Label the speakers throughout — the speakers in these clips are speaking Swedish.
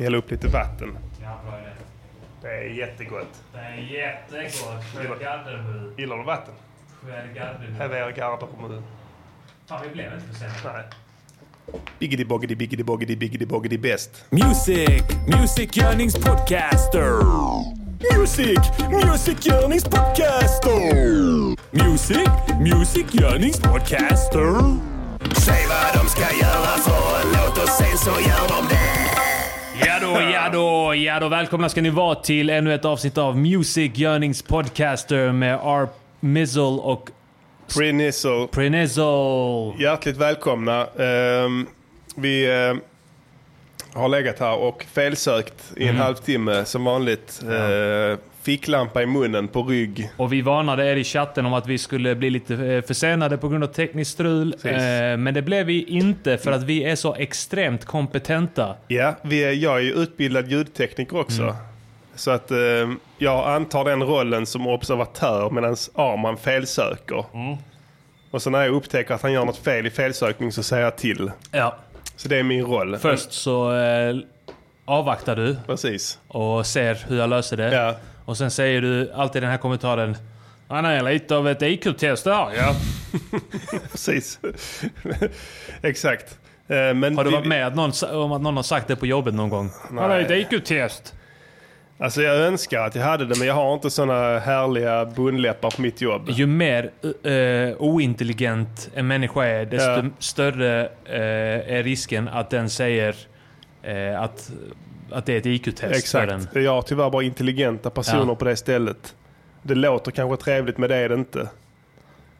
Speaker 1: Häll upp lite vatten.
Speaker 2: Ja, bra idé.
Speaker 1: Det är jättegott.
Speaker 2: Det är jättegott.
Speaker 1: Det var-
Speaker 2: Själv Gardermoen.
Speaker 1: Gillar du vatten?
Speaker 2: Själv Gardermoen.
Speaker 1: Häver Garda kommun.
Speaker 2: Fan, vi blev inte för sena.
Speaker 1: Nej. Biggity boggity biggity boggity biggity boggity bäst.
Speaker 3: Music, Music Yearnings Podcaster. Music, Music Yearnings Podcaster. Music, Music Yearnings Podcaster. Säg vad de ska göra för en låt och sen så gör de det.
Speaker 2: Ja då, ja då, ja då. Välkomna ska ni vara till ännu ett avsnitt av Music Yearnings Podcaster med R. Mizzle och
Speaker 1: Prinizzle.
Speaker 2: Prenizzle.
Speaker 1: Hjärtligt välkomna. Ehm, vi eh, har legat här och felsökt i en halvtimme som vanligt. Eh, ficklampa i munnen på rygg.
Speaker 2: Och vi varnade er i chatten om att vi skulle bli lite eh, försenade på grund av tekniskt strul.
Speaker 1: Precis.
Speaker 2: Eh, Men det blev vi inte för att vi är så extremt kompetenta.
Speaker 1: Ja, vi är, jag är ju utbildad ljudtekniker också.
Speaker 2: Mm.
Speaker 1: Så att eh, jag antar den rollen som observatör medan Arman felsöker.
Speaker 2: Mm.
Speaker 1: Och så när jag upptäcker att han gör något fel i felsökning så säger jag till.
Speaker 2: Ja.
Speaker 1: Så det är min roll.
Speaker 2: Först så eh, avvaktar du
Speaker 1: Precis.
Speaker 2: och ser hur jag löser det.
Speaker 1: Ja.
Speaker 2: Och sen säger du alltid den här kommentaren. Han är lite av ett IQ-test det här ja.
Speaker 1: Precis. Exakt. Eh, Men
Speaker 2: Har du
Speaker 1: vi-
Speaker 2: varit med att någon, sa- om att någon har sagt det på jobbet någon gång? Nej. Han är ett IQ-test.
Speaker 1: Alltså jag önskar att jag hade det men jag har inte såna härliga bundläppar på mitt jobb.
Speaker 2: Ju mer eh, eh, ointelligent en människa är, desto
Speaker 1: Ja.
Speaker 2: större eh, är risken att den säger eh, att, att det är ett IQ-test för den.
Speaker 1: Exakt. Jag har tyvärr bara intelligenta personer
Speaker 2: Ja.
Speaker 1: på det stället. Det låter kanske trevligt men det är det inte. Det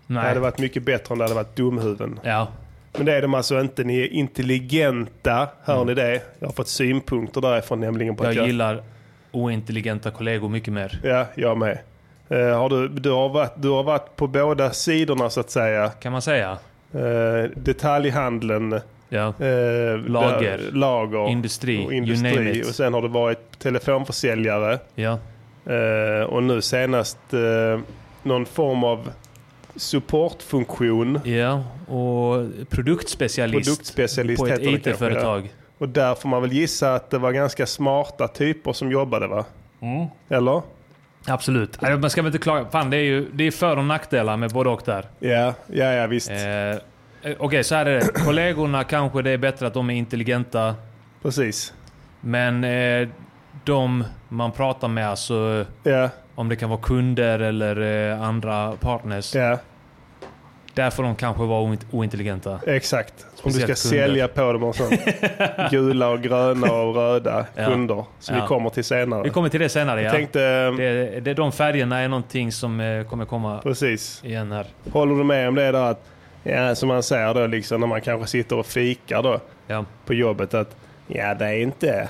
Speaker 2: Nej.
Speaker 1: hade varit mycket bättre om det hade varit dumhuvuden.
Speaker 2: Ja.
Speaker 1: Men det är de alltså inte. Ni är intelligenta. Hör ni det? Jag har fått synpunkter därifrån nämligen på att
Speaker 2: Mm. Jag gillar ointelligenta kollegor mycket mer.
Speaker 1: Ja, jag med. Eh, har du, du, har varit, du har varit på båda sidorna så att säga.
Speaker 2: Kan man säga.
Speaker 1: Eh, detaljhandeln. Eh,
Speaker 2: Ja. Lager.
Speaker 1: där- lager.
Speaker 2: Industri.
Speaker 1: Och
Speaker 2: You name
Speaker 1: industri.
Speaker 2: it.
Speaker 1: Och sen har du varit telefonförsäljare.
Speaker 2: Ja.
Speaker 1: Eh, och nu senast eh, någon form av supportfunktion.
Speaker 2: Ja, och produktspecialist,
Speaker 1: Produktspecialist
Speaker 2: på ett
Speaker 1: heter det kanske,
Speaker 2: IT-företag.
Speaker 1: Och där får man väl gissa att det var ganska smarta typer som jobbade va? Eller?
Speaker 2: Absolut. Mm. Nej, Man ska väl inte klaga. Fan, det är ju det är för och nackdelar med både och där.
Speaker 1: Ja, ja, ja visst.
Speaker 2: Eh, eh, Okej, så här är det. Kollegorna kanske det är bättre att de är intelligenta.
Speaker 1: Precis.
Speaker 2: Men eh, de man pratar med, alltså
Speaker 1: Ja,
Speaker 2: om det kan vara kunder eller eh, andra partners.
Speaker 1: ja.
Speaker 2: Där får de kanske vara oint- ointelligenta.
Speaker 1: Exakt. Om du ska
Speaker 2: Speciellt kunder.
Speaker 1: sälja på dem och sånt. Gula och gröna och röda
Speaker 2: Ja.
Speaker 1: kunder. Som
Speaker 2: Ja.
Speaker 1: vi kommer till senare.
Speaker 2: Vi kommer till det senare. Ja.
Speaker 1: Jag tänkte... eh,
Speaker 2: Det, det, de färgerna är någonting som eh, kommer komma
Speaker 1: Precis.
Speaker 2: igen här.
Speaker 1: Håller du med om det där att... Ja, som man säger då liksom när man kanske sitter och fikar då
Speaker 2: Ja.
Speaker 1: på jobbet att... Ja, det är inte...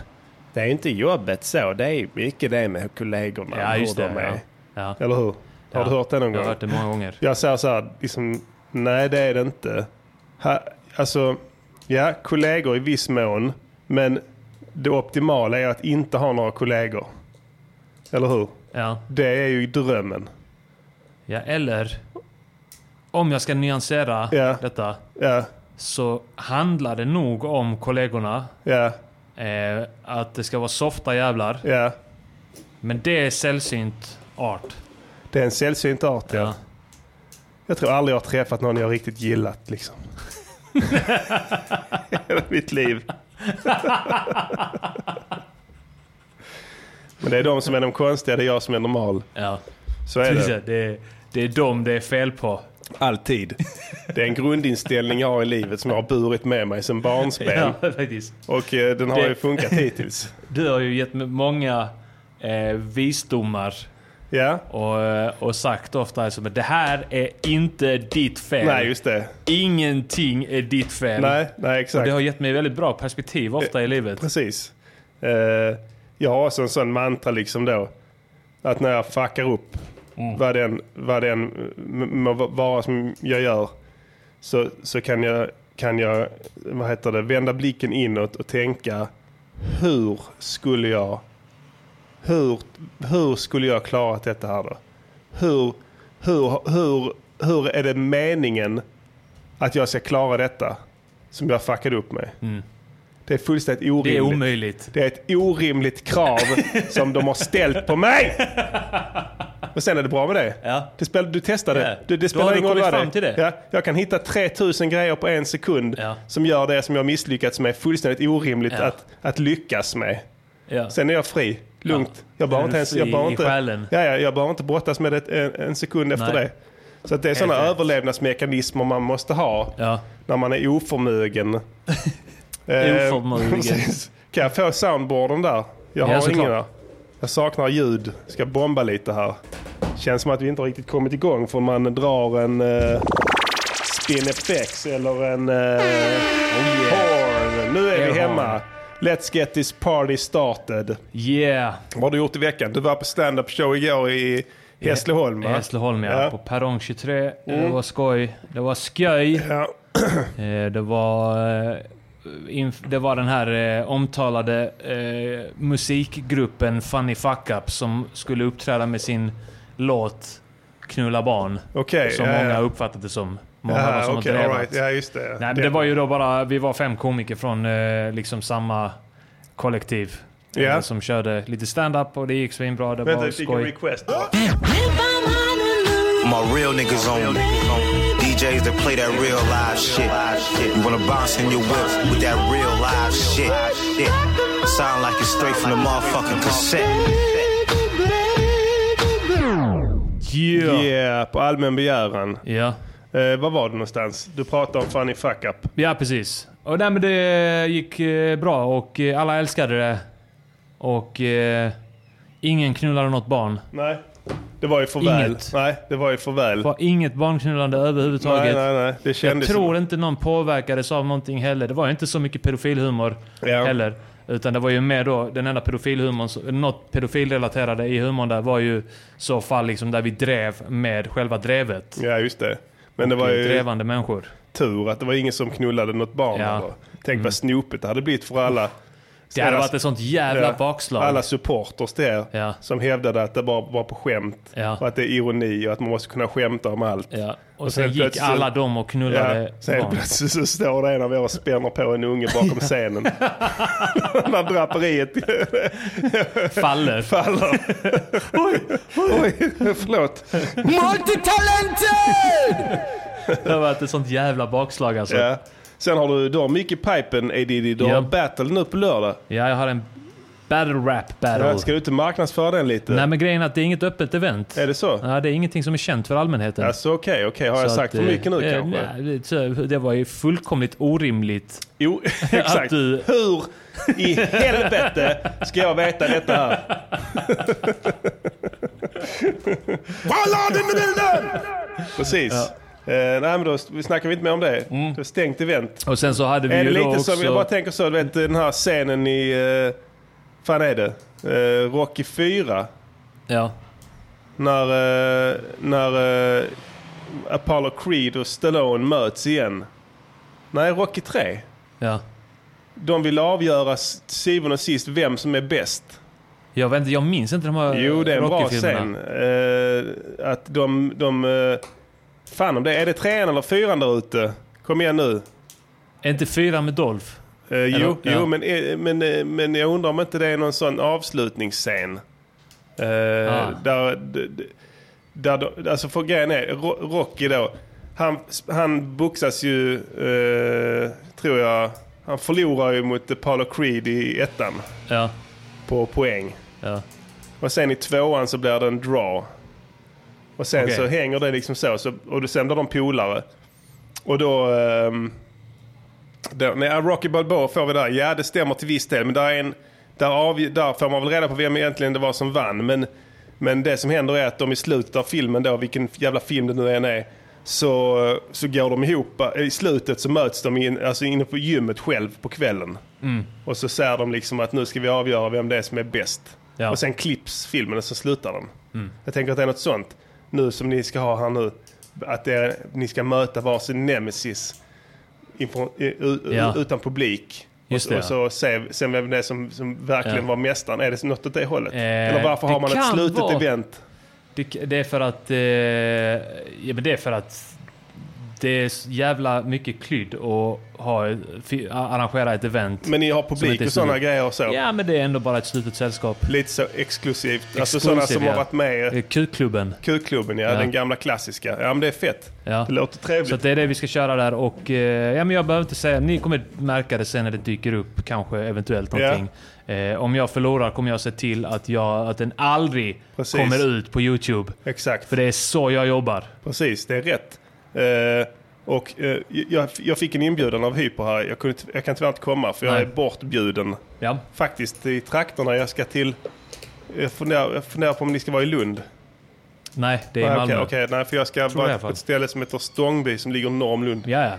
Speaker 1: Det är inte jobbet så. Det är mycket det med kollegorna.
Speaker 2: Ja,
Speaker 1: hur
Speaker 2: just
Speaker 1: de
Speaker 2: det. Ja.
Speaker 1: är.
Speaker 2: Ja.
Speaker 1: Eller hur? Har
Speaker 2: Ja.
Speaker 1: du hört det någon
Speaker 2: Jag har
Speaker 1: gång?
Speaker 2: hört det många gånger.
Speaker 1: Jag säger så här, liksom, nej det är det inte. Ha, alltså, ja, kollegor i viss mån, men det optimala är att inte ha några kollegor. Eller hur?
Speaker 2: Ja.
Speaker 1: Det är ju drömmen.
Speaker 2: ja, eller om jag ska nyansera
Speaker 1: Ja.
Speaker 2: detta
Speaker 1: Ja,
Speaker 2: så handlar det nog om kollegorna.
Speaker 1: ja,
Speaker 2: Eh, att det ska vara softa jävlar.
Speaker 1: ja.
Speaker 2: Men det är sällsynt art.
Speaker 1: Det är en sällsynt art. Ja.
Speaker 2: Ja.
Speaker 1: Jag tror aldrig jag har träffat någon jag riktigt gillat liksom. Hela mitt liv. men det är de som är de konstiga, det är jag som är normal.
Speaker 2: Ja.
Speaker 1: Så är det.
Speaker 2: Det, det, det är dem det är fel på.
Speaker 1: Alltid. Det är en grundinställning jag har i livet som jag har burit med mig sedan barnsben.
Speaker 2: Ja, faktiskt.
Speaker 1: Och eh, den har
Speaker 2: Det-
Speaker 1: ju funkat hittills.
Speaker 2: Du har ju gett mig många eh, visdomar
Speaker 1: Ja,
Speaker 2: och, eh, och sagt ofta alltså, men det här är inte ditt fel.
Speaker 1: nej just det.
Speaker 2: Ingenting är ditt fel.
Speaker 1: Nej, nej
Speaker 2: Och det
Speaker 1: exakt.
Speaker 2: har gett mig väldigt bra perspektiv ofta i livet.
Speaker 1: Precis. Eh, jag har också en sån mantra liksom då. Att när jag fuckar upp,
Speaker 2: Mm.
Speaker 1: vad den, vad den m- må vara som jag gör, så, så kan jag, kan jag vad heter det, vända blicken inåt och tänka hur skulle jag hur, hur skulle jag klarat detta här då? Hur, hur, hur, hur är det meningen att jag ska klara detta som jag fuckade upp med? Det är fullständigt orimligt.
Speaker 2: Mm. Det är omöjligt.
Speaker 1: Det är ett orimligt krav som de har ställt på mig. Och sen är det bra med det.
Speaker 2: Ja.
Speaker 1: det spelar, du testade.
Speaker 2: Ja.
Speaker 1: Du,
Speaker 2: Då
Speaker 1: det spelar
Speaker 2: har du
Speaker 1: ingen roll
Speaker 2: kommit
Speaker 1: vad det
Speaker 2: fram till det.
Speaker 1: är. Ja, jag kan hitta 3000 grejer på en sekund
Speaker 2: Ja.
Speaker 1: som gör det som jag misslyckats med fullständigt orimligt
Speaker 2: Ja.
Speaker 1: att, att lyckas med.
Speaker 2: Ja.
Speaker 1: Sen är jag fri. Lugnt.
Speaker 2: Ja.
Speaker 1: Jag
Speaker 2: Är
Speaker 1: behöver
Speaker 2: du
Speaker 1: inte, ens,
Speaker 2: fri
Speaker 1: jag behöver
Speaker 2: i
Speaker 1: inte,
Speaker 2: själen?
Speaker 1: ja, ja, jag behöver inte brottas med det en, en sekund
Speaker 2: Nej.
Speaker 1: efter det. Så att det är sådana
Speaker 2: rätt.
Speaker 1: överlevnadsmekanismer man måste ha
Speaker 2: Ja.
Speaker 1: när man är oförmögen. Eh,
Speaker 2: Oförmögen.
Speaker 1: precis. kan jag få soundboarden där? Jag
Speaker 2: Ja,
Speaker 1: har
Speaker 2: såklart.
Speaker 1: ingen där. Jag saknar ljud. Ska bomba lite här. Känns som att vi inte har riktigt kommit igång för man drar en eh, Spin FX eller en eh, Horn. Nu är
Speaker 2: Air
Speaker 1: vi hemma.
Speaker 2: Oh, horn.
Speaker 1: Let's get this party started.
Speaker 2: Yeah.
Speaker 1: Vad har du gjort i veckan? Du var på stand-up show igår i Hässleholm
Speaker 2: I
Speaker 1: va? Mm.
Speaker 2: Hässleholm ja. På perrong 23. Det var skoj. Det var skoj.
Speaker 1: Ja.
Speaker 2: Eh, Det var, eh, inf- det var den här eh, omtalade eh, musikgruppen Funny Fuck Up som skulle uppträda med sin låt Knulla barn.
Speaker 1: Okej.
Speaker 2: Som
Speaker 1: ja,
Speaker 2: många
Speaker 1: ja.
Speaker 2: uppfattat det som. Många var
Speaker 1: Ja,
Speaker 2: som
Speaker 1: okej,
Speaker 2: har
Speaker 1: all
Speaker 2: drevat.
Speaker 1: right. Ja, just det.
Speaker 2: Nej, men det var ju då bara, vi var fem komiker från eh, liksom samma kollektiv. eh,
Speaker 1: Ja.
Speaker 2: Som körde lite stand-up och det gick svinbra. Det
Speaker 1: Vänta,
Speaker 2: var
Speaker 1: jag fick en
Speaker 2: skoj.
Speaker 1: request.
Speaker 4: My real niggas on DJs that play that real live shit. You wanna bounce in your whip with that real live shit. shit. Sound like it's straight from the motherfucking cassette.
Speaker 2: Yeah.
Speaker 1: Yeah, på allmän begäran.
Speaker 2: Ja.
Speaker 1: Eh, var var du någonstans? Du pratade om Funny Fuck Up.
Speaker 2: ja, precis. Och nej, men det gick eh, bra och eh, alla älskade det. Och eh, ingen knullade något barn.
Speaker 1: Nej, det var ju för väl.
Speaker 2: Inget.
Speaker 1: Nej, det var ju för väl.
Speaker 2: Det var inget barnknullande överhuvudtaget.
Speaker 1: Nej, nej, nej. Det
Speaker 2: Jag
Speaker 1: kändes
Speaker 2: tror inte någon påverkades av någonting heller. Det var ju inte så mycket pedofilhumor
Speaker 1: Ja.
Speaker 2: heller. Utan det var ju mer då, den enda pedofilhumorn, som- något pedofilrelaterade i humorn där var ju så fall liksom där vi drev med själva drevet.
Speaker 1: som... Ja, just det. Men det var ju
Speaker 2: Drevande människor.
Speaker 1: tur att det var ingen som knullade något barn.
Speaker 2: Ja. Mm.
Speaker 1: eller? Tänk vad snopet det hade blivit för alla.
Speaker 2: Det hade
Speaker 1: alla-
Speaker 2: varit ett sånt jävla
Speaker 1: ja,
Speaker 2: bakslag.
Speaker 1: Alla supporters där
Speaker 2: Ja.
Speaker 1: som hävdade att det bara var på skämt.
Speaker 2: Ja.
Speaker 1: Och att det är ironi och att man måste kunna skämta om allt.
Speaker 2: Ja. Och,
Speaker 1: Och sen
Speaker 2: sen, gick
Speaker 1: plötsligt-
Speaker 2: alla de och
Speaker 1: Ja,
Speaker 2: knullade
Speaker 1: sen
Speaker 2: barn.
Speaker 1: plötsligt så står det en av er och spänner på en unge bakom scenen. När draperiet
Speaker 2: Faller.
Speaker 1: faller. Oj, förlåt.
Speaker 2: Det har varit ett sånt jävla bakslag alltså. Ja,
Speaker 1: Ja. Sen har du då Mickey Pipen, ADD, du
Speaker 2: Ja.
Speaker 1: har battle nu på lördag.
Speaker 2: jag har en battle rap battle.
Speaker 1: Ja, Ska du inte marknadsföra den lite?
Speaker 2: Nej men grejen är att det är inget öppet event.
Speaker 1: Är det så?
Speaker 2: Ja, det är ingenting som är känt för allmänheten.
Speaker 1: Alltså okej, okej. Har jag
Speaker 2: Så
Speaker 1: sagt
Speaker 2: att,
Speaker 1: för
Speaker 2: eh,
Speaker 1: mycket nu
Speaker 2: eh,
Speaker 1: kanske?
Speaker 2: nej, det- så- det var ju fullkomligt orimligt.
Speaker 1: Jo, exakt.
Speaker 2: du-
Speaker 1: Hur i helvete ska jag veta detta här? Precis. Eh, nej men då snackar vi inte mer om det.
Speaker 2: Mm.
Speaker 1: Det är stängt event.
Speaker 2: Och sen så hade vi
Speaker 1: Är det
Speaker 2: ju
Speaker 1: lite
Speaker 2: då också...
Speaker 1: som, jag bara tänker så, du vet den här scenen i, eh, fan är det? Eh, Rocky 4.
Speaker 2: ja.
Speaker 1: När, eh, när eh, Apollo Creed och Stallone möts igen. Nej, Rocky 3.
Speaker 2: ja.
Speaker 1: De vill avgöra s- till syvende och sist vem som är bäst.
Speaker 2: Jag, vet, inte, jag minns inte de här
Speaker 1: Jo, det är en bra scen.
Speaker 2: Eh, Rocky-filmerna.
Speaker 1: Eh, att de... de eh, fan om det är det trean eller fyran där ute? Kom igen nu.
Speaker 2: Är inte fyra med Dolph?
Speaker 1: Eh, jo,
Speaker 2: Ja.
Speaker 1: jo men, eh, men, eh, men jag undrar om inte det är någon sån avslutningsscen. Eh,
Speaker 2: Ah.
Speaker 1: Där, d- d- där, de- alltså för grejen är, Ro- Rocky då, han, han boxas ju, eh, tror jag, han förlorar ju mot Apollo Creed i ettan
Speaker 2: Ja.
Speaker 1: på poäng.
Speaker 2: ja.
Speaker 1: Och sen i tvåan så blir det en draw. Och sen
Speaker 2: Okej.
Speaker 1: så hänger det liksom så, så och då- sen blir de polare. Och då... ehm, då nej, Rocky Balboa får vi där. Ja, det stämmer till viss del. Men där, är en, där, avg- där får man väl reda på vem egentligen det var som vann. Men, men det som händer är att de i slutet av filmen då, vilken jävla film det nu än är, så, så går de ihop. I slutet så möts de in, alltså inne på gymmet själv på kvällen. Och så säger de liksom att nu ska vi avgöra vem det är som är bäst.
Speaker 2: Ja.
Speaker 1: Och sen klipps filmen och så slutar den. Jag tänker att det är något sånt nu som ni ska ha här nu. Att det är, ni ska möta varsin nemesis inför, i- u, u-
Speaker 2: Ja.
Speaker 1: utan publik.
Speaker 2: Just
Speaker 1: och,
Speaker 2: det,
Speaker 1: och så se, sen vem det är som, som verkligen
Speaker 2: Ja.
Speaker 1: var mästaren. Är det något åt det hållet?
Speaker 2: Eh,
Speaker 1: Eller varför
Speaker 2: det
Speaker 1: har man ett
Speaker 2: kan
Speaker 1: slutet
Speaker 2: vara-
Speaker 1: event?
Speaker 2: Det, det är för att... Eh, ja, men det är för att Det är så jävla mycket krydd att ha, ett- fi- arrangera ett event.
Speaker 1: Men ni har
Speaker 2: Som
Speaker 1: publik
Speaker 2: inte är
Speaker 1: och sådana
Speaker 2: så-
Speaker 1: grejer och så.
Speaker 2: Ja, men det är ändå bara ett slutet sällskap. Eh,
Speaker 1: Lite så exklusivt. Alltså
Speaker 2: Exklusiv,
Speaker 1: sådana som
Speaker 2: ja.
Speaker 1: har varit med
Speaker 2: Det
Speaker 1: i
Speaker 2: är Q-klubben.
Speaker 1: Q-klubben, ja,
Speaker 2: Ja.
Speaker 1: Den gamla klassiska. Ja, men det är fett.
Speaker 2: Ja.
Speaker 1: Det låter
Speaker 2: Så
Speaker 1: trevligt.
Speaker 2: att det är det vi ska köra där och... Eh, ja, men jag behöver inte säga... Ni kommer märka det sen när det dyker upp kanske, eventuellt någonting. Eh, om jag förlorar kommer jag se till att, jag, att den aldrig
Speaker 1: Precis.
Speaker 2: kommer ut på YouTube.
Speaker 1: Exakt.
Speaker 2: För det är så jag jobbar.
Speaker 1: Precis, det är rätt. Eh, och eh, jag, jag fick en inbjudan av Hyper här. Jag, kunde, inte- jag kan tyvärr inte komma för jag
Speaker 2: Nej.
Speaker 1: är bortbjuden.
Speaker 2: Ja.
Speaker 1: Faktiskt i trakterna. Jag ska till... Jag funderar, jag funderar på om ni ska vara i Lund.
Speaker 2: Nej, det är
Speaker 1: Nej,
Speaker 2: i
Speaker 1: Ah, okej,
Speaker 2: Malmö.
Speaker 1: okej, nej, för jag ska
Speaker 2: i
Speaker 1: vara
Speaker 2: alla
Speaker 1: på
Speaker 2: fall.
Speaker 1: ett ställe som heter Stångby som ligger norr om Lund.
Speaker 2: Ja, ja.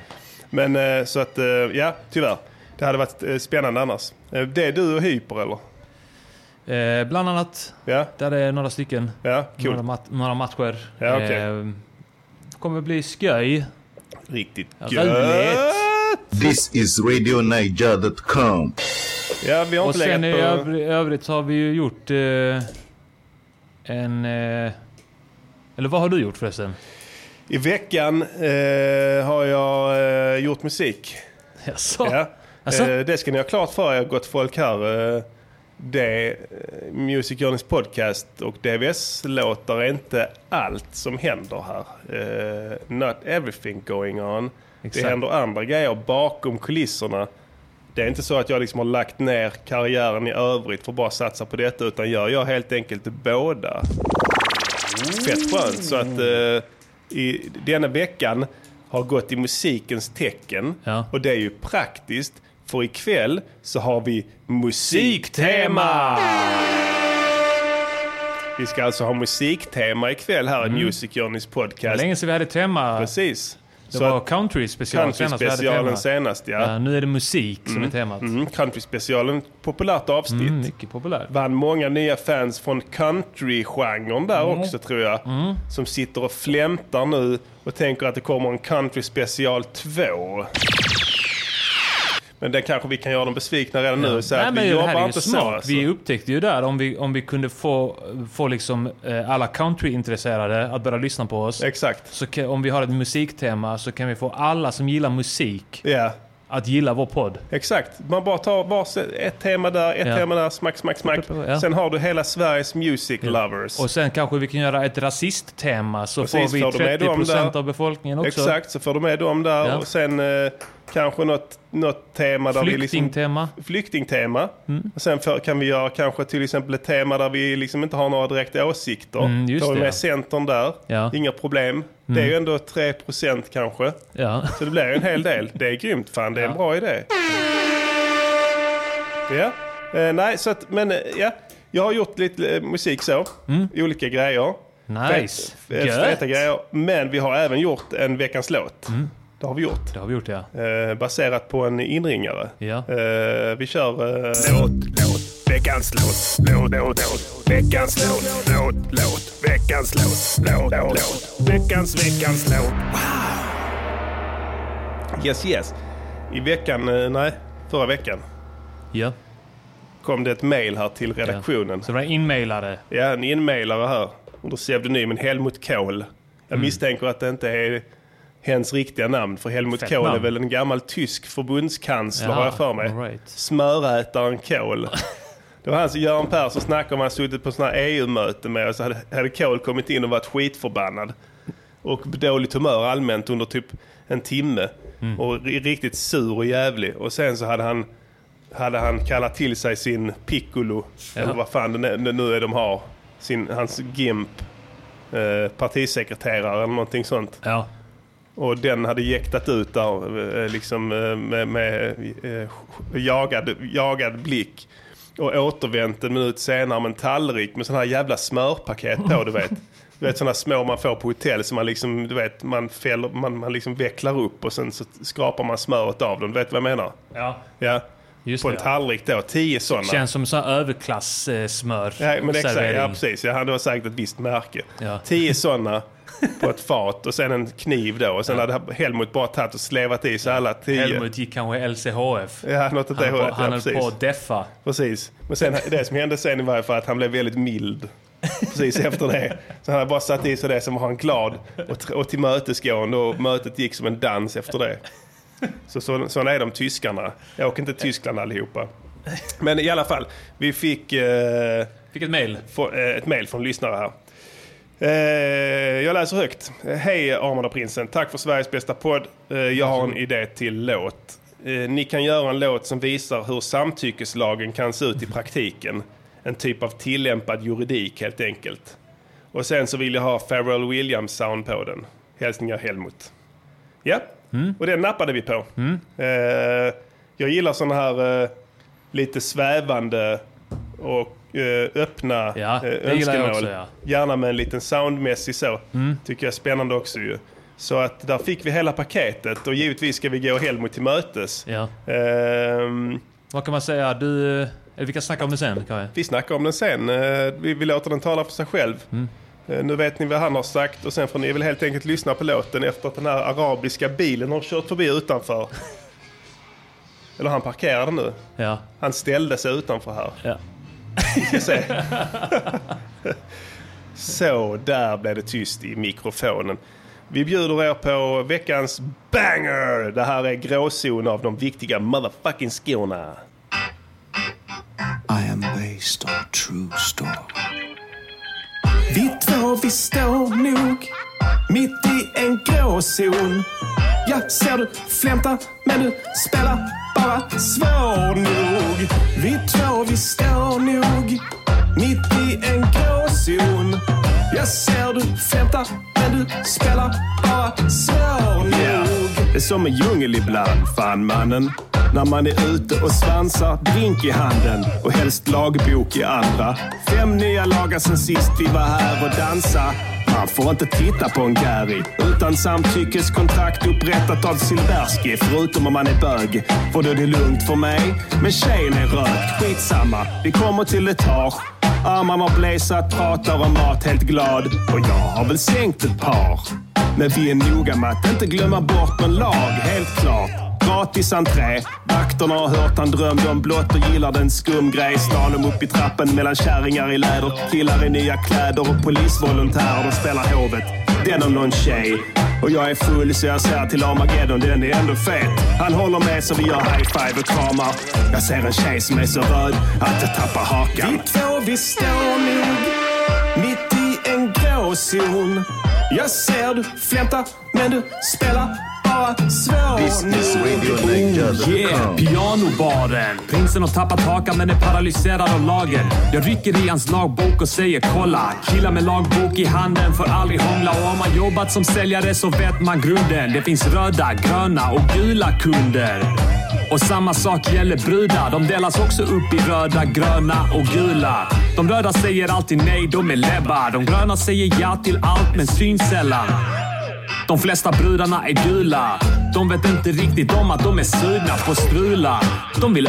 Speaker 1: Men eh, så att, eh, ja, tyvärr. Det hade varit eh, spännande annars. Eh, Det är du och Hyper eller?
Speaker 2: Eh, bland annat,
Speaker 1: Ja,
Speaker 2: där är några stycken.
Speaker 1: ja, kul.
Speaker 2: Några, mat- några matcher.
Speaker 1: Ja, okej.
Speaker 2: eh, kommer bli sköj.
Speaker 1: Riktigt
Speaker 2: Roligt.
Speaker 5: This is RadioNiger.com.
Speaker 1: Ja, vi har
Speaker 2: Och
Speaker 1: inte
Speaker 2: sen i
Speaker 1: legat på...
Speaker 2: övr- övrigt har vi ju gjort eh, en... Eh, eller vad har du gjort förresten?
Speaker 1: I veckan eh, har jag eh, gjort musik.
Speaker 2: Jaså?
Speaker 1: Ja.
Speaker 2: Alltså?
Speaker 1: Eh, det ska ni ha klart för er, gott folk här. Eh, det eh, Music Journeys podcast och DVS-låtar är inte allt som händer här. Eh, not everything going on.
Speaker 2: Exakt.
Speaker 1: Det händer andra grejer bakom kulisserna. Det är inte så att jag liksom har lagt ner karriären i övrigt för att bara satsa på detta utan gör jag helt enkelt båda. Fett skönt. Så att eh, i, denna veckan har gått i musikens tecken.
Speaker 2: Ja.
Speaker 1: Och det är ju praktiskt. För ikväll så har vi musiktema!
Speaker 2: Musiktema!
Speaker 1: Vi ska alltså ha musiktema ikväll här i Music Journeys
Speaker 2: Det var
Speaker 1: podcast.
Speaker 2: Mm. länge sedan vi hade tema.
Speaker 1: Precis.
Speaker 2: Det
Speaker 1: så
Speaker 2: var
Speaker 1: att
Speaker 2: country-specialen senast vi hade tema.
Speaker 1: country-specialen senast ja.
Speaker 2: Ja, nu är det musik som är temat.
Speaker 1: Mm, country-specialen, populärt avsnitt.
Speaker 2: Mm, mycket populär.
Speaker 1: Vann många nya fans från country-genren där
Speaker 2: Mm.
Speaker 1: också tror jag. Som sitter och flämtar nu och tänker att det kommer en country-special 2. Men den kanske vi kan göra dem besvikna redan nu och säga att vi
Speaker 2: det här
Speaker 1: jobbar
Speaker 2: är
Speaker 1: inte
Speaker 2: ju
Speaker 1: så.
Speaker 2: smart.
Speaker 1: Alltså.
Speaker 2: Vi upptäckte ju där om vi, om vi kunde få, få liksom, eh, alla country-intresserade att börja lyssna på oss.
Speaker 1: Exakt.
Speaker 2: Så ka- om vi har ett musiktema så kan vi få alla som gillar musik
Speaker 1: Ja,
Speaker 2: att gilla vår podd.
Speaker 1: exakt. Man bara tar vars ett tema där, ett
Speaker 2: Ja.
Speaker 1: tema där, smack, smack, smack.
Speaker 2: Ja.
Speaker 1: Sen har du hela Sveriges music lovers.
Speaker 2: Och sen kanske vi kan göra ett rasisttema så
Speaker 1: Precis,
Speaker 2: får vi
Speaker 1: får de med dem
Speaker 2: 30%
Speaker 1: där.
Speaker 2: av befolkningen också.
Speaker 1: Exakt, så får du med dem där
Speaker 2: Ja.
Speaker 1: och sen eh, kanske något, något tema där vi liksom
Speaker 2: Flyktingtema.
Speaker 1: flyktingtema.
Speaker 2: Mm.
Speaker 1: Och sen för, kan vi göra kanske till exempel ett tema där vi liksom inte har några direkta åsikter.
Speaker 2: Mm, just
Speaker 1: Tar vi
Speaker 2: det,
Speaker 1: med
Speaker 2: ja.
Speaker 1: Centern där,
Speaker 2: Ja. Mm.
Speaker 1: inga problem. Det är ju ändå 3% kanske.
Speaker 2: Ja.
Speaker 1: Så det blir ju en hel del. Det är grymt fan, det är en bra idé. Ja, eh, nej så att, men eh, ja. Jag har gjort lite eh, musik så, olika grejer.
Speaker 2: Mm. Nice.
Speaker 1: Fet- eh, Feta
Speaker 2: Gött.
Speaker 1: grejer. Men vi har även gjort en veckans låt.
Speaker 2: Mm.
Speaker 1: Det har vi gjort.
Speaker 2: Det har vi gjort ja.
Speaker 1: Eh, baserat på en inringare.
Speaker 2: Ja.
Speaker 1: Eh, vi kör... Eh,
Speaker 3: Låt, låt, veckans låt, låt, låt, låt, veckans låt, låt, låt, veckans låt, låt, låt, veckans, veckans låt.
Speaker 1: Yes, yes. I veckan, eh, nej, förra veckan
Speaker 2: ja.
Speaker 1: kom det ett mail här till redaktionen.
Speaker 2: Så det var inmailade.
Speaker 1: Ja, en inmailare här under pseudonymen Helmut Kohl. Jag
Speaker 2: Mm.
Speaker 1: misstänker att det inte är hens riktiga namn, för Helmut
Speaker 2: Fett
Speaker 1: Kohl är
Speaker 2: namn.
Speaker 1: väl en gammal tysk förbundskansler
Speaker 2: Jaha,
Speaker 1: har jag för mig.
Speaker 2: all right.
Speaker 1: Smörätaren Kohl. Det var han som Göran Persson snackade om han suttit på sådana här EU-möte med och så hade, hade Kohl kommit in och varit skitförbannad. Och dåligt humör allmänt under typ en timme. Och ri- riktigt sur och jävlig. Och sen så hade han, hade han kallat till sig sin piccolo. Eller vad fan det nu- det nu är de har. Sin, hans GIMP. Eh, partisekreterare eller någonting sånt.
Speaker 2: Ja.
Speaker 1: Och den hade jäktat ut där eh, liksom eh, med, med eh, jagad, jagad blick. Och återvänt en minut senare med en tallrik med sådana här jävla smörpaket på, du vet. Du vet sådana små man får på hotell som man liksom, du vet, man, fäller, man, man liksom vecklar upp och sen så skrapar man smöret av dem. Du vet vad jag menar?
Speaker 2: ja.
Speaker 1: Ja.
Speaker 2: Just
Speaker 1: på
Speaker 2: det.
Speaker 1: en
Speaker 2: Ja.
Speaker 1: tallrik då, tio sådana.
Speaker 2: Känns som så här överklass-smör.
Speaker 1: Ja, men exakt, ja, precis. Ja, det var säkert ett visst märke.
Speaker 2: Ja.
Speaker 1: Tio sådana på ett fat och sen en kniv då. Och sen hade Helmut bara tagit och slevat i sig alla tio.
Speaker 2: Helmut gick kanske LCHF.
Speaker 1: Ja, något åt det
Speaker 2: Han,
Speaker 1: hållet.
Speaker 2: på,
Speaker 1: Ja,
Speaker 2: han höll
Speaker 1: precis.
Speaker 2: på att deffa.
Speaker 1: precis. Men sen, det som hände sen var ju för att han blev väldigt mild. precis efter det. Så han hade bara satt i sig det som var han glad och, tr- och tillmötesgående och mötet gick som en dans efter det. Så, så sådana är de tyskarna. Jag åker inte till Tyskland allihopa. Men i alla fall, vi fick... Eh,
Speaker 2: Fick ett mail.
Speaker 1: få- eh, ett mejl från lyssnare här. Eh, Jag läser högt. Eh, Hej Armand och Prinsen. Tack för Sveriges bästa podd. Eh, Jag har en idé till låt. Eh, Ni kan göra en låt som visar hur samtyckeslagen kan se ut i praktiken. En typ av tillämpad juridik helt enkelt. Och sen så vill jag ha Pharrell Williams-sound på den. Hälsningar Helmut. Ja,
Speaker 2: Mm.
Speaker 1: och den nappade vi på. Eh, Jag gillar sådana här eh, lite svävande och eh, öppna
Speaker 2: Ja,
Speaker 1: eh,
Speaker 2: det gillar jag också, ja.
Speaker 1: Gärna med en liten soundmässig så. Tycker jag är spännande också ju. Så att där fick vi hela paketet och givetvis ska vi gå Helmut till mötes.
Speaker 2: Ja.
Speaker 1: Ehm,
Speaker 2: Vad kan man säga? Du... Eller vi kan snacka om det sen, Kaj.
Speaker 1: vi snackar om den sen. Eh, Vi, vi låter den tala för sig själv. Eh, Nu vet ni vad han har sagt och sen får ni väl helt enkelt lyssna på låten efter att den här arabiska bilen har kört förbi utanför. Eller han parkerade nu.
Speaker 2: Ja.
Speaker 1: Han ställde sig utanför här.
Speaker 2: Ja.
Speaker 1: Vi ska se. Så, där blev det tyst i mikrofonen. Vi bjuder er på veckans banger! Det här är gråzon av de viktiga motherfucking skorna.
Speaker 6: I am based on true story.
Speaker 3: Vi två vi står nog mitt i en gråzon. Jag ser du flämtar men du spelar bara svår nog. Vi två vi står nog mitt i en gråzon. Jag ser du flämtar men du spelar bara svår nog. Det är som en djungel ibland, fan mannen. När man är ute och svansar, drink i handen och helst lagbok i andra. Fem nya lagar sen sist vi var här och dansa. Man får inte titta på en gäri utan samtyckeskontrakt upprättat av Silbersky. Förutom om man är bög, för då är det lugnt för mig. Men tjejen är rökt, skitsamma. Vi kommer till etage. Armar var blazat, pratar om mat helt glad. Och jag har väl sänkt ett par. Men vi är noga med att inte glömma bort en lag, helt klart. Gratis entré. Vakterna har hört han drömde om blått och gillade en skum grej. Slalom upp i trappen mellan kärringar i läder, killar i nya kläder och polisvolontärer. De spelar hovet. Den om någon tjej. Och jag är full så jag säger till Armageddon, den är ändå fet. Han håller med så vi gör high-five och kramar. Jag ser en tjej som är så röd att jag tappar hakan. Vi två, vi står nog mitt i en gråzon. Jag ser du flämtar, men du spelar bara svår
Speaker 5: This is Radio Niger dot
Speaker 7: Yeah,
Speaker 5: com.
Speaker 7: pianobaren. Prinsen har tappat hakan men är paralyserad av lagen. Jag rycker i hans lagbok och säger kolla. Killar med lagbok i handen får aldrig hångla och har man jobbat som säljare så vet man grunden. Det finns röda, gröna och gula kunder. Och samma sak gäller brudar. De delas också upp i röda, gröna och gula. De röda säger alltid nej, de är lebbar. De gröna säger ja till allt men syns sällan. De flesta brudarna är gula. De vet inte riktigt om att de är sugna på strula. De vill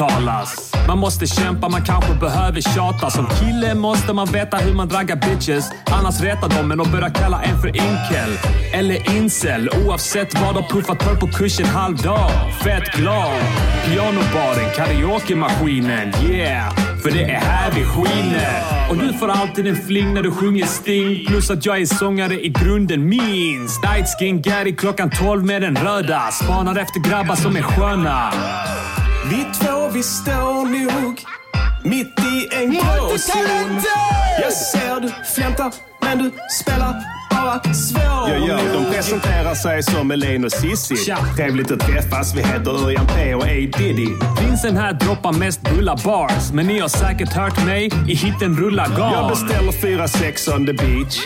Speaker 7: övertalas. Man måste kämpa, man kanske behöver tjata. Som kille måste man veta hur man draggar bitches. Annars retar de men de börjar kalla en för enkel. Eller incel. Oavsett vad de puffat för på kursen halv dag. Fett glad. Pianobaren, karaokemaskinen. Yeah. För det är här vi skiner. Och du får alltid en fling när du sjunger Sting. Plus att jag är sångare i grunden minst. Nightskin Gary klockan 12 med den röda. Spanar efter grabbar som är sköna.
Speaker 3: Vi två vi står nog mitt i en gråzon. Jag ser du flämtar, men du spelar bara svår
Speaker 8: Jag gör. De presenterar sig som Elaine och Sissi.
Speaker 7: Tja.
Speaker 8: Trevligt att träffas. Vi heter Örjan P och A Diddy.
Speaker 7: Prinsen här droppar mest bulla bars. Men ni har säkert hört mig i hitten Rulla
Speaker 8: Jag
Speaker 7: Garn.
Speaker 8: beställer fyra sex on the beach.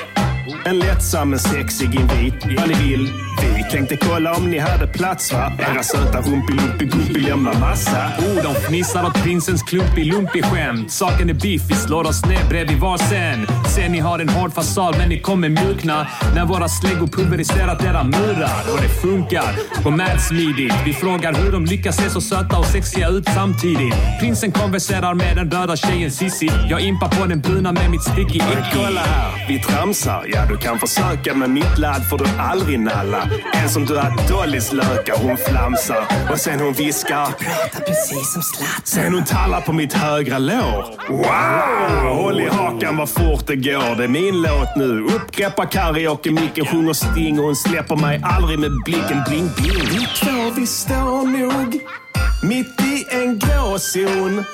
Speaker 8: En lättsam men sexig invit. Vad ni vill. Vi tänkte kolla om ni hade plats va? Era söta rumpi-lumpi-gumpi lämnar massa.
Speaker 7: Oh, de fnissar åt prinsens klumpig-lumpig-skämt. Saken är biff, vi slår oss ner bredvid varsin. Ser ni har en hård fasad, men ni kommer mjukna när våra släggor pulveriserat era murar. Och det funkar. Går mad smidigt. Vi frågar hur de lyckas se så söta och sexiga ut samtidigt. Prinsen konverserar med den röda tjejen Sissi. Jag impar på den bruna med mitt sticky icky.
Speaker 8: Kolla här, vi tramsar. Ja, du kan försöka men mitt ladd får du aldrig nalla. En som du har Dollys lökar, hon flamsar. Och sen hon viskar.
Speaker 9: Pratar precis som slatt.
Speaker 8: Sen hon tallar på mitt högra lår. Wow! Håll i hakan vad fort det går. Det är min låt nu. Uppgreppar karaoke, micken sjunger sting och hon släpper mig aldrig med blicken. Bling, bling. Vi två, vi står nog mitt i en gråzon.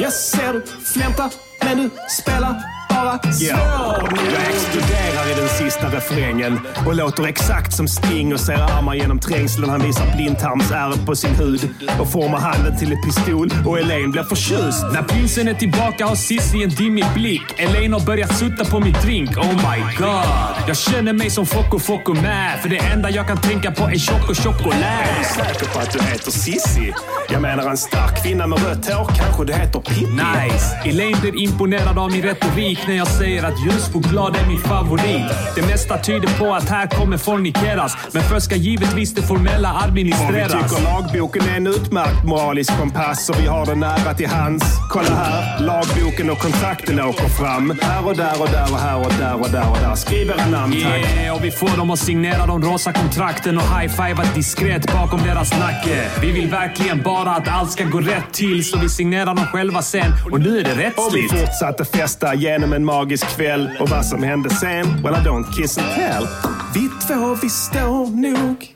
Speaker 8: Jag ser du flämtar, men du spelar bara svår nu. Jag exploderar i den sista refrängen och låter exakt som Sting och ser armar genom trängseln. Han visar blindtarmsärret på sin hud och formar handen till en pistol och Elaine blir förtjust.
Speaker 7: När prinsen är tillbaka har Cissi en dimmig blick. Elaine har börjat sutta på min drink. Oh my god. Jag känner mig som Focko Focko med. För det enda jag kan tänka på är Choco
Speaker 8: Är du
Speaker 7: Chocolate.
Speaker 8: säker på att du heter Sissi? Jag menar en stark kvinna med rött hår. Kanske du heter Pippi?
Speaker 7: Nice! Elaine blir imponerad av min retorik när jag säger att ljuschoklad är min favorit. Det mesta tyder på att här kommer fornikeras. Men först ska givetvis det formella
Speaker 8: Om vi
Speaker 7: administreras.
Speaker 8: tycker lagboken är en utmärkt moralisk kompass och vi har den nära till hands. Kolla här, lagboken och kontrakten åker fram. Här och där och där och här och där och där och där. Skriv era namn tack.
Speaker 7: Yeah, Eh, och vi får dem att signera de rosa kontrakten och high-fiva diskret bakom deras nacke. Vi vill verkligen bara att allt ska gå rätt till, så vi signerar dem själva sen. Och nu är det
Speaker 8: Och vi
Speaker 7: rättsligt.
Speaker 8: fortsatte festa genom en magisk kväll. Och vad som hände sen? Well I don't kiss and tell. Vi två, vi står nog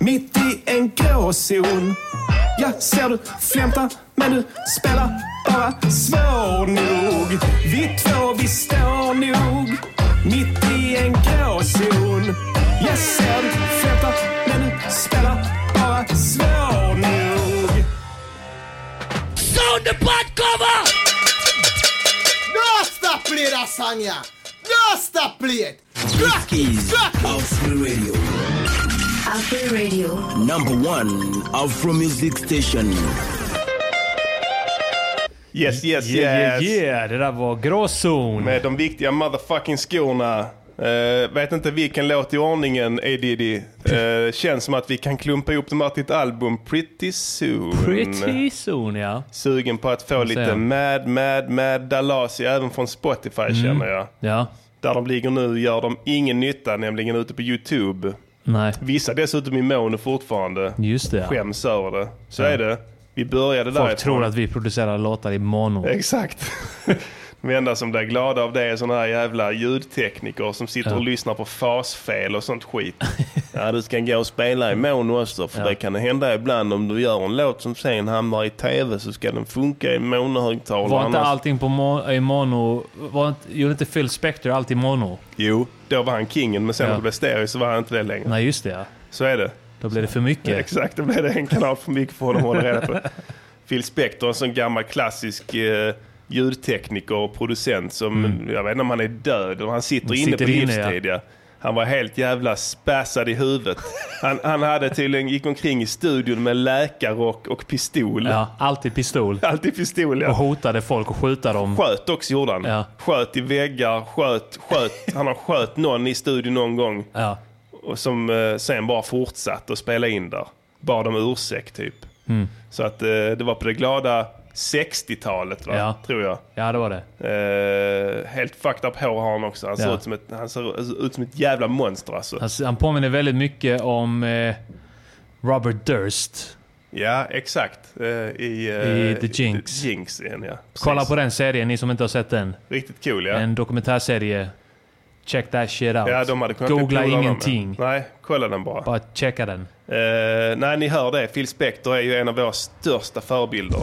Speaker 8: mitt i en gråzon. Jag ser du flämtar, men du spelar bara svår nog. Vi två, vi står nog mitt i en gråzon. Jag ser du flämtar, men du spelar bara svår nog.
Speaker 10: Nossa, plera, Sanja! Nossa, plera! Rocky! Rocky!
Speaker 5: Afro Radio,
Speaker 9: Afro Radio.
Speaker 5: number one Afro music station.
Speaker 1: Yes, yes,
Speaker 2: Yeah, yeah,
Speaker 1: yes.
Speaker 2: yeah. Det där var gråzon.
Speaker 1: Med de viktiga motherfucking skorna. Eh, vet inte vilken låt i ordningen, A. Diddy. Eh, känns som att vi kan klumpa ihop dem här till ett album pretty soon.
Speaker 2: Pretty soon, ja.
Speaker 1: Sugen på att få lite
Speaker 2: se.
Speaker 1: mad, mad, mad Dalasi även från Spotify
Speaker 2: Mm.
Speaker 1: känner jag.
Speaker 2: Ja.
Speaker 1: Där de ligger nu gör de ingen nytta, nämligen ute på YouTube.
Speaker 2: Nej,
Speaker 1: Vissa dessutom i mono fortfarande.
Speaker 2: just det. ja.
Speaker 1: Skäms över det. Så är det. Vi började där.
Speaker 2: Folk tror att vi producerar låtar i
Speaker 1: Eh,
Speaker 2: mono.
Speaker 1: Exakt. De enda som blir glada av det är sådana här jävla ljudtekniker som sitter och lyssnar på fasfel och sånt skit. ja, du ska gå och spela i mono också för det kan hända ibland om du gör en låt som sen hamnar i tv så ska den funka i monohögtalare.
Speaker 2: Var inte
Speaker 1: annars-
Speaker 2: allting på mo- i mono... Var inte, gjorde inte Phil Spector allt i mono?
Speaker 1: Jo, då var han kingen men sen
Speaker 2: Ja.
Speaker 1: när det blev stereo så var han inte det längre.
Speaker 2: Nej, just det ja.
Speaker 1: Så är det.
Speaker 2: Då blev det för mycket.
Speaker 1: Exakt, då blev det en kanal för mycket för honom att hålla reda på. Phil Spector, en sån gammal klassisk eh, ljudtekniker och producent som, jag vet inte om han är död, eller han sitter,
Speaker 2: Mm. Han
Speaker 1: inne på
Speaker 2: sitter inne,
Speaker 1: livstid. Ja. Han var helt jävla spassad i huvudet. Han, han hade tydligen, gick omkring i studion med läkarrock och pistol.
Speaker 2: Ja, alltid pistol.
Speaker 1: Alltid pistol
Speaker 2: Och
Speaker 1: ja.
Speaker 2: hotade folk och skjuta dem.
Speaker 1: Sköt också gjorde han.
Speaker 2: Ja.
Speaker 1: Sköt i väggar, sköt, sköt. Han har sköt någon i studion någon gång.
Speaker 2: Ja.
Speaker 1: Och som eh, sen bara fortsatte att spela in där. Bad om ursäkt typ.
Speaker 2: Mm.
Speaker 1: Så att eh, det var på det glada 60-talet va?
Speaker 2: Ja.
Speaker 1: Tror jag.
Speaker 2: ja, det var det.
Speaker 1: Eh, helt fucked up hår har han också. Han, ser
Speaker 2: Ja.
Speaker 1: ut som ett, han ser ut som ett jävla monster alltså.
Speaker 2: Han, han påminner väldigt mycket om eh, Robert Durst.
Speaker 1: Ja, exakt. Eh, i, eh,
Speaker 2: I The Jinx.
Speaker 1: The Jinx igen, ja. Precis.
Speaker 2: Kolla på den serien, ni som inte har sett den.
Speaker 1: Riktigt cool ja.
Speaker 2: En dokumentärserie. Check that shit out.
Speaker 1: ja de hade kunnat bli
Speaker 2: Googla
Speaker 1: polare med.
Speaker 2: ingenting.
Speaker 1: Nej, kolla den bara.
Speaker 2: Bara checka den.
Speaker 1: Eh, nej, ni hör det. Phil Spector är ju en av våra största förebilder.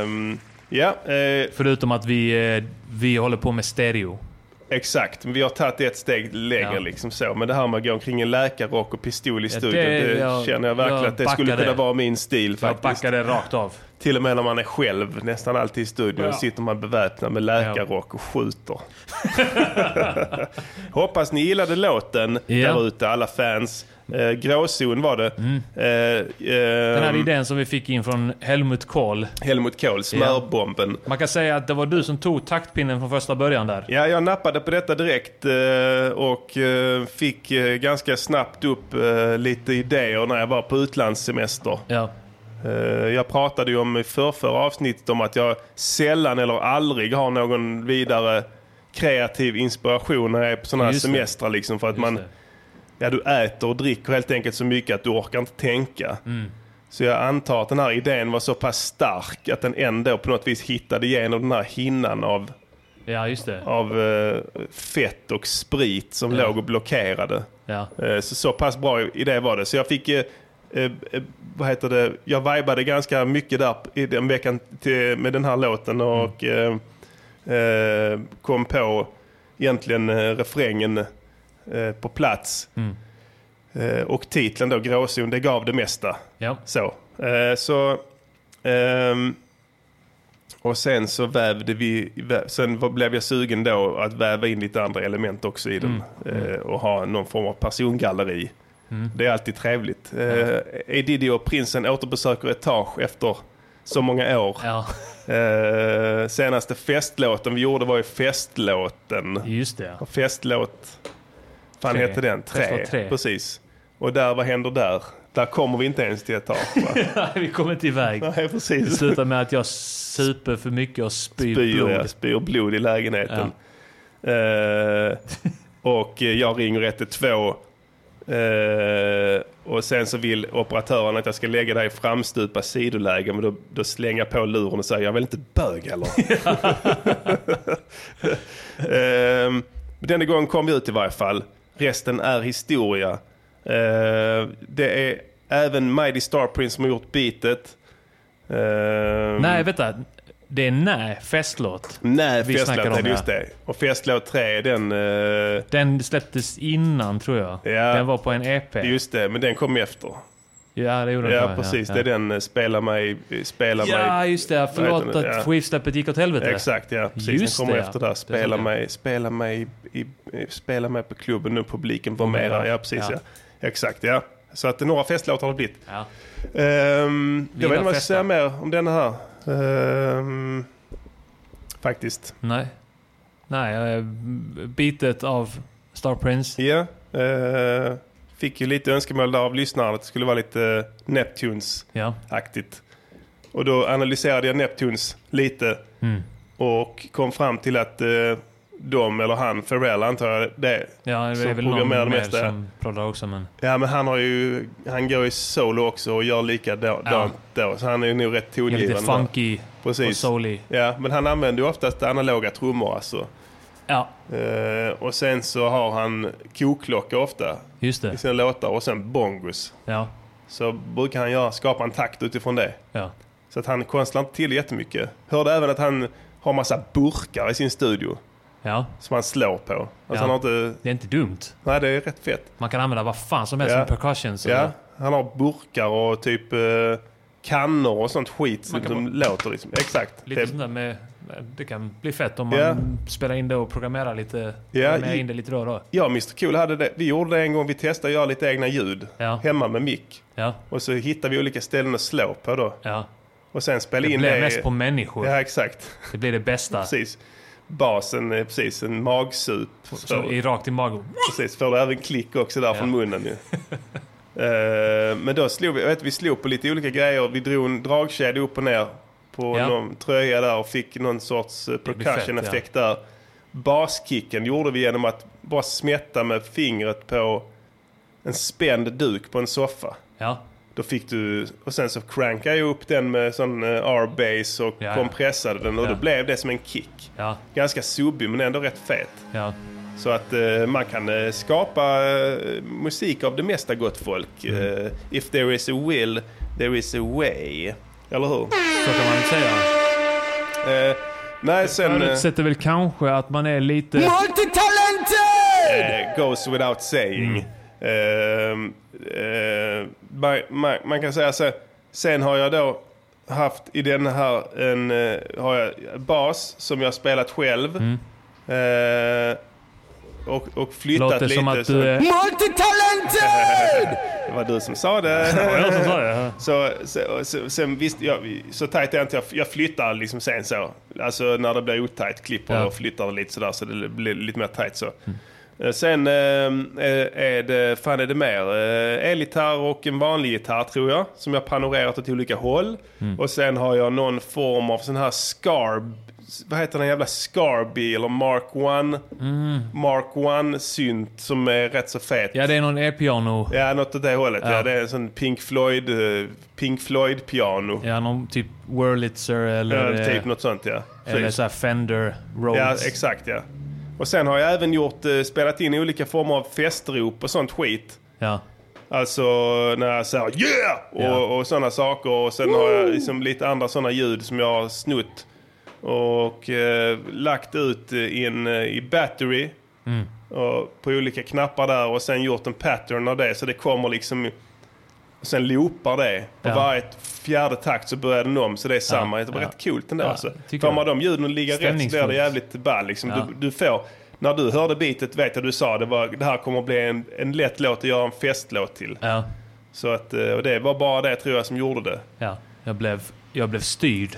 Speaker 1: Ehm, ja, eh,
Speaker 2: Förutom att vi, eh, vi håller på med stereo.
Speaker 1: exakt. Vi har tagit ett steg längre
Speaker 2: Ja.
Speaker 1: liksom så. Men det här med att gå omkring i läkarrock och pistol i
Speaker 2: Ja,
Speaker 1: studion, det,
Speaker 2: det- jag-
Speaker 1: känner jag verkligen
Speaker 2: jag
Speaker 1: att det skulle
Speaker 2: backar
Speaker 1: kunna
Speaker 2: det.
Speaker 1: vara min stil
Speaker 2: Jag
Speaker 1: faktiskt.
Speaker 2: backar det rakt av.
Speaker 1: Till och med när man är själv, nästan alltid i studion,
Speaker 2: Ja.
Speaker 1: sitter man beväpnad med läkarrock och skjuter. Hoppas ni gillade låten
Speaker 2: Ja.
Speaker 1: där ute, alla fans. Eh, gråzon var det. Eh,
Speaker 2: Mm. Den här
Speaker 1: ehm,
Speaker 2: idén som vi fick in från Helmut Kohl.
Speaker 1: Helmut Kohl, smörbomben.
Speaker 2: Man kan säga att det var du som tog taktpinnen från första början där.
Speaker 1: Ja, jag nappade på detta direkt eh, och eh, fick eh, ganska snabbt upp eh, lite idéer när jag var på utlandssemester.
Speaker 2: Ja.
Speaker 1: Eh, Jag pratade ju om i förrförra avsnittet om att jag sällan eller aldrig har någon vidare kreativ inspiration när jag är på sådana här
Speaker 2: Just det.
Speaker 1: semestrar. Liksom, för att man,
Speaker 2: det.
Speaker 1: ja, du äter och dricker helt enkelt så mycket att du orkar inte tänka.
Speaker 2: Mm.
Speaker 1: Så jag antar att den här idén var så pass stark att den ändå på något vis hittade igenom den här hinnan av,
Speaker 2: Ja, just det.
Speaker 1: av eh, fett och sprit som
Speaker 2: Ja.
Speaker 1: låg och blockerade.
Speaker 2: Ja.
Speaker 1: Eh, Så, så pass bra idé var det. Så jag fick, eh, eh, eh, vad heter det, jag vibade ganska mycket där i den veckan till, med den här låten
Speaker 2: Mm.
Speaker 1: och eh, eh, kom på egentligen eh, refrängen eh, på plats.
Speaker 2: Mm.
Speaker 1: Eh, och titeln då, Gråzon, det gav det mesta.
Speaker 2: Ja.
Speaker 1: Så. Eh, så ehm, och sen så vävde vi, vä- sen var- blev jag sugen då att väva in lite andra element också i den. Eh, och ha någon form av persongalleri.
Speaker 2: Mm.
Speaker 1: Det är alltid trevligt. Eh, Edidi och prinsen återbesöker etage efter så många år. Eh, senaste festlåten vi gjorde var ju festlåten.
Speaker 2: Just det.
Speaker 1: Och festlåt, fan
Speaker 2: Tre.
Speaker 1: hette den? Tre.
Speaker 2: Festlåt tre.
Speaker 1: Precis. Och där, vad händer där? Där kommer vi inte ens till etage. Va?
Speaker 2: Vi kommer inte iväg.
Speaker 1: Nej, precis.
Speaker 2: Det slutar med att jag super för mycket och spyr,
Speaker 1: spyr,
Speaker 2: blod.
Speaker 1: ja, spyr blod i lägenheten. Eh, och eh, jag ringer 112. Eh, och sen så vill operatören att jag ska lägga dig i framstupa sidoläge. Men då, då slänger jag på luren och säger jag vill inte bög eller? Ehm, men denna gången kom vi ut i varje fall. Resten är historia. Eh, det är även Mighty Star Prince som har gjort beatet. Ehm,
Speaker 2: Nej, vänta. Det är nej, festlåt.
Speaker 1: Nej,
Speaker 2: vi
Speaker 1: festlåt,
Speaker 2: snackar om,
Speaker 1: nej, just
Speaker 2: ja.
Speaker 1: det. Och festlåt 3, den... eh,
Speaker 2: Den släpptes innan tror jag. Den var på en EP.
Speaker 1: Just det, men den kom efter.
Speaker 2: Ja, det gjorde den.
Speaker 1: ja,
Speaker 2: tror jag,
Speaker 1: precis.
Speaker 2: ja.
Speaker 1: Det är den eh, Spela mig... eh, Spela
Speaker 2: Ja,
Speaker 1: mig...
Speaker 2: just det. Förlåt
Speaker 1: vad heter den?
Speaker 2: att skivsläppet gick åt helvete.
Speaker 1: Exakt, ja. Precis.
Speaker 2: Just
Speaker 1: den kommer
Speaker 2: det,
Speaker 1: efter där. Spela mig, spela, mig i, i- spela mig på klubben nu, publiken var med där. Ja, precis. Ja.
Speaker 2: Ja.
Speaker 1: Exakt, ja. Så att några festlåtar har det blivit.
Speaker 2: Ja.
Speaker 1: Ehm, jag
Speaker 2: Viva
Speaker 1: vet inte vad jag ska
Speaker 2: festen.
Speaker 1: säga mer om den här. Ehm, faktiskt.
Speaker 2: Nej. Nej, eh, bitet av Star Prince.
Speaker 1: Ja. eh, fick ju lite önskemål där av lyssnaren att det skulle vara lite eh, Neptunes-aktigt. Och då analyserade jag Neptunes lite
Speaker 2: Mm.
Speaker 1: och kom fram till att eh, de, eller han, Pharrell antar jag det
Speaker 2: Ja, det är
Speaker 1: som
Speaker 2: väl någon
Speaker 1: programmerar
Speaker 2: mer
Speaker 1: det mesta.
Speaker 2: som proddar också, men...
Speaker 1: Ja, men han har ju, han går ju solo också och gör likadant
Speaker 2: Ja.
Speaker 1: då. Så han är ju nog rätt
Speaker 2: Gör
Speaker 1: tongivande.
Speaker 2: Lite funky
Speaker 1: Precis.
Speaker 2: och soulig.
Speaker 1: Ja, men han använder ju oftast analoga trummor alltså.
Speaker 2: Ja.
Speaker 1: Eh, och sen så har han koklocka ofta
Speaker 2: Just
Speaker 1: i
Speaker 2: det.
Speaker 1: sina låtar och sen bongos.
Speaker 2: Ja.
Speaker 1: Så brukar han göra, skapa en takt utifrån det.
Speaker 2: Ja.
Speaker 1: Så att han konstlar inte till jättemycket. Hörde även att han har massa burkar i sin studio.
Speaker 2: Ja.
Speaker 1: Som han slår på. Alltså
Speaker 2: Ja.
Speaker 1: han har inte...
Speaker 2: Det är inte dumt.
Speaker 1: Nej, det är rätt fett.
Speaker 2: Man kan använda vad fan som helst
Speaker 1: Ja.
Speaker 2: som percussion. Så
Speaker 1: Ja, han har burkar och typ eh, kannor och sånt skit som
Speaker 2: Man kan
Speaker 1: som låter liksom. Exakt.
Speaker 2: Lite
Speaker 1: Det-
Speaker 2: sånt där med... Det kan bli fett om man
Speaker 1: Ja.
Speaker 2: spelar in det och programmerar lite.
Speaker 1: Ja,
Speaker 2: Programmerar
Speaker 1: i-
Speaker 2: in det lite då och då.
Speaker 1: Ja, Mr Cool hade det. Vi gjorde det en gång. Vi testade att göra lite egna ljud. Hemma med mick.
Speaker 2: Ja.
Speaker 1: Och så hittade vi olika ställen att slå på då.
Speaker 2: Ja.
Speaker 1: Och sen spelade
Speaker 2: Det
Speaker 1: in
Speaker 2: blir mest på människor.
Speaker 1: Ja, exakt.
Speaker 2: Det blir det bästa.
Speaker 1: Precis. Basen är precis en magsup. Så,
Speaker 2: i, rakt i magen.
Speaker 1: Precis, får du även klick också där från munnen ju. Eh, men då slog vi, jag vet, vi slog på lite olika grejer. Vi drog en dragkedja upp och ner på
Speaker 2: Ja.
Speaker 1: någon tröja där och fick någon sorts eh,
Speaker 2: blir fett,
Speaker 1: percussion-effekt där. Baskicken gjorde vi genom att bara smätta med fingret på en spänd duk på en soffa.
Speaker 2: Ja.
Speaker 1: Då fick du, och sen så crankade jag upp den med sån eh, R-bass och
Speaker 2: Ja, ja.
Speaker 1: kompressade den och
Speaker 2: Ja.
Speaker 1: då blev det som en kick.
Speaker 2: Ja.
Speaker 1: Ganska subbig men ändå rätt fet.
Speaker 2: Ja.
Speaker 1: Så att eh, man kan eh, skapa eh, musik av det mesta gott folk.
Speaker 2: Mm.
Speaker 1: Eh, if there is a will, there is a way. Eller hur?
Speaker 2: Så kan man
Speaker 1: säga. Eh, nej, sen... eh,
Speaker 2: Förutsätter väl kanske att man är lite...
Speaker 1: Multitalented! Eh, goes without saying.
Speaker 2: Mm.
Speaker 1: Eh, eh, man, man, man kan säga så här, Sen har jag då haft i den här en eh, har jag bas som jag spelat själv.
Speaker 2: Mm.
Speaker 1: Eh, och, och flyttat
Speaker 2: Låter
Speaker 1: lite.
Speaker 2: som att
Speaker 1: så-
Speaker 2: du är-
Speaker 10: Multitalented!
Speaker 1: det var du som sa det.
Speaker 10: Det var jag som sa
Speaker 2: det.
Speaker 1: Så, så, så, sen visst, jag, så tajt är jag inte. Jag, jag flyttar liksom sen så. Alltså när det blir otajt klipper jag
Speaker 2: Ja. Mm.
Speaker 1: och flyttar det lite sådär så det blir lite mer tajt så. Eh, Sen eh, är det, fan är det mer? Eh, Elgitarr och en vanlig gitarr tror jag. Som jag panorerat åt olika håll.
Speaker 2: Mm.
Speaker 1: Och sen har jag någon form av sån här scarb vad heter den jävla Scarby eller Mark One
Speaker 2: Mm.
Speaker 1: Mark One synt som är rätt så fet.
Speaker 2: Ja, det är någon e-piano.
Speaker 1: Ja, något åt det hållet. Ja.
Speaker 2: Ja.
Speaker 1: det är en sån Pink Floyd, eh, Pink Floyd-piano.
Speaker 2: Ja, någon typ Wurlitzer eller...
Speaker 1: Ja,
Speaker 2: eh,
Speaker 1: typ något sånt ja.
Speaker 2: Eller
Speaker 1: Precis.
Speaker 2: så här Fender Rhodes.
Speaker 1: Ja, exakt ja. Och sen har jag även gjort, eh, spelat in olika former av festrop och sånt skit.
Speaker 2: Ja.
Speaker 1: Alltså när jag säger yeah! Och,
Speaker 2: Ja.
Speaker 1: och sådana saker. Och sen har jag liksom lite andra sådana ljud som jag har snott. Och eh, lagt ut eh, i en, eh, i battery.
Speaker 10: Mm.
Speaker 1: Och, på olika knappar där och sen gjort en pattern av det. Så det kommer liksom... Och sen loopar det. På
Speaker 10: Ja.
Speaker 1: varje fjärde takt så börjar den om. Så det är samma. det var
Speaker 10: ja.
Speaker 1: rätt coolt den där.
Speaker 10: Ja,
Speaker 1: alltså.
Speaker 10: tycker
Speaker 1: Får man
Speaker 10: jag.
Speaker 1: de ljuden att ligga rätt så blir det
Speaker 10: Stämningsfullt.
Speaker 1: jävligt ball. Liksom.
Speaker 10: Ja.
Speaker 1: Du, du får, när du hörde bitet vet jag du sa det, var, det här kommer att bli en, en lätt låt att göra en festlåt till. Så att, eh, och det var bara det tror jag som gjorde det.
Speaker 2: Ja, jag blev, jag blev styrd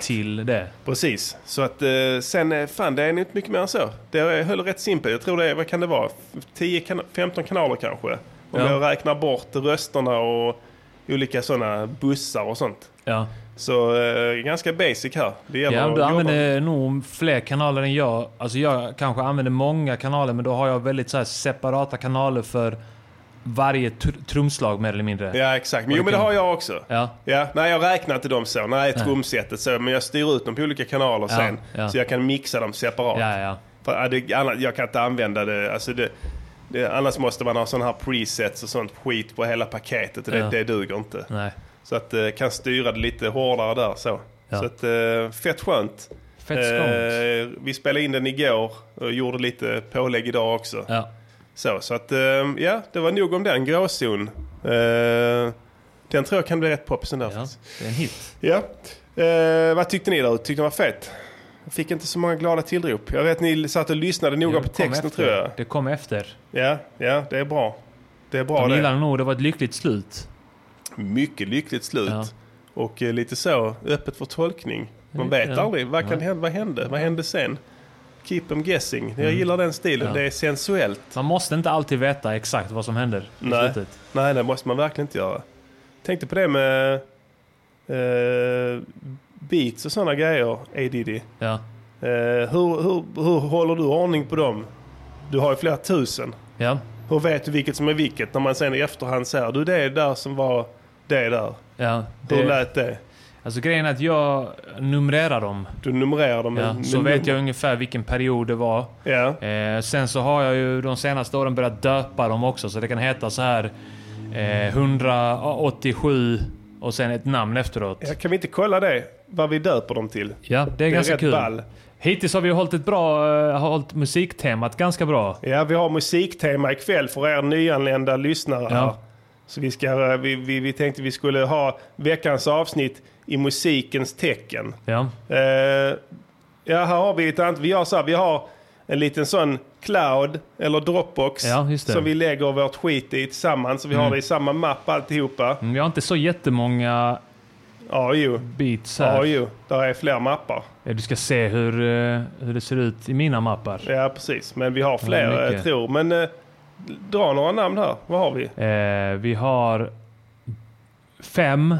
Speaker 2: till det.
Speaker 1: Precis. Så att eh, sen, eh, fan det är nog inte mycket mer än så. Det är- höll rätt simpelt. Jag tror det är, vad kan det vara? 10, kan- 15 kanaler kanske. Om
Speaker 2: Ja.
Speaker 1: jag räknar bort rösterna och olika sådana bussar och sånt.
Speaker 2: Ja.
Speaker 1: Så eh, ganska basic här. Det gäller
Speaker 2: Ja, eh,
Speaker 1: att
Speaker 2: du
Speaker 1: jobba
Speaker 2: använder nog fler kanaler än jag. Alltså jag kanske använder många kanaler, men då har jag väldigt så här separata kanaler för varje tr- trumslag mer eller mindre.
Speaker 1: Ja, exakt. Men,
Speaker 2: Och
Speaker 1: jo,
Speaker 2: det
Speaker 1: men det
Speaker 2: kan-
Speaker 1: har jag också.
Speaker 2: Ja.
Speaker 1: nej, jag räknar inte dem så. Nej,
Speaker 2: Nej.
Speaker 1: trumsetet så. Men jag styr ut dem på olika kanaler
Speaker 2: Ja,
Speaker 1: sen.
Speaker 2: ja.
Speaker 1: Så jag kan mixa dem separat.
Speaker 2: Ja, ja.
Speaker 1: För, ja, det, annars, jag kan inte använda det. Alltså det, det annars måste man ha sådana här presets och sånt skit på hela paketet. Och det,
Speaker 2: Ja.
Speaker 1: det duger inte.
Speaker 2: Nej.
Speaker 1: Så att eh, kan styra det lite hårdare där så.
Speaker 2: Ja.
Speaker 1: Så att eh, fett skönt.
Speaker 2: Fett
Speaker 1: eh, vi spelade in den igår och gjorde lite pålägg idag också.
Speaker 2: Ja.
Speaker 1: Så, så att eh, ja, det var nog om den. Gråzon. Eh, den tror jag kan bli rätt poppis ändå. Ja,
Speaker 2: det är en hit.
Speaker 1: Ja. Eh, vad tyckte ni då? Tyckte den var fet? Jag fick inte så många glada tillrop. Jag vet ni satt och lyssnade noga
Speaker 2: Det
Speaker 1: på
Speaker 2: kom
Speaker 1: texten
Speaker 2: efter.
Speaker 1: tror jag.
Speaker 2: Det kom efter.
Speaker 1: Ja, ja, det är bra. Det är bra
Speaker 2: De
Speaker 1: det.
Speaker 2: gillade nog, det var ett lyckligt slut.
Speaker 1: Mycket lyckligt slut. Och eh, lite så öppet för tolkning. Man
Speaker 2: Lite,
Speaker 1: vet
Speaker 2: ja.
Speaker 1: aldrig. Vad, kan
Speaker 2: Ja.
Speaker 1: hända, vad hände? Vad hände sen? Keep them guessing. Jag
Speaker 2: Mm.
Speaker 1: gillar den stilen.
Speaker 2: Ja.
Speaker 1: Det är sensuellt.
Speaker 2: Man måste inte alltid veta exakt vad som händer i
Speaker 1: Nej.
Speaker 2: slutet.
Speaker 1: Nej, det måste man verkligen inte göra. Tänkte på det med eh, beats och sådana grejer, ADD.
Speaker 2: Ja.
Speaker 1: Eh, hur, hur, hur håller du ordning på dem? Du har ju flera tusen.
Speaker 2: Ja.
Speaker 1: Hur vet du vilket som är vilket när man sen i efterhand säger du det är där som var det där?
Speaker 2: Ja,
Speaker 1: Hur lät det?
Speaker 2: Alltså grejen är att jag numrerar dem.
Speaker 1: Du numrerar dem?
Speaker 2: Ja,
Speaker 1: med-
Speaker 2: så
Speaker 1: med
Speaker 2: vet
Speaker 1: nummer.
Speaker 2: jag ungefär vilken period det var. Eh, sen så har jag ju de senaste åren börjat döpa dem också, så det kan heta så här eh, 187 och sen ett namn efteråt.
Speaker 1: Ja, kan vi inte kolla det? Vad vi döper dem till?
Speaker 2: Ja, det är ganska
Speaker 1: rätt
Speaker 2: kul.
Speaker 1: ball.
Speaker 2: Hittills har vi hållit ett bra, eh, har hållit musiktemat ganska bra.
Speaker 1: Ja, vi har musiktema ikväll för er nyanlända lyssnare. Här.
Speaker 2: Ja.
Speaker 1: Så vi, ska, eh, vi, vi, vi tänkte vi skulle ha veckans avsnitt i musikens tecken.
Speaker 2: Ja.
Speaker 1: Eh, ja, här har vi ett annat. Vi har, så här, vi har en liten sån cloud eller dropbox
Speaker 2: Ja, just det.
Speaker 1: som vi lägger vårt skit i tillsammans. Så vi har
Speaker 2: Mm.
Speaker 1: det i samma mapp alltihopa.
Speaker 2: Mm, Vi har inte så jättemånga
Speaker 1: ja, jo.
Speaker 2: beats här.
Speaker 1: Ja, jo. Där är fler mappar.
Speaker 2: Eh, Du ska se hur, eh, hur det ser ut i mina mappar.
Speaker 1: Ja, precis. Men vi har
Speaker 2: Ja,
Speaker 1: fler,
Speaker 2: mycket.
Speaker 1: jag tror. Men eh, dra några namn här. Vad har vi?
Speaker 2: Eh, vi har fem.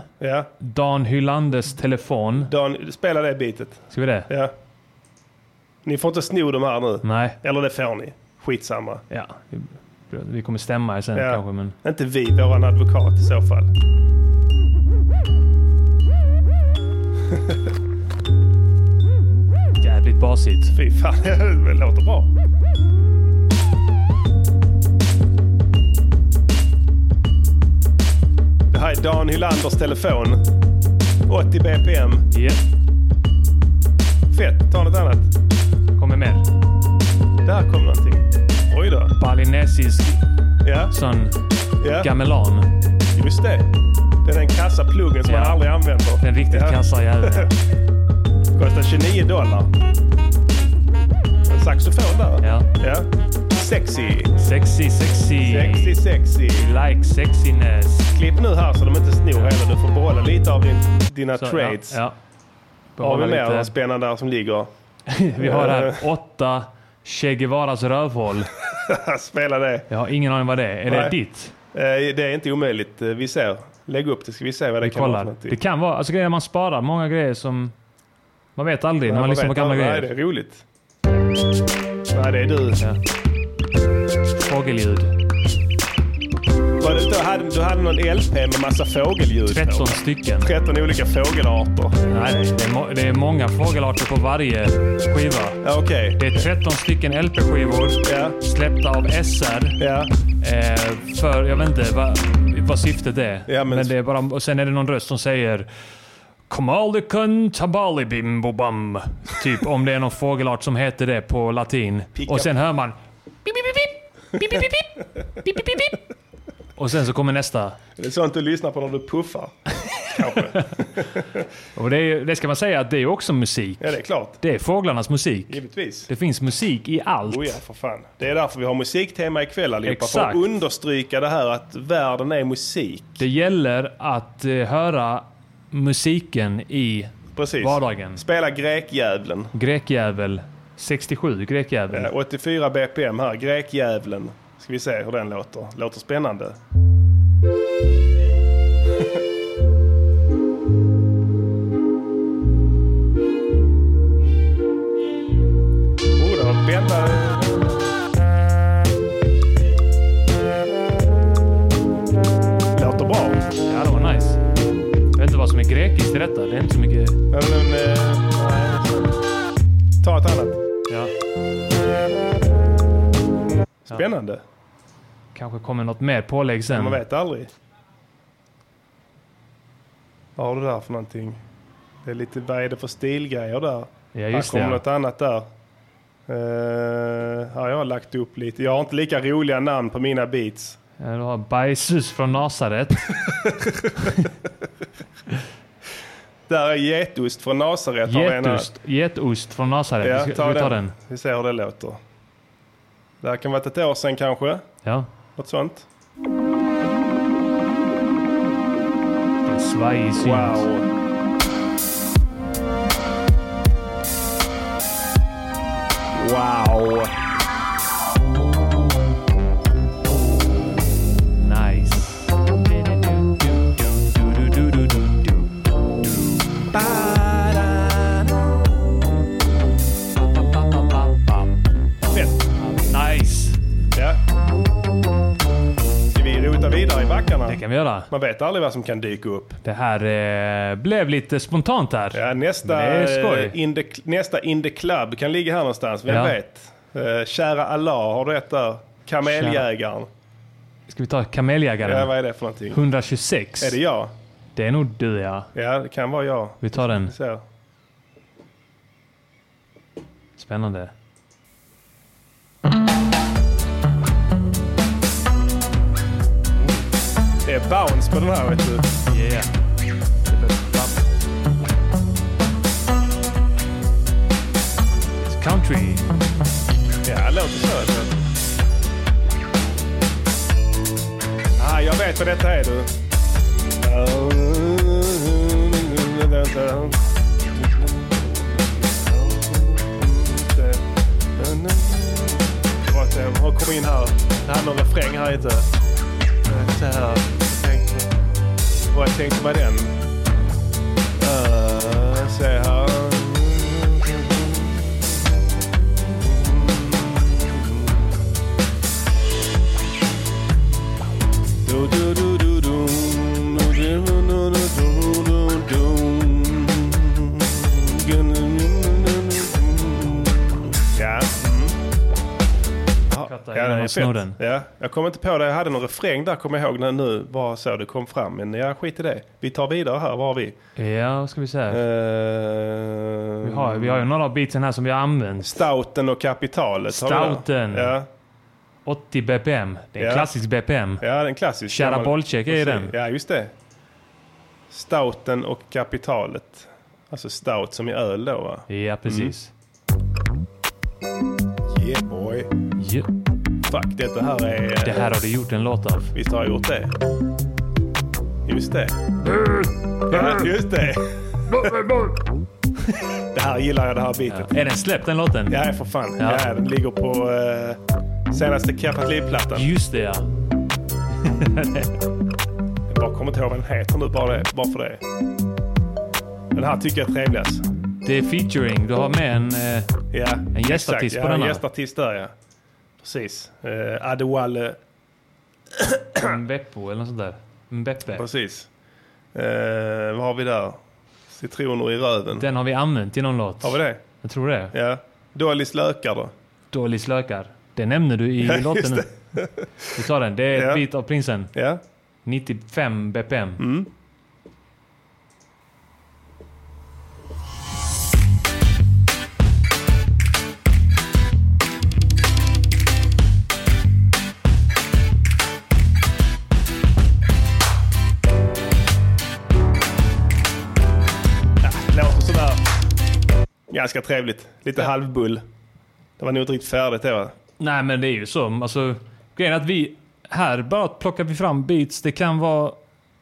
Speaker 2: Dan Hylandes telefon.
Speaker 1: Dan, spela det bitet.
Speaker 2: Ska vi det?
Speaker 1: Ja. Ni får inte sno de här nu.
Speaker 2: Nej.
Speaker 1: Eller det får ni. Skitsamma.
Speaker 2: Ja. Vi kommer stämma er sen
Speaker 1: Ja.
Speaker 2: kanske, men...
Speaker 1: Inte vi, våran advokat i så fall.
Speaker 2: Jävligt basigt.
Speaker 1: Fy fan, det låter bra. Det här är Dan Hylanders telefon. 80 BPM.
Speaker 2: Yeah.
Speaker 1: Fett, ta något annat.
Speaker 2: Kommer mer.
Speaker 1: Där kom någonting. Oj då.
Speaker 2: Balinesisk
Speaker 1: Ja.
Speaker 2: sån
Speaker 1: Ja.
Speaker 2: gamelan.
Speaker 1: Just det. Det är den kassa pluggen som
Speaker 2: Ja.
Speaker 1: man aldrig använder.
Speaker 2: Den riktigt
Speaker 1: Ja.
Speaker 2: kassa jäveln.
Speaker 1: Kostar 29 dollar. En saxofon där.
Speaker 2: Ja.
Speaker 1: Sexy.
Speaker 2: Sexy, sexy.
Speaker 1: Sexy, sexy.
Speaker 2: Like sexiness.
Speaker 1: Klipp nu här så de inte snor hela. Du får behålla lite av din, dina
Speaker 2: Så, ja,
Speaker 1: trades.
Speaker 2: ja.
Speaker 1: Har vi
Speaker 2: Behålla
Speaker 1: mer
Speaker 2: lite.
Speaker 1: lite... spännande här som ligger?
Speaker 2: Vi har här åtta Che Guevaras rövhål.
Speaker 1: Eh, Spela det.
Speaker 2: Jag har ingen aning vad det är. Är
Speaker 1: Nej.
Speaker 2: det ditt?
Speaker 1: Eh, Det är inte omöjligt. Eh, Vi ser. Lägg upp det ska vi se vad det
Speaker 2: Vi
Speaker 1: kan vara för
Speaker 2: kollar.
Speaker 1: någonting.
Speaker 2: Det kan vara... Alltså grejer man sparar många grejer som... Man vet aldrig
Speaker 1: Nej,
Speaker 2: när man, lyssnar på
Speaker 1: vet
Speaker 2: gamla
Speaker 1: aldrig.
Speaker 2: grejer.
Speaker 1: Nej, det är roligt. Nej, det är du.
Speaker 2: Fågelljud.
Speaker 1: Var det, du, hade, du hade någon LP med massa fågelljud
Speaker 2: 13 stycken.
Speaker 1: 13 olika fågelarter.
Speaker 2: Nej, det är, må- det är många fågelarter på varje skiva.
Speaker 1: Okej.
Speaker 2: Det är 13 stycken LP-skivor släppta av SR. Eh, för, jag vet inte vad, vad syftet är. men det är bara, och sen är det någon röst som säger Komaldikun tabalibim-bobam. Typ om det är någon fågelart som heter det på latin. Och sen hör man Pip, pip, pip, pip. Pip, pip, pip. Pip, pip, pip, pip. Och sen så kommer nästa.
Speaker 1: Det är sånt du lyssnar på när du puffar.
Speaker 2: Och det, är, det ska man säga att det är också musik.
Speaker 1: Ja, det är klart.
Speaker 2: Det är fåglarnas musik.
Speaker 1: Givetvis.
Speaker 2: Det finns musik i allt.
Speaker 1: Oh ja, för fan. Det är därför vi har musiktema ikväll allihopa. För att
Speaker 2: Exakt.
Speaker 1: understryka det här att världen är musik.
Speaker 2: Det gäller att eh, höra musiken i
Speaker 1: Precis.
Speaker 2: vardagen.
Speaker 1: Spela grekjävlen.
Speaker 2: Grekjävel. 67, Grekjävel.
Speaker 1: Eh, 84 BPM här, grekjävlen. Ska vi se hur den låter. Låter spännande. Oh, det var Bella... Låter bra.
Speaker 2: Ja, det var nice. Jag vet inte vad som är grekiskt i detta. Det är inte så mycket...
Speaker 1: Men, men, eh, ta ett annat.
Speaker 2: Ja.
Speaker 1: Spännande.
Speaker 2: Kanske kommer något mer pålägg sen.
Speaker 1: Man vet aldrig. Vad har du där för någonting? Det är lite, vad är det för stilgrejer där?
Speaker 2: Ja, just
Speaker 1: här kommer
Speaker 2: det, ja.
Speaker 1: något annat där. Eh, här har jag lagt upp lite. Jag har inte lika roliga namn på mina beats.
Speaker 2: Ja, Du har Bajsus från Nasaret.
Speaker 1: Där är getost från Nasaret. har vi en här.
Speaker 2: Getost, getost från Nasaret.
Speaker 1: Ja,
Speaker 2: vi ska, ska vi ta den.
Speaker 1: Vi ser hur det låter. Det här kan vara ett år sedan kanske.
Speaker 2: Ja.
Speaker 1: Något sånt.
Speaker 2: En svajig synt.
Speaker 1: Wow. Wow.
Speaker 2: Nice.
Speaker 1: Fett.
Speaker 2: Nice.
Speaker 1: Ja. Ska vi rota vidare i backarna? Det
Speaker 2: kan vi göra.
Speaker 1: Man vet aldrig vad som kan dyka upp.
Speaker 2: Det här eh, blev lite spontant här.
Speaker 1: Ja, nästa,
Speaker 2: Det är skoj.
Speaker 1: eh, in the, nästa In the Club kan ligga här någonstans. Vem
Speaker 2: Ja.
Speaker 1: vet? Eh, kära Allah, har du rätt där? Kameljägaren.
Speaker 2: Ska vi ta kameljägaren?
Speaker 1: Ja, vad är det för någonting?
Speaker 2: 126.
Speaker 1: Är det jag?
Speaker 2: Det är nog du ja.
Speaker 1: Ja, det kan vara jag.
Speaker 2: Vi tar den.
Speaker 1: Så.
Speaker 2: Spännande.
Speaker 1: Det är bounce på den här, vet du.
Speaker 2: Yeah. Country.
Speaker 1: Ja, det låter så. vet du. Ah, jag vet vad detta är, du. Bra, Tim. Och kom in här. Det här är någon refräng här inte. Eh, Så här. Jag tänkte- Vad tänkte man den? Eh, Se här. Du, du, du, du, du. Du, du, du, du, du, du, du. Ja. Mm. Ja,
Speaker 2: Katta,
Speaker 1: ja,
Speaker 2: innan
Speaker 1: den
Speaker 2: de
Speaker 1: är
Speaker 2: snor
Speaker 1: fett.
Speaker 2: den.
Speaker 1: Ja, jag kommer inte på det. Jag hade någon refräng där kommer jag ihåg när nu bara så det kom fram. Men ja, skit i det. Vi tar vidare här. Var har vi?
Speaker 2: Ja, vad ska vi säga?
Speaker 1: Eh,
Speaker 2: vi, har, vi har ju några av beatsen här som vi har använt.
Speaker 1: Stouten och kapitalet. har vi där.
Speaker 2: Stouten.
Speaker 1: Ja.
Speaker 2: 80 BPM. Det är en
Speaker 1: Ja.
Speaker 2: klassisk BPM.
Speaker 1: Ja, den klassiska.
Speaker 2: Kära Bolcek är ju den.
Speaker 1: Ja, just det. Stouten och kapitalet. Alltså stout som i öl då va?
Speaker 2: Ja, precis.
Speaker 1: Yeah boy.
Speaker 2: Ja.
Speaker 1: Fuck, detta här är...
Speaker 2: Det här har du gjort en låt av.
Speaker 1: Visst har jag gjort det? Just det. Ja, just det. Det här gillar jag, det här beatet.
Speaker 2: Är den släppt den låten?
Speaker 1: Ja, för fan.
Speaker 2: Ja.
Speaker 1: Ja. den ligger på eh, senaste Kappat Liv-plattan.
Speaker 2: Just det ja.
Speaker 1: Jag bara kommer inte ihåg vad den heter nu, bara, det, bara för det. Den här tycker jag är trevligast.
Speaker 2: Det är featuring. Du har med en, eh,
Speaker 1: Ja,
Speaker 2: en gästartist
Speaker 1: exakt.
Speaker 2: på
Speaker 1: ja,
Speaker 2: denna.
Speaker 1: en gästartist där ja. Precis. Uh, Adewale.
Speaker 2: Beppo eller något sånt där. Beppe.
Speaker 1: Precis. Eh, vad har vi där? Citroner i röven.
Speaker 2: Den har vi använt i någon låt.
Speaker 1: Har vi det?
Speaker 2: Jag tror det.
Speaker 1: Ja. Dålis lökar då?
Speaker 2: Dålis lökar. Det nämnde du i
Speaker 1: Ja, just
Speaker 2: låten nu.
Speaker 1: det.
Speaker 2: Vi tar den. Det är ett
Speaker 1: Ja. Mm.
Speaker 2: beat av Prinsen.
Speaker 1: Ja.
Speaker 2: 95 BPM.
Speaker 1: Låter sådär. Ganska trevligt. Lite halvbull. Det var nog inte riktigt färdigt det va?
Speaker 2: Nej, men det är ju så. Alltså, grejen är att vi... Här bara plockar vi fram beats. Det kan vara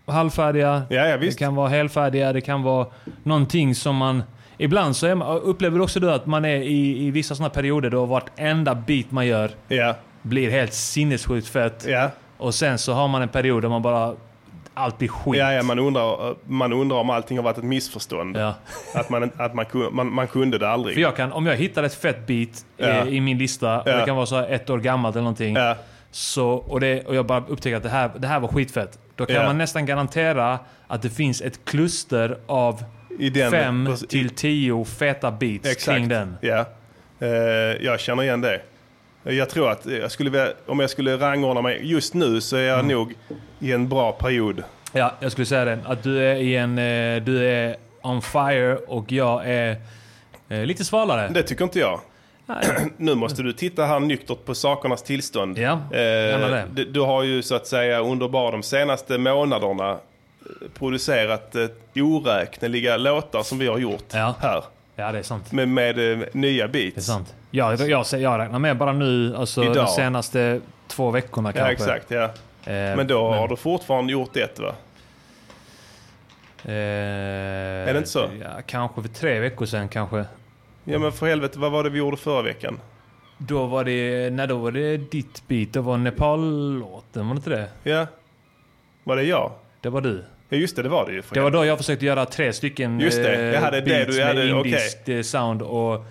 Speaker 2: halvfärdiga. Det kan vara helfärdiga. Det kan vara någonting som man... Ibland så är man, upplever också du att man är i, i vissa sådana perioder då vartenda beat man gör blir helt sinnessjukt fett. Och sen så har man en period där man bara... Allt blir skit.
Speaker 1: Ja, ja man, undrar, eh, man undrar om allting har varit ett missförstånd. Att, man, att man, kun- man, man kunde det aldrig.
Speaker 2: För jag kan, om jag hittar ett fett beat eh,
Speaker 1: Ja.
Speaker 2: i min lista, och
Speaker 1: Ja.
Speaker 2: det kan vara så här ett år gammalt eller någonting. Så, och, det, och jag bara upptäcker att det här, det här var skitfett. Då kan
Speaker 1: Ja.
Speaker 2: man nästan garantera att det finns ett kluster av
Speaker 1: den-
Speaker 2: fem
Speaker 1: precis, i-
Speaker 2: till tio feta beats kring den.
Speaker 1: Ja. Eh, jag känner igen det. Jag tror att jag skulle, vilja- om jag skulle rangordna mig just nu så är jag
Speaker 2: Mm.
Speaker 1: nog i en bra period.
Speaker 2: Ja, jag skulle säga det. Att du är i en... eh, Du är on fire och jag är eh, lite svalare.
Speaker 1: Det tycker inte jag. nu måste du titta här nyktert på sakernas tillstånd. Eh,
Speaker 2: gärna det.
Speaker 1: du, du har ju så att säga under bara de senaste månaderna eh, producerat eh, oräkneliga låtar som vi har gjort här.
Speaker 2: Ja, det är sant.
Speaker 1: Med, med eh, nya beats. Det är
Speaker 2: sant. Ja, jag, jag, jag räknar med bara nu, alltså
Speaker 1: Idag.
Speaker 2: de senaste två veckorna
Speaker 1: Ja,
Speaker 2: kanske.
Speaker 1: exakt. Ja.
Speaker 2: Eh,
Speaker 1: men då har du fortfarande gjort ett va?
Speaker 2: är
Speaker 1: det inte så?
Speaker 2: Eh, Ja, kanske för tre veckor sedan kanske.
Speaker 1: Ja men för helvete, vad var det vi gjorde förra veckan?
Speaker 2: Då var det, när då var det ditt beat, det var Nepal-låten, var det inte det?
Speaker 1: Ja. Var det jag?
Speaker 2: Det var du.
Speaker 1: Ja just det, det var det ju. för
Speaker 2: Det var då jag försökte göra tre stycken
Speaker 1: Just det,
Speaker 2: eh,
Speaker 1: jag hade det,
Speaker 2: beats
Speaker 1: du hade-
Speaker 2: med
Speaker 1: okej.
Speaker 2: indiskt eh, sound och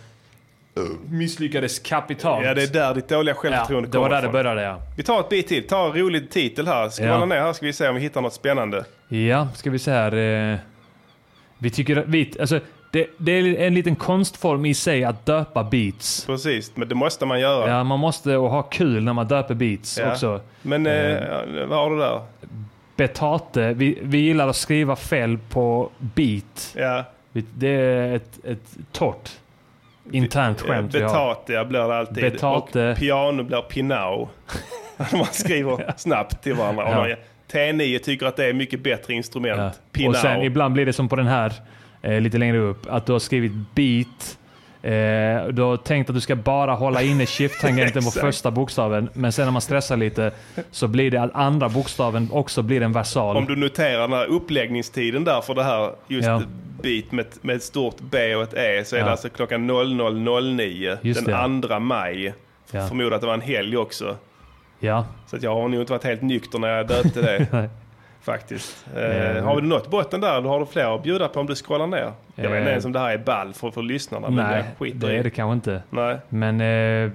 Speaker 2: misslyckades kapitalt.
Speaker 1: Ja, det är där ditt dåliga självförtroende
Speaker 2: Ja, det var
Speaker 1: kommer
Speaker 2: där det
Speaker 1: ifrån.
Speaker 2: började ja.
Speaker 1: Vi tar ett bit till. Ta en rolig titel här. Skrolla
Speaker 2: Ja.
Speaker 1: ner här ska vi se om vi hittar något spännande.
Speaker 2: Ja, ska vi se här. eh, Vi tycker att vi, alltså det, det är en liten konstform i sig att döpa beats.
Speaker 1: Precis, men det måste man göra.
Speaker 2: Ja, man måste och ha kul när man döper beats
Speaker 1: Ja.
Speaker 2: också.
Speaker 1: Men eh, vad har du där?
Speaker 2: Betate, vi, vi gillar att skriva fel på beat.
Speaker 1: Ja. eh,
Speaker 2: Vi- Det är ett, ett torrt internt
Speaker 1: Eh,
Speaker 2: skämt vi har.
Speaker 1: Betatiga blir det alltid.
Speaker 2: Betate.
Speaker 1: Och piano blir pinao. man skriver snabbt till varandra. Och
Speaker 2: Ja.
Speaker 1: man- T9 tycker att det är mycket bättre instrument. Pinao.
Speaker 2: Och sen ibland blir det som på den här, eh, lite längre upp, att du har skrivit beat. Eh, du har tänkt att du ska bara hålla inne shift-tangenten på
Speaker 1: Exakt.
Speaker 2: första bokstaven, men sen när man stressar lite så blir det att andra bokstaven också blir en versal.
Speaker 1: Om du noterar den här uppläggningstiden där för det här just
Speaker 2: Ja.
Speaker 1: bit med, ett- med ett stort B och ett E så är
Speaker 2: Ja.
Speaker 1: det alltså klockan 00.09
Speaker 2: Just det.
Speaker 1: den 2 maj.
Speaker 2: Ja.
Speaker 1: Förmodar att det var en helg också.
Speaker 2: Ja.
Speaker 1: Så att jag har nog inte varit helt nykter när jag döpte det. Faktiskt. Eh,
Speaker 2: Eh.
Speaker 1: har du nått botten där? Då har du fler att bjuda på om du scrollar ner. Jag vet inte
Speaker 2: Eh.
Speaker 1: ens om det här är ball för, för lyssnarna. men
Speaker 2: Nej,
Speaker 1: jag skiter
Speaker 2: det
Speaker 1: i.
Speaker 2: är det kanske inte.
Speaker 1: Nej.
Speaker 2: Men eh,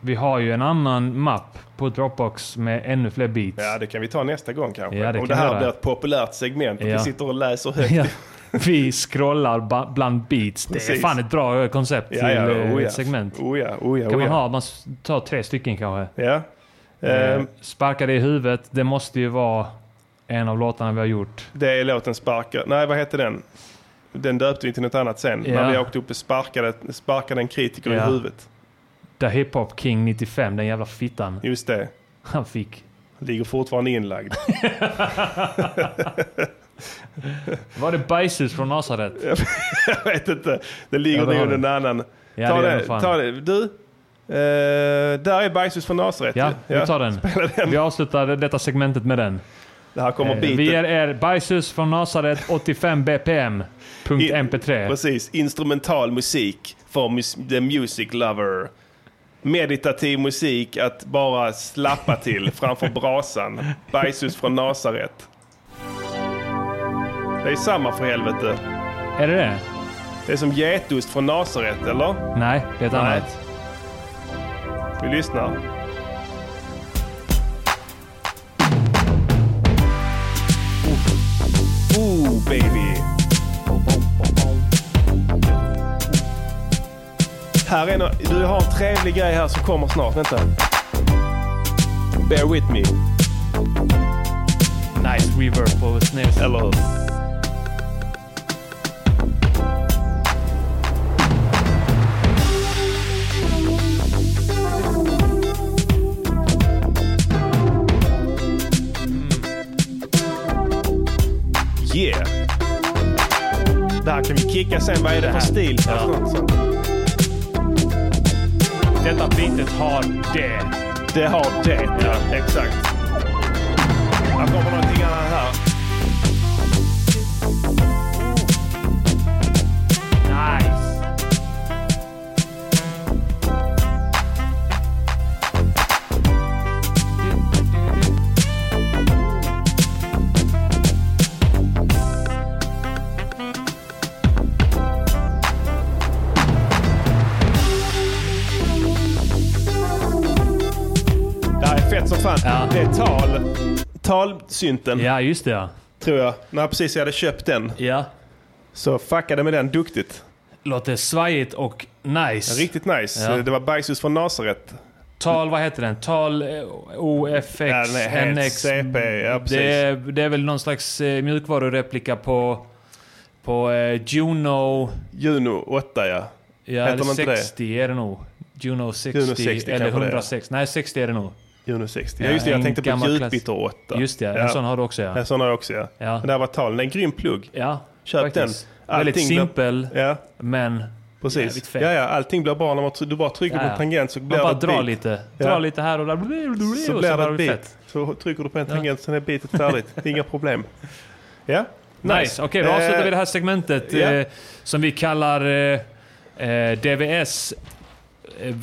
Speaker 2: vi har ju en annan mapp på Dropbox med ännu fler beats.
Speaker 1: Ja, det kan vi ta nästa gång kanske.
Speaker 2: Ja, det
Speaker 1: om
Speaker 2: kan
Speaker 1: det
Speaker 2: vi
Speaker 1: här
Speaker 2: göra.
Speaker 1: blir ett populärt segment. Att
Speaker 2: Ja.
Speaker 1: vi sitter och läser högt.
Speaker 2: Ja, vi scrollar ba- bland beats. Det är
Speaker 1: Precis.
Speaker 2: fan ett bra koncept till
Speaker 1: Ja, ja,
Speaker 2: eh,
Speaker 1: oh ja.
Speaker 2: ett segment.
Speaker 1: Oh ja, oh ja,
Speaker 2: kan
Speaker 1: oh
Speaker 2: man
Speaker 1: ja.
Speaker 2: ha? Man s- tar tre stycken kanske.
Speaker 1: Ja.
Speaker 2: Eh,
Speaker 1: Ehm.
Speaker 2: sparka det i huvudet. Det måste ju vara en av låtarna vi har gjort.
Speaker 1: Det är låten Sparka... Nej, vad hette den? Den döpte vi till något annat sen.
Speaker 2: Ja.
Speaker 1: När vi åkte upp och sparkade, sparkade en kritiker
Speaker 2: Ja.
Speaker 1: i huvudet.
Speaker 2: Där Hiphop King 95, den jävla fittan.
Speaker 1: Just det.
Speaker 2: Han fick.
Speaker 1: Ligger fortfarande inlagd.
Speaker 2: Var det bajshus från Nasaret?
Speaker 1: jag vet inte. Det ligger
Speaker 2: Ja, det
Speaker 1: nog
Speaker 2: har
Speaker 1: under en
Speaker 2: den.
Speaker 1: annan.
Speaker 2: Ja,
Speaker 1: ta,
Speaker 2: det gör
Speaker 1: det,
Speaker 2: den fan.
Speaker 1: ta det. Du, eh, där är Bajsus från Nasaret.
Speaker 2: Ja,
Speaker 1: ju.
Speaker 2: vi tar den.
Speaker 1: Spela den.
Speaker 2: Vi avslutar detta segmentet med den.
Speaker 1: Det här kommer
Speaker 2: Eh,
Speaker 1: beatet.
Speaker 2: Vi ger er Bajsus från Nasaret 85 BPM. Punkt MP3.
Speaker 1: Precis, instrumental musik för mus the music lover. Meditativ musik att bara slappa till framför brasan. Bajsus från Nasaret. Det är samma för helvete.
Speaker 2: Är det det?
Speaker 1: Det är som getost från Nasaret, eller?
Speaker 2: Nej, det är ett annat.
Speaker 1: Vi lyssnar. Ooh, Oh, baby. Här är nå Du har en trevlig grej här som kommer snart. Vänta. Bear with me.
Speaker 2: Nice reverb på snus.
Speaker 1: Eller hur? Yeah. Det här kan vi kicka sen. Vad är det för stil?
Speaker 2: Detta bitet har det.
Speaker 1: Det har det, ja. Exakt. Här kommer någonting annat här.
Speaker 2: Nice.
Speaker 1: Det här är fett som fan. Det är tal. Talsynten.
Speaker 2: Ja, just det ja.
Speaker 1: Tror jag. När precis jag hade köpt den.
Speaker 2: Ja.
Speaker 1: Så fuckade med den duktigt.
Speaker 2: Låter svajigt och nice.
Speaker 1: Riktigt nice.
Speaker 2: Ja.
Speaker 1: Det var Bajsus från Nasaret.
Speaker 2: Tal, vad heter den? Tal eh, OFX
Speaker 1: Ja, den är helt
Speaker 2: NX.
Speaker 1: CP. Ja, precis.
Speaker 2: det, är, det är väl någon slags eh, mjukvarureplika på, på eh, Juno...
Speaker 1: Juno 8 ja.
Speaker 2: Ja,
Speaker 1: Heter
Speaker 2: eller
Speaker 1: de inte det?
Speaker 2: 60 är det nog. Juno 60,
Speaker 1: Juno 60
Speaker 2: eller
Speaker 1: kanske det är.
Speaker 2: 106. Nej, 60 är det nog.
Speaker 1: Juno 60. Ja, just det, jag
Speaker 2: en
Speaker 1: tänkte på
Speaker 2: gammal klass-
Speaker 1: Jupiter 8.
Speaker 2: Just det, ja. en sån har du också ja.
Speaker 1: En sån har jag också ja.
Speaker 2: Ja.
Speaker 1: Men det här var tal. Det är en grym plugg.
Speaker 2: ja
Speaker 1: Köp
Speaker 2: faktiskt.
Speaker 1: den.
Speaker 2: Väldigt
Speaker 1: blir-
Speaker 2: simpel,
Speaker 1: Ja,
Speaker 2: men jävligt
Speaker 1: precis.
Speaker 2: fet.
Speaker 1: Ja, ja, allting blir bra när man, du bara trycker
Speaker 2: Ja,
Speaker 1: på
Speaker 2: ja.
Speaker 1: en tangent så
Speaker 2: Man
Speaker 1: blir
Speaker 2: bara
Speaker 1: det ett
Speaker 2: drar
Speaker 1: beat.
Speaker 2: lite.
Speaker 1: Ja.
Speaker 2: Drar lite här och där.
Speaker 1: Så
Speaker 2: och
Speaker 1: blir det
Speaker 2: bara
Speaker 1: ett
Speaker 2: fett.
Speaker 1: beat. Så trycker du på en tangent sen är beatet färdigt. Inga problem. Ja,
Speaker 2: Nice. Okej, då avslutar
Speaker 1: Eh,
Speaker 2: vi det här segmentet
Speaker 1: ja.
Speaker 2: eh, som vi kallar eh, eh, DVS. Eh,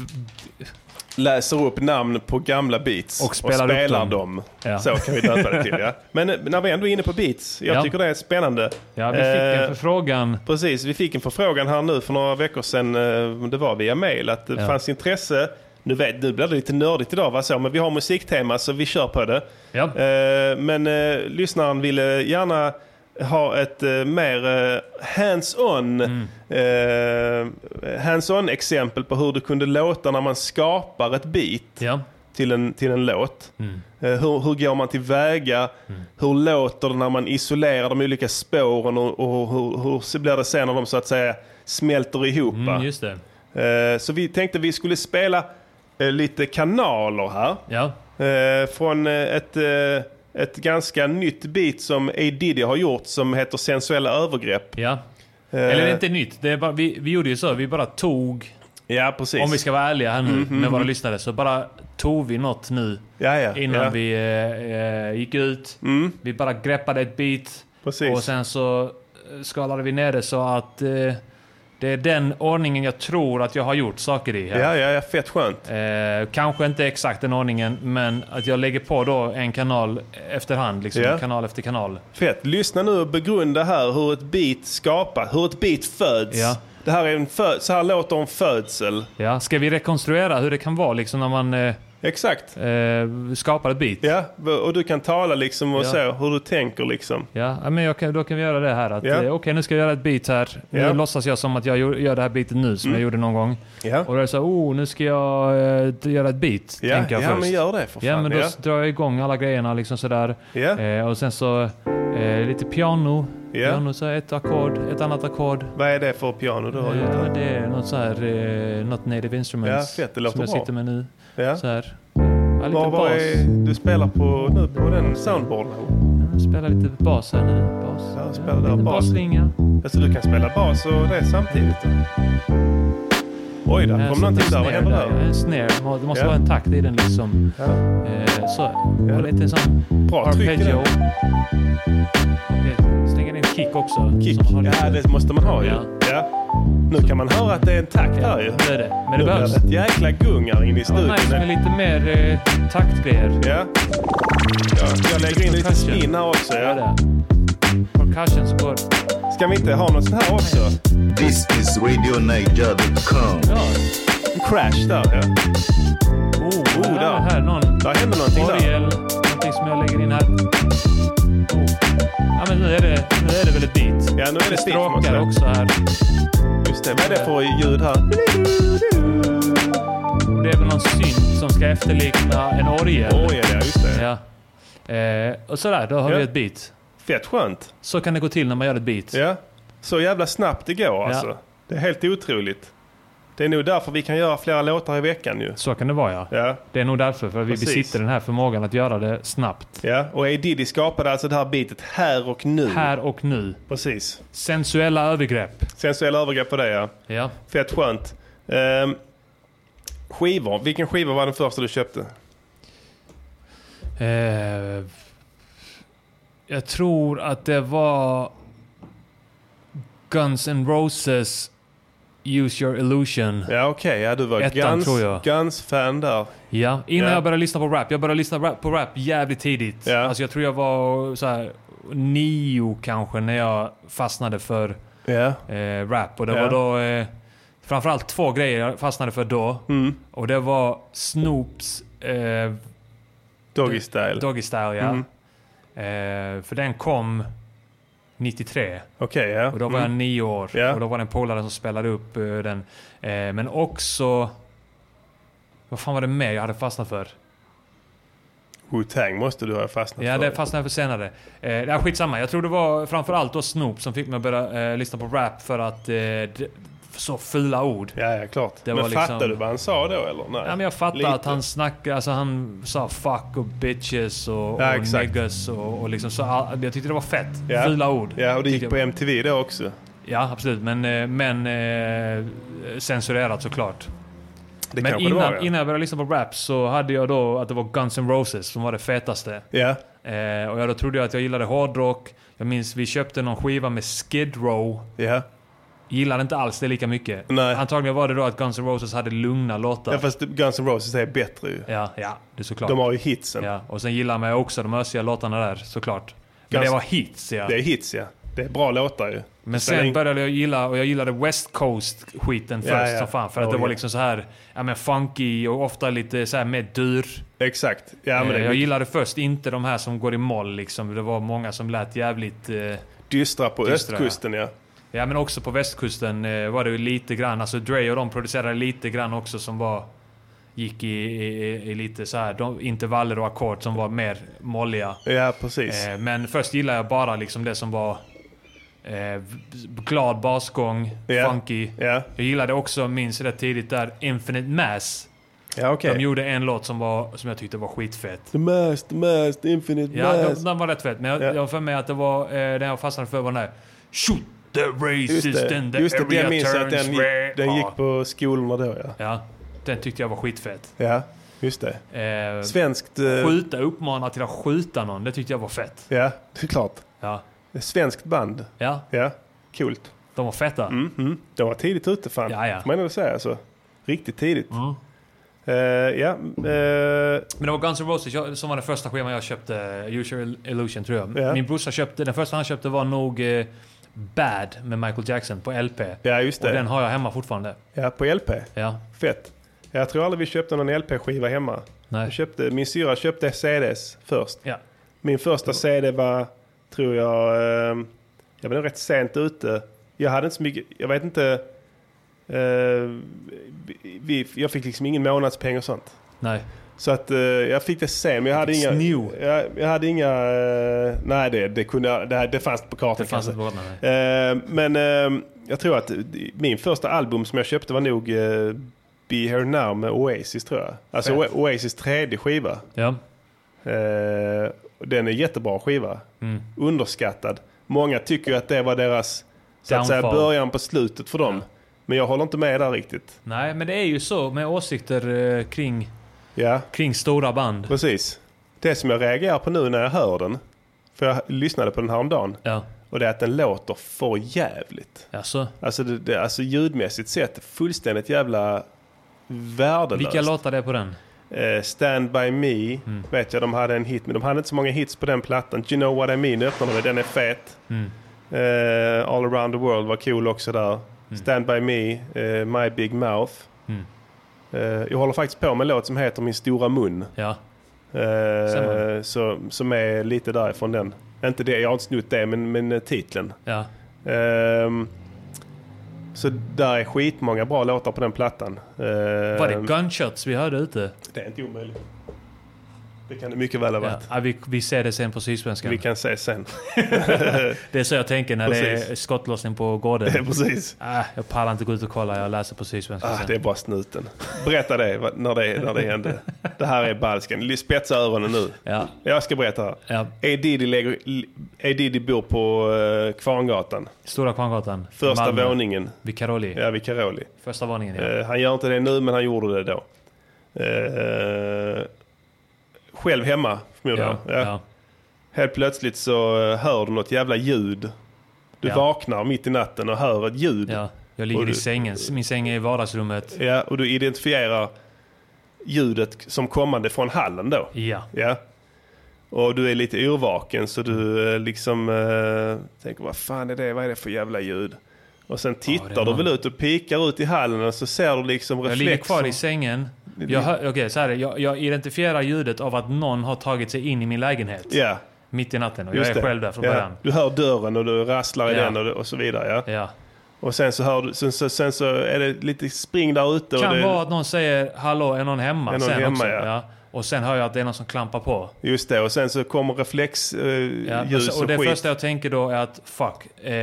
Speaker 1: läser upp namn på gamla beats
Speaker 2: Och spelar upp dem.
Speaker 1: dem.
Speaker 2: Ja.
Speaker 1: Så kan vi döpa det till. Ja. Men eh, när vi ändå är inne på beats, jag
Speaker 2: Ja.
Speaker 1: tycker det är spännande.
Speaker 2: ja, vi fick en
Speaker 1: Eh,
Speaker 2: förfrågan.
Speaker 1: Precis, vi fick en förfrågan här nu för några veckor sedan, eh, det var via mail, att det
Speaker 2: Ja.
Speaker 1: fanns intresse. Nu, vet, nu blir det lite nördigt idag, va? Så, men vi har musiktema så vi kör på det.
Speaker 2: Ja.
Speaker 1: Eh, Men eh, lyssnaren ville gärna ha ett eh, mer eh, hands-on eh, hands-on exempel på hur det kunde låta när man skapar ett beat
Speaker 2: Ja.
Speaker 1: till en, till en låt.
Speaker 2: Mm.
Speaker 1: Eh, Hur, hur går man tillväga? Hur låter det när man isolerar de olika spåren och, och hur, hur blir det sen när de så att säga smälter ihop? va?
Speaker 2: Mm, just det.
Speaker 1: Eh, Så vi tänkte vi skulle spela eh, lite kanaler här.
Speaker 2: Ja.
Speaker 1: Eh, Från eh, ett, eh, ett ganska nytt beat som A. Diddy har gjort som heter Sensuella övergrepp.
Speaker 2: ja.
Speaker 1: Eh,
Speaker 2: Eller det är inte nytt. Det är bara, vi, vi gjorde ju så. Vi bara tog,
Speaker 1: Ja, precis.
Speaker 2: om vi ska vara ärliga här nu
Speaker 1: Mhm,
Speaker 2: med våra
Speaker 1: mhm.
Speaker 2: lyssnare, så bara tog vi något nu
Speaker 1: ja, ja,
Speaker 2: innan
Speaker 1: ja. Mm.
Speaker 2: vi eh, eh, gick ut. Vi bara greppade ett bit
Speaker 1: Precis.
Speaker 2: och sen så eh, skalade vi ner det så att eh, det är den ordningen jag tror att jag har gjort saker i. här.
Speaker 1: Ja, ja, ja, fett skönt.
Speaker 2: Eh, kanske inte exakt den ordningen, men att jag lägger på då en kanal efterhand, liksom
Speaker 1: Ja.
Speaker 2: kanal efter kanal.
Speaker 1: Fett. Lyssna nu och begrunda här hur ett beat skapas, hur ett beat föds.
Speaker 2: Ja.
Speaker 1: Det här är en fö- så här låter en födsel.
Speaker 2: Ja, ska vi rekonstruera hur det kan vara liksom när man eh,
Speaker 1: Exakt.
Speaker 2: eh, skapar ett beat?
Speaker 1: Ja, och du kan tala liksom och
Speaker 2: Ja.
Speaker 1: så, hur du tänker liksom.
Speaker 2: Ja, ja, men jag kan, då kan vi göra det här. att
Speaker 1: Ja.
Speaker 2: Eh, Okej, nu ska jag göra ett beat här. Nu
Speaker 1: Ja. Mm.
Speaker 2: låtsas jag som att jag gör, gör det här beatet nu, som jag gjorde någon gång.
Speaker 1: Ja.
Speaker 2: Och då är det så här, oh, nu ska jag eh, göra ett beat,
Speaker 1: Ja,
Speaker 2: tänker jag
Speaker 1: ja,
Speaker 2: först.
Speaker 1: men gör det för
Speaker 2: Ja,
Speaker 1: fan,
Speaker 2: men då
Speaker 1: ja.
Speaker 2: drar jag igång alla grejerna liksom sådär.
Speaker 1: Ja.
Speaker 2: Eh, och sen så eh, lite piano.
Speaker 1: Ja.
Speaker 2: Piano, så här, ett ackord, ett annat ackord.
Speaker 1: Vad är det för piano du har gjort?
Speaker 2: Ja,
Speaker 1: här?
Speaker 2: det är något så här, eh, något native instruments
Speaker 1: Ja, fett, det låter
Speaker 2: som jag
Speaker 1: bra.
Speaker 2: sitter med nu.
Speaker 1: Ja.
Speaker 2: Så här. Ja, lite
Speaker 1: Vad- vad
Speaker 2: bas.
Speaker 1: är, du spelar på, nu på den soundboarden?
Speaker 2: Jag spelar lite bas här nu. Bas.
Speaker 1: Ja, spelar där
Speaker 2: lite
Speaker 1: bas.
Speaker 2: basslinga.
Speaker 1: Alltså du kan spela bas och det samtidigt? Oj, där
Speaker 2: Jag
Speaker 1: kom
Speaker 2: sätter
Speaker 1: någonting där. Vad
Speaker 2: snare
Speaker 1: händer
Speaker 2: där. Ja,
Speaker 1: där?
Speaker 2: En snare. Må- Det måste
Speaker 1: Ja.
Speaker 2: vara en takt i den liksom. Eh, så. Och lite sån
Speaker 1: Bra tryck i den.
Speaker 2: arpeggio. Okej, Slänga in en kick också.
Speaker 1: Kick.
Speaker 2: som har lite-
Speaker 1: Ja, det måste man ha ju.
Speaker 2: Ja.
Speaker 1: Ja. Nu kan man höra att det är en takt
Speaker 2: Ja,
Speaker 1: där ju.
Speaker 2: det är det. Men det
Speaker 1: Nu blir
Speaker 2: behövs.
Speaker 1: ett jäkla gungar in i
Speaker 2: Det
Speaker 1: studion.
Speaker 2: var nice med lite mer eh, taktgrejer.
Speaker 1: Ja. Ja, jag lägger in lite
Speaker 2: Percussion.
Speaker 1: spin här också.
Speaker 2: Gör
Speaker 1: Ja.
Speaker 2: det.
Speaker 1: Och
Speaker 2: percussions på det.
Speaker 1: Ska vi inte ha något sånt här också?
Speaker 4: This is Radio Niger.com.
Speaker 1: En crash där ja.
Speaker 2: Oh,
Speaker 1: oh
Speaker 2: där.
Speaker 1: där.
Speaker 2: Här, någon
Speaker 1: Där hände någonting där.
Speaker 2: orgel, någonting som jag lägger in här. Oh. Ja, men nu är det, nu är det väl ett beat.
Speaker 1: Ja, nu är det ett beat, får man
Speaker 2: stråkar
Speaker 1: säga.
Speaker 2: också här.
Speaker 1: Just det. Vad är det för ljud här?
Speaker 2: Och Det är väl någon synt som ska efterlikna en orgel.
Speaker 1: Orgel ja, just
Speaker 2: Ja.
Speaker 1: det.
Speaker 2: Eh, och sådär, då har
Speaker 1: Ja.
Speaker 2: vi ett beat.
Speaker 1: Fett skönt.
Speaker 2: Så kan det gå till när man gör ett beat.
Speaker 1: Ja. Så jävla snabbt det går alltså. Det är helt otroligt. Det är nog därför vi kan göra flera låtar i veckan ju.
Speaker 2: Så kan det vara ja.
Speaker 1: Ja.
Speaker 2: Det är nog därför, för vi
Speaker 1: Precis.
Speaker 2: besitter den här förmågan att göra det snabbt.
Speaker 1: Ja, och A. Diddy skapade alltså det här beatet här och nu.
Speaker 2: Här och nu.
Speaker 1: Precis.
Speaker 2: Sensuella övergrepp.
Speaker 1: Sensuella övergrepp på det ja.
Speaker 2: Ja.
Speaker 1: Fett skönt. Ehm, skivor. Vilken skiva var den första du köpte?
Speaker 2: Eh, jag tror att det var Guns N' Roses Use Your Illusion.
Speaker 1: Ja okej, ja du var
Speaker 2: Ettan,
Speaker 1: Guns,
Speaker 2: tror jag.
Speaker 1: Guns-fan där.
Speaker 2: Ja, innan
Speaker 1: Ja.
Speaker 2: jag började lyssna på rap. Jag började lyssna rap, på rap jävligt tidigt.
Speaker 1: Ja.
Speaker 2: Alltså jag tror jag var så här nio kanske när jag fastnade för
Speaker 1: Ja.
Speaker 2: eh, rap. Och det
Speaker 1: Ja.
Speaker 2: var då eh, framförallt två grejer jag fastnade för då.
Speaker 1: Mm.
Speaker 2: Och det var Snoops eh,
Speaker 1: Doggy Style.
Speaker 2: Doggy Style, ja.
Speaker 1: Mm.
Speaker 2: Eh, för den kom 93.
Speaker 1: Okej, ja.
Speaker 2: Och då var jag nio år.
Speaker 1: Mm. Ja.
Speaker 2: Och då var det en polare som spelade upp eh, den. Eh, men också... Vad fan var det mer jag hade fastnat för?
Speaker 1: Wu-Tang måste du ha fastnat
Speaker 2: Ja,
Speaker 1: för.
Speaker 2: det fastnade jag för senare. Eh, det är skitsamma. Jag tror det var framförallt då Snoop som fick mig att börja eh, lyssna på rap för att... Eh, d- för så fula ord.
Speaker 1: Ja, ja klart.
Speaker 2: Det
Speaker 1: men
Speaker 2: var
Speaker 1: fattade
Speaker 2: liksom-
Speaker 1: du vad han sa då eller? Nej.
Speaker 2: Ja, men jag fattar
Speaker 1: Lite.
Speaker 2: att han snackade, alltså han sa fuck och bitches och,
Speaker 1: Ja,
Speaker 2: och
Speaker 1: exakt.
Speaker 2: niggas och, och liksom så. all- Jag tyckte det var fett.
Speaker 1: Ja.
Speaker 2: Fula ord.
Speaker 1: Ja, och
Speaker 2: Tyckte
Speaker 1: det gick
Speaker 2: jag.
Speaker 1: på MTV då också.
Speaker 2: Ja, absolut. Men, eh, men eh, censurerat såklart.
Speaker 1: Det
Speaker 2: men
Speaker 1: kanske
Speaker 2: innan,
Speaker 1: det var, ja.
Speaker 2: innan jag började lyssna på rap så hade jag då att det var Guns N' Roses som var det fetaste.
Speaker 1: Ja.
Speaker 2: Eh, och jag då trodde jag att jag gillade hårdrock. Jag minns vi köpte någon skiva med Skid Row.
Speaker 1: Ja.
Speaker 2: Gillade inte alls det lika mycket.
Speaker 1: Nej.
Speaker 2: Antagligen var det då att Guns N' Roses hade lugna låtar.
Speaker 1: ja, fast Guns N' Roses är bättre ju.
Speaker 2: Ja, ja, det är såklart.
Speaker 1: De har ju hitsen.
Speaker 2: Ja, och sen gillar man ju också de ösiga låtarna där såklart. Men
Speaker 1: Guns-
Speaker 2: det var hits ja.
Speaker 1: Det är hits ja. Det är bra låtar ju.
Speaker 2: Men
Speaker 1: Spelar
Speaker 2: sen
Speaker 1: in-
Speaker 2: började jag gilla, och jag gillade West Coast-skiten
Speaker 1: Ja,
Speaker 2: först
Speaker 1: ja.
Speaker 2: som fan. För att
Speaker 1: Oh,
Speaker 2: det var
Speaker 1: ja.
Speaker 2: liksom så här, ja men funky och ofta lite så här mer dyr.
Speaker 1: Exakt. Ja, men
Speaker 2: Eh,
Speaker 1: det
Speaker 2: jag
Speaker 1: är
Speaker 2: gillade först inte de här som går i moll liksom. Det var många som lät jävligt... Eh,
Speaker 1: dystra på
Speaker 2: Dystra,
Speaker 1: östkusten ja.
Speaker 2: ja men också på västkusten eh, var det ju lite grann, alltså Dre och de producerade lite grann också som var... Gick i, i, i- i lite så här, de, intervaller och ackord som var mer molliga.
Speaker 1: Ja, precis.
Speaker 2: Eh, men först gillade jag bara liksom det som var eh, v- glad basgång,
Speaker 1: Ja.
Speaker 2: funky.
Speaker 1: Ja.
Speaker 2: Jag gillade också, minns rätt tidigt där, Infinite Mass.
Speaker 1: Ja, okej.
Speaker 2: De gjorde en låt som, var, som jag tyckte var skitfett.
Speaker 1: The mass, the mass, the infinite
Speaker 2: Ja,
Speaker 1: mass.
Speaker 2: de, den var rätt fett. Men jag,
Speaker 1: Ja.
Speaker 2: jag har för mig att det var, eh, den jag fastnade för var den här Shoot the racist
Speaker 1: Just det,
Speaker 2: and the
Speaker 1: just det,
Speaker 2: area
Speaker 1: det minns jag att
Speaker 2: turns
Speaker 1: den gick,
Speaker 2: red.
Speaker 1: den gick
Speaker 2: Ja.
Speaker 1: på skolorna då ja.
Speaker 2: Ja, den tyckte jag var skitfett.
Speaker 1: Ja, just det.
Speaker 2: Eh,
Speaker 1: Svenskt... eh,
Speaker 2: skjuta, uppmana till att skjuta någon. Det tyckte jag var fett.
Speaker 1: Ja, det är klart.
Speaker 2: Ja,
Speaker 1: Svenskt band.
Speaker 2: ja
Speaker 1: Ja, coolt.
Speaker 2: de var feta.
Speaker 1: Mm, mm. De var tidigt ute fan.
Speaker 2: Ja, ja.
Speaker 1: Får man ändå säga alltså. Riktigt tidigt.
Speaker 2: Mm.
Speaker 1: Eh, ja, eh,
Speaker 2: Men det var Guns N' Roses jag, som var den första skivan jag köpte. Usual Illusion tror jag.
Speaker 1: Ja.
Speaker 2: Min brorsa köpte, den första han köpte var nog eh, Bad med Michael Jackson på LP.
Speaker 1: ja just
Speaker 2: Och
Speaker 1: det.
Speaker 2: den har jag hemma fortfarande.
Speaker 1: Ja, på LP.
Speaker 2: Ja,
Speaker 1: Fett. Jag tror aldrig vi köpte någon LP-skiva hemma. Jag
Speaker 2: nej.
Speaker 1: köpte, min syra köpte CDs först.
Speaker 2: Ja.
Speaker 1: Min första CD var, tror jag, eh, jag var nog rätt sent ute. Jag hade inte så mycket, jag vet inte, eh, vi- vi, jag fick liksom ingen månadspeng och sånt.
Speaker 2: nej.
Speaker 1: Så att eh, jag fick det sen, men jag hade
Speaker 2: fick
Speaker 1: inga...
Speaker 2: sno.
Speaker 1: Jag, jag hade inga... eh, nej, det, det, kunde, jag- det, här- det fanns på kartan
Speaker 2: Det fanns
Speaker 1: kanske.
Speaker 2: inte på kartan, nej.
Speaker 1: Eh, men eh, jag tror att min första album som jag köpte var nog eh, Be Here Now med Oasis tror jag. Alltså
Speaker 2: Fett.
Speaker 1: O- Oasis tredje skiva.
Speaker 2: Ja.
Speaker 1: Eh, och den är jättebra skiva.
Speaker 2: Mm.
Speaker 1: Underskattad. Många tycker ju att det var deras så att säga,
Speaker 2: Downfall.
Speaker 1: början på slutet för dem. Men jag håller inte med där riktigt.
Speaker 2: Nej, men det är ju så med åsikter eh, kring,
Speaker 1: Ja,
Speaker 2: kring stora band.
Speaker 1: precis. Det som jag reagerar på nu när jag hör den, för jag lyssnade på den häromdagen,
Speaker 2: Ja,
Speaker 1: och det är att den låter för jävligt.
Speaker 2: alltså.
Speaker 1: Alltså, det, det, alltså ljudmässigt sett fullständigt jävla värdelöst.
Speaker 2: Vilka låtar det är på den?
Speaker 1: Eh, Stand By Me
Speaker 2: Mm. Mm.
Speaker 1: vet jag de hade en hit, men de hade inte så många hits på den plattan. Do You Know What I Mean öppnade med, den är fet. Eh, All around the world var cool också där. Stand by me, eh, My big mouth.
Speaker 2: Mm.
Speaker 1: Eh, jag håller faktiskt på med en låt som heter Min stora mun.
Speaker 2: Ja.
Speaker 1: Eh, så, som är lite därifrån den. Inte det, jag har inte snott det, men, men eh, titeln.
Speaker 2: Ja.
Speaker 1: Ehm, så där är skitmånga bra låtar på den plattan. Ehm,
Speaker 2: Var det gunshots vi hörde ute?
Speaker 1: Det är inte omöjligt. Det kan det mycket väl ha varit.
Speaker 2: Ja, vi, vi ser det sen på Sydsvenskan.
Speaker 1: Vi kan se sen.
Speaker 2: det är så jag tänker när det är
Speaker 1: Precis.
Speaker 2: skottlossning på gården.
Speaker 1: Ja, precis.
Speaker 2: Ah, jag pallar inte gå ut och kolla, jag läser på Sydsvenskan
Speaker 1: Ah,
Speaker 2: sen.
Speaker 1: det är bara snuten. Berätta det vad- när det, när det hände. Det här är Balskan. Ly- Spetsa öronen nu.
Speaker 2: Ja.
Speaker 1: Jag ska berätta. Ja. A. Diddy, lägger, A. Diddy bor på eh, Kvarngatan.
Speaker 2: Stora Kvarngatan.
Speaker 1: Första
Speaker 2: Malmö.
Speaker 1: våningen.
Speaker 2: Vid Karoli.
Speaker 1: Ja, vid Karoli.
Speaker 2: Första våningen, ja.
Speaker 1: Eh, han gör inte det nu, men han gjorde det då. Eh, själv hemma, förmodar
Speaker 2: Ja,
Speaker 1: jag.
Speaker 2: ja.
Speaker 1: Helt plötsligt så eh, hör du något jävla ljud. Du
Speaker 2: Ja.
Speaker 1: vaknar mitt i natten och hör ett ljud.
Speaker 2: Ja, jag
Speaker 1: Och
Speaker 2: ligger
Speaker 1: du-
Speaker 2: i sängen. Min säng är i vardagsrummet.
Speaker 1: Ja, och du identifierar ljudet som kommande från hallen då.
Speaker 2: Ja.
Speaker 1: ja. Och du är lite yrvaken så du eh, liksom eh, tänker vad fan är det, vad är det för jävla ljud? Och sen tittar du
Speaker 2: någon.
Speaker 1: väl ut och pikar ut i hallen och så ser du liksom
Speaker 2: Jag ligger
Speaker 1: reflexer.
Speaker 2: kvar i sängen. Jag, hör, okej, så här, är det. jag, jag identifierar ljudet av att någon har tagit sig in i min lägenhet.
Speaker 1: Ja.
Speaker 2: Mitt i natten. Och
Speaker 1: Just
Speaker 2: jag är
Speaker 1: det.
Speaker 2: själv där från
Speaker 1: ja.
Speaker 2: början.
Speaker 1: Du hör dörren och du rasslar i
Speaker 2: Ja.
Speaker 1: den och, och så vidare. Ja. Och sen så, hör du, sen, så, sen så är det lite spring där ute. och
Speaker 2: kan
Speaker 1: det,
Speaker 2: vara att någon säger “Hallå, är någon hemma?”
Speaker 1: Är någon
Speaker 2: sen
Speaker 1: hemma,
Speaker 2: också.
Speaker 1: ja.
Speaker 2: Och sen hör jag att det är någon som klampar på.
Speaker 1: Just det, och sen så kommer reflexljus eh,
Speaker 2: Ja.
Speaker 1: ljus
Speaker 2: och, så, och
Speaker 1: och
Speaker 2: det
Speaker 1: skit.
Speaker 2: första jag tänker då är att “Fuck, eh,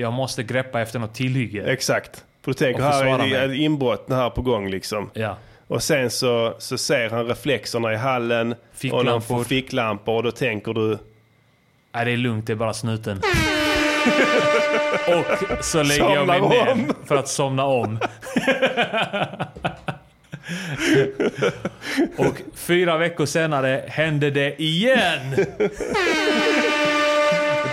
Speaker 2: jag måste greppa efter något tillhygge”.
Speaker 1: Exakt. För du tänker
Speaker 2: Och
Speaker 1: här
Speaker 2: försvara
Speaker 1: är det
Speaker 2: mig.
Speaker 1: inbrott här på gång liksom.
Speaker 2: Ja.
Speaker 1: Och sen så, så ser han reflexerna i hallen. Och någon
Speaker 2: Ficklampor.
Speaker 1: får ficklampor och då tänker du...
Speaker 2: Nej, det är lugnt. Det är bara snuten. och så lägger jag
Speaker 1: Somnar
Speaker 2: mig ner
Speaker 1: om.
Speaker 2: för att somna om. och fyra veckor senare hände det igen.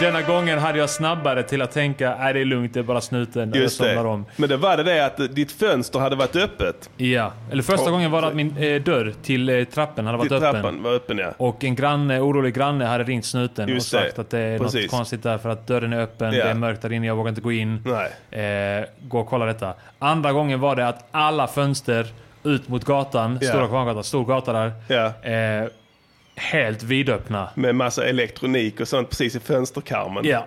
Speaker 2: Denna gången hade jag snabbare till att tänka nej det är lugnt, det är bara snuten. Och jag
Speaker 1: Just
Speaker 2: somnar
Speaker 1: det.
Speaker 2: om.
Speaker 1: Men det var det det att ditt fönster hade varit öppet.
Speaker 2: Ja, eller första
Speaker 1: Och-
Speaker 2: gången var det att min eh, dörr till eh, trappen hade varit
Speaker 1: Till
Speaker 2: öppen.
Speaker 1: trappan var öppen ja.
Speaker 2: Och en granne, orolig granne hade ringt snuten
Speaker 1: Just
Speaker 2: och sagt
Speaker 1: det.
Speaker 2: att det är något
Speaker 1: Precis.
Speaker 2: konstigt där för att dörren är öppen,
Speaker 1: Ja.
Speaker 2: det är mörkt där inne, jag vågar inte gå in. Eh, gå och kolla detta. Andra gången var det att alla fönster ut mot gatan,
Speaker 1: Ja.
Speaker 2: Stora Kvarngatan, stor gata där, eh, helt vidöppna.
Speaker 1: Med massa elektronik och sånt precis i fönsterkarmen.
Speaker 2: Ja.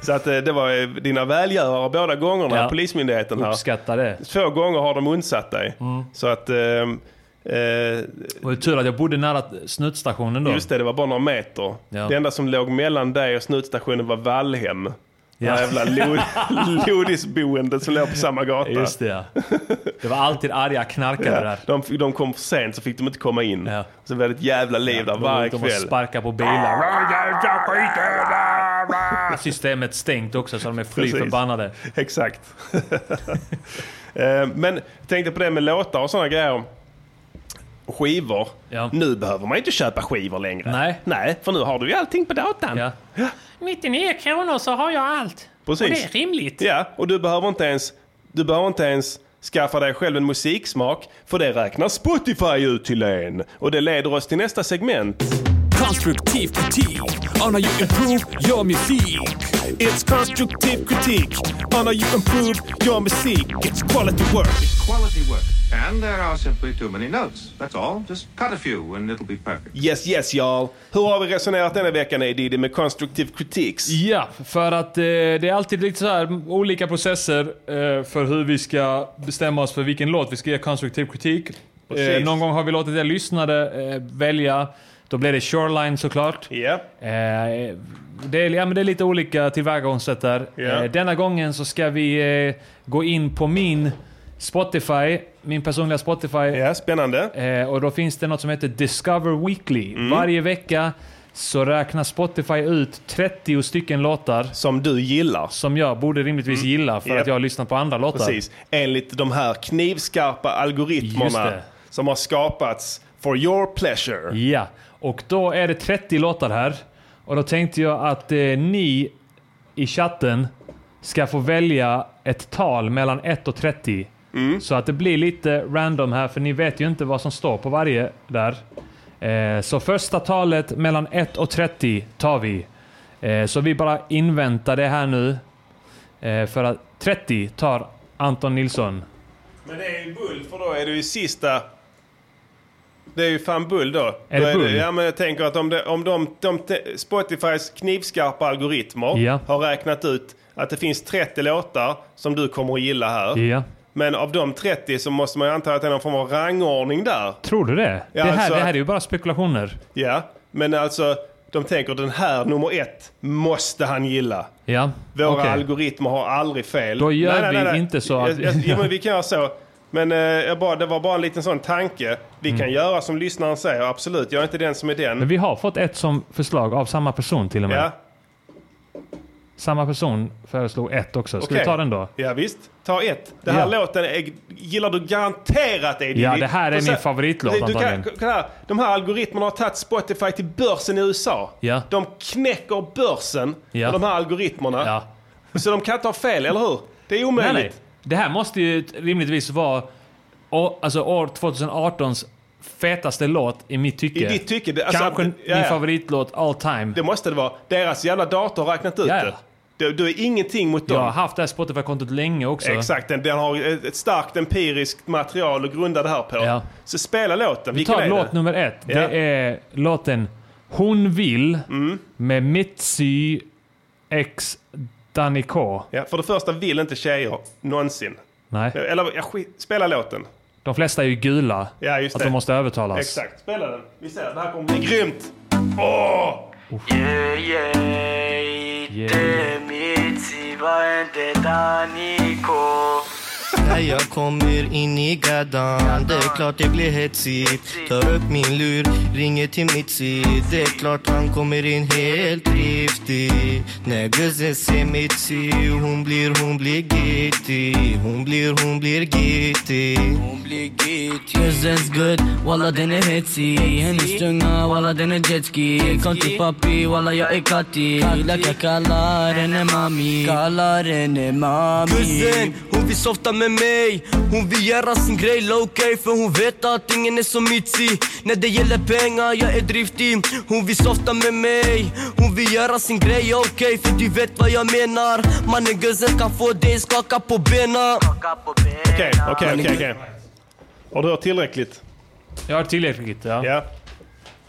Speaker 1: Så att eh, det var eh, dina välgörare båda gångerna,
Speaker 2: Ja.
Speaker 1: Polismyndigheten här.
Speaker 2: Uppskattar det.
Speaker 1: Två gånger har de undsatt dig.
Speaker 2: Mm.
Speaker 1: Så att... ehm, eh,
Speaker 2: Och tur att jag bodde nära snuttstationen då.
Speaker 1: Just det, det var bara några meter.
Speaker 2: Ja.
Speaker 1: Det enda som låg mellan dig och snutstationen var Vallhem.
Speaker 2: Ja.
Speaker 1: Det jävla lod, lodisboende som låg på samma gata.
Speaker 2: Just det, ja. Det var alltid arga knarkare
Speaker 1: Ja,
Speaker 2: där.
Speaker 1: De, de kom för sent så fick de inte komma in. Så det var ett jävla liv där
Speaker 2: de var
Speaker 1: varje
Speaker 2: ute och
Speaker 1: kväll. Ah,
Speaker 2: sparka på bilar. Systemet stängt också så de är fly
Speaker 1: Precis.
Speaker 2: förbannade.
Speaker 1: Exakt. Eh, Men jag tänkte på det med låtar och sådana grejer. Skivor. Nu behöver man ju inte köpa skivor längre. Nej. Nej, för nu har du ju allting på datan.
Speaker 11: 99 kronor så har jag allt.
Speaker 1: Precis.
Speaker 11: Och det är rimligt.
Speaker 1: Ja, och du behöver inte ens, du behöver inte ens skaffa dig själv en musiksmak, för det räknar Spotify ut till en. Och det leder oss till nästa segment.
Speaker 3: Konstruktiv kritik on how you improve your music.
Speaker 8: It's constructive critique on how you improve your music. It's quality work.
Speaker 12: Quality work. And there are simply too many notes. That's all. Just cut a few and it'll be perfect.
Speaker 1: Yes, yes y'all. Hur har vi resonerat denna veckan Edidi med konstruktiv critiques?
Speaker 2: Ja, för att eh, det är alltid lite så här olika processer eh, för hur vi ska bestämma oss för vilken låt vi ska ge konstruktiv kritik. Eh,
Speaker 1: Precis.
Speaker 2: någon gång har vi låtit er lyssnare eh, välja. Då blir det Shoreline såklart.
Speaker 1: Yeah.
Speaker 2: Eh, det, är, ja, men det är lite olika tillvägagångssätt där.
Speaker 1: Ja.
Speaker 2: Eh, denna gången så ska vi eh, gå in på min Spotify, min personliga Spotify.
Speaker 1: Ja, spännande.
Speaker 2: Eh, och då finns det något som heter Discover Weekly.
Speaker 1: Mm.
Speaker 2: Varje vecka så räknar Spotify ut 30 stycken låtar.
Speaker 1: Som du gillar.
Speaker 2: Som jag borde rimligtvis gilla för
Speaker 1: Mm. Japp.
Speaker 2: att jag har lyssnat på andra låtar.
Speaker 1: Precis. Enligt de här knivskarpa
Speaker 2: Just
Speaker 1: algoritmerna
Speaker 2: det.
Speaker 1: som har skapats for your pleasure.
Speaker 2: Ja, och då är det 30 låtar här. Och då tänkte jag att eh, ni i chatten ska få välja ett tal mellan 1 och
Speaker 1: Mm.
Speaker 2: 30. Så att det blir lite random här, för ni vet ju inte vad som står på varje där. Eh, så första talet mellan 1 och 30 tar vi. Eh, så vi bara inväntar det här nu. Eh, för att 30 tar Anton Nilsson.
Speaker 1: Men det är ju bull för då är det ju sista... Det är ju fan bull då.
Speaker 2: Är
Speaker 1: då
Speaker 2: det bull?
Speaker 1: ja men jag tänker att om, det, om de, de, te- Spotifys knivskarpa algoritmer
Speaker 2: Ja.
Speaker 1: har räknat ut att det finns 30 låtar som du kommer att gilla här.
Speaker 2: Ja.
Speaker 1: Men av de 30 så måste man ju anta att det är någon form av rangordning där.
Speaker 2: Tror du det?
Speaker 1: Ja,
Speaker 2: det, här,
Speaker 1: alltså-
Speaker 2: det här är ju bara spekulationer.
Speaker 1: Ja, men alltså de tänker den här nummer ett måste han gilla.
Speaker 2: Ja,
Speaker 1: Våra
Speaker 2: okej.
Speaker 1: algoritmer har aldrig fel.
Speaker 2: Då gör vi inte så att-
Speaker 1: Jag, jag, ja, men vi kan göra så. Men eh, jag bara, det var bara en liten sån tanke. Vi
Speaker 2: Mm.
Speaker 1: kan göra som lyssnaren säger, absolut. Jag är inte den som är den.
Speaker 2: Men vi har fått ett som förslag av samma person till och med.
Speaker 1: Ja.
Speaker 2: Samma person föreslog ett också. Ska vi
Speaker 1: Okej.
Speaker 2: ta den då?
Speaker 1: Ja, visst, ta ett. Den här låten är, gillar du garanterat Eddie.
Speaker 2: Ja, det här är
Speaker 1: Och
Speaker 2: min favoritlåt
Speaker 1: Du kan-
Speaker 2: antagligen.
Speaker 1: kolla här. De här algoritmerna har tagit Spotify till börsen i USA.
Speaker 2: Ja.
Speaker 1: De knäcker börsen
Speaker 2: Ja.
Speaker 1: med de här algoritmerna. Så de kan inte ha fel, eller hur? Det är omöjligt.
Speaker 2: Nej, nej. Det här måste ju t- rimligtvis vara å- alltså, år 2018s fetaste låt i mitt tycke.
Speaker 1: I ditt tycke? det- alltså,
Speaker 2: Kanske
Speaker 1: ja, ja.
Speaker 2: min favoritlåt all time.
Speaker 1: Det måste det vara. Deras jävla dator har räknat ut
Speaker 2: Ja, ja.
Speaker 1: det. Du, du är ingenting mot dem.
Speaker 2: Jag har haft det här Spotify-kontot länge också.
Speaker 1: Exakt, den, den har ett ett starkt empiriskt material att grunda det här på. Så spela låten.
Speaker 2: Vi
Speaker 1: Vilken
Speaker 2: tar
Speaker 1: är
Speaker 2: låt
Speaker 1: det?
Speaker 2: nummer ett.
Speaker 1: Ja. Mm.
Speaker 2: Det är låten Hon vill med Mitzy X Danny K.
Speaker 1: Ja, för det första vill inte tjejer någonsin.
Speaker 2: Nej.
Speaker 1: Eller ja, skit, spela låten.
Speaker 2: De flesta är ju gula.
Speaker 1: Ja, just
Speaker 2: att
Speaker 1: det.
Speaker 2: de måste övertalas.
Speaker 1: Exakt, spela den. Vi ser, det här kommer bli grymt. Åh!
Speaker 13: Yeah, yeah, det är mitt var inte Danico.
Speaker 14: När jag kommer in i gadan, det är klart det blir hetsigt Tar upp min lur, ringer till mitt sid Det är klart han kommer in helt driftig När gussen ser mitt sid, hon blir, hon blir gittig Hon blir, hon blir gittig
Speaker 15: Guzzens good, walla den är hetsig Hennes tunga, walla den är jetski Kom till papi, walla jag är katti Laka kallar henne mami Kallar henne mami
Speaker 6: Kusin, hon vill softa med mig Hon vill göra sin grej low-key För hon vet att ingen är som Mitzi När det gäller pengar, jag är driftig Hon vill softa med mig Hon vill göra sin grej okej För du vet vad jag menar Mannen gussen kan få dig skaka på benen
Speaker 1: Okej, okej, okej. okej. Har du hört tillräckligt?
Speaker 2: Jag har tillräckligt, ja.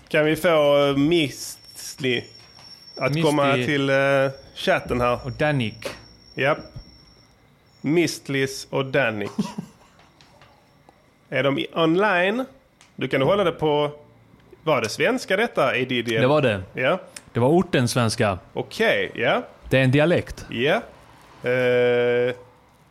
Speaker 1: Kan vi få uh, Mistly att
Speaker 2: Misty.
Speaker 1: komma till eh, chatten här? Och
Speaker 2: Danik.
Speaker 1: Japp. Mistlis och Danik. är de i- online? Du kan hålla det på... Var det svenska detta, Edid?
Speaker 2: Det var det.
Speaker 1: Ja.
Speaker 2: Det var orten svenska.
Speaker 1: Okej, ja.
Speaker 2: Det är en dialekt.
Speaker 1: Ja. Eh,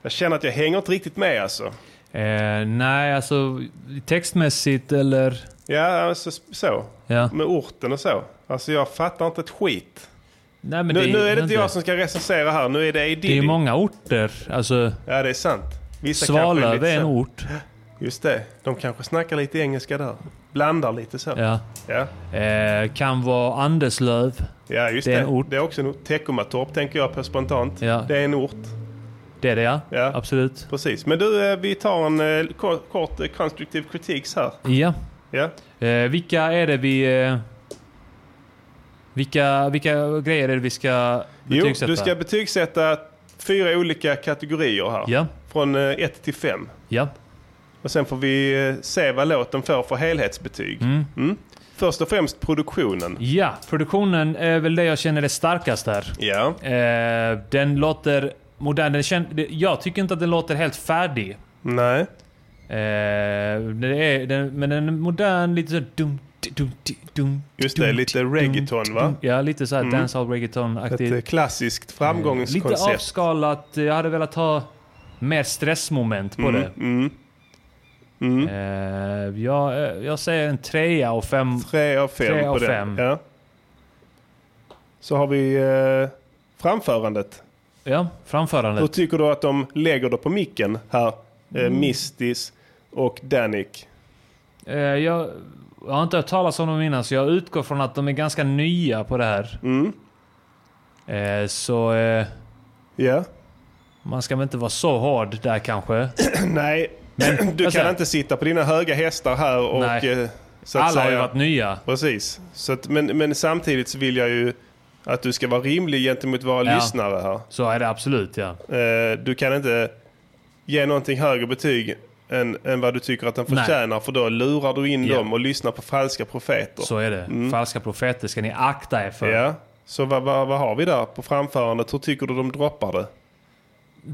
Speaker 1: jag känner att jag hänger inte riktigt med alltså.
Speaker 2: Eh, nej, alltså textmässigt eller...
Speaker 1: Ja, alltså så.
Speaker 2: Ja.
Speaker 1: Med orten och så. Alltså jag fattar inte ett skit.
Speaker 2: Nej, men
Speaker 1: nu,
Speaker 2: det är
Speaker 1: nu är det
Speaker 2: inte.
Speaker 1: inte jag som ska recensera här, nu är det Edidi.
Speaker 2: Det är många orter. Alltså,
Speaker 1: Ja, det är sant. Vissa kanske
Speaker 2: Svalöv
Speaker 1: lite
Speaker 2: är en
Speaker 1: så.
Speaker 2: ort.
Speaker 1: Just det. De kanske snackar lite engelska där. Blandar lite så.
Speaker 2: ja.
Speaker 1: Ja.
Speaker 2: Eh, kan vara Anderslöv.
Speaker 1: Ja, just
Speaker 2: det
Speaker 1: det.
Speaker 2: är en ort.
Speaker 1: Det är också en ort. Teckomatorp tänker jag på spontant.
Speaker 2: Ja.
Speaker 1: Det är en ort.
Speaker 2: Det är det ja. Absolut.
Speaker 1: Precis. Men du, eh, vi tar en eh, kort, kort eh, konstruktiv kritik här.
Speaker 2: Ja.
Speaker 1: Ja.
Speaker 2: Eh, vilka är det vi... Eh, vilka, vilka grejer är det vi ska
Speaker 1: Jo,
Speaker 2: betygsätta?
Speaker 1: du ska betygsätta fyra olika kategorier här.
Speaker 2: Ja.
Speaker 1: Från 1 till 5.
Speaker 2: Ja.
Speaker 1: Och sen får vi eh, se vad låten får för helhetsbetyg.
Speaker 2: Mm.
Speaker 1: Först och främst produktionen.
Speaker 2: Ja, produktionen är väl det jag känner är starkast här.
Speaker 1: Ja.
Speaker 2: Eh, den låter modern. Den kän, det- jag tycker inte att den låter helt färdig.
Speaker 1: Nej.
Speaker 2: Eh, det är, den, men den är modern, lite så dum, ti- dum, ti- dum,
Speaker 1: Just det,
Speaker 2: dum,
Speaker 1: lite
Speaker 2: ti- dum,
Speaker 1: reggaeton, va?
Speaker 2: dum. Ja, lite såhär
Speaker 1: Mm.
Speaker 2: dancehall reggaeton-aktigt.
Speaker 1: Ett eh, klassiskt
Speaker 2: Mm. Lite
Speaker 1: framgångskoncept.
Speaker 2: avskalat. Jag hade velat ha mer stressmoment på
Speaker 1: Mm,
Speaker 2: det. Eh, jag, eh, jag säger en trea och fem.
Speaker 1: Tre av fem
Speaker 2: Tre
Speaker 1: på
Speaker 2: av
Speaker 1: den.
Speaker 2: fem.
Speaker 1: Ja. Så har vi eh, framförandet.
Speaker 2: Ja, framförandet.
Speaker 1: Hur tycker du att de lägger det på micken här? Eh,
Speaker 2: Mm.
Speaker 1: Mistis och Danik.
Speaker 2: Eh, jag, jag har inte hört talas om dem innan, så jag utgår från att de är ganska nya på det här.
Speaker 1: Mm.
Speaker 2: Eh, så... Eh, Man ska väl inte vara så hård där kanske.
Speaker 1: Nej, du kan
Speaker 2: alltså-
Speaker 1: inte sitta på dina höga hästar här och
Speaker 2: Nej.
Speaker 1: eh, Så att
Speaker 2: Alla har ju
Speaker 1: säga.
Speaker 2: varit nya.
Speaker 1: Precis. Så att, men, men samtidigt så vill jag ju att du ska vara rimlig gentemot våra
Speaker 2: Ja.
Speaker 1: lyssnare här.
Speaker 2: Så är det absolut, ja.
Speaker 1: Eh, Du kan inte ge någonting högre betyg än, än vad du tycker att den
Speaker 2: Nej.
Speaker 1: förtjänar. För då lurar du in
Speaker 2: Ja.
Speaker 1: dem och lyssnar på falska profeter.
Speaker 2: Så är det. Falska profeter ska ni akta er för.
Speaker 1: Mm. Ja. Så vad, vad, vad har vi där på framförandet? Hur tycker du de droppar det?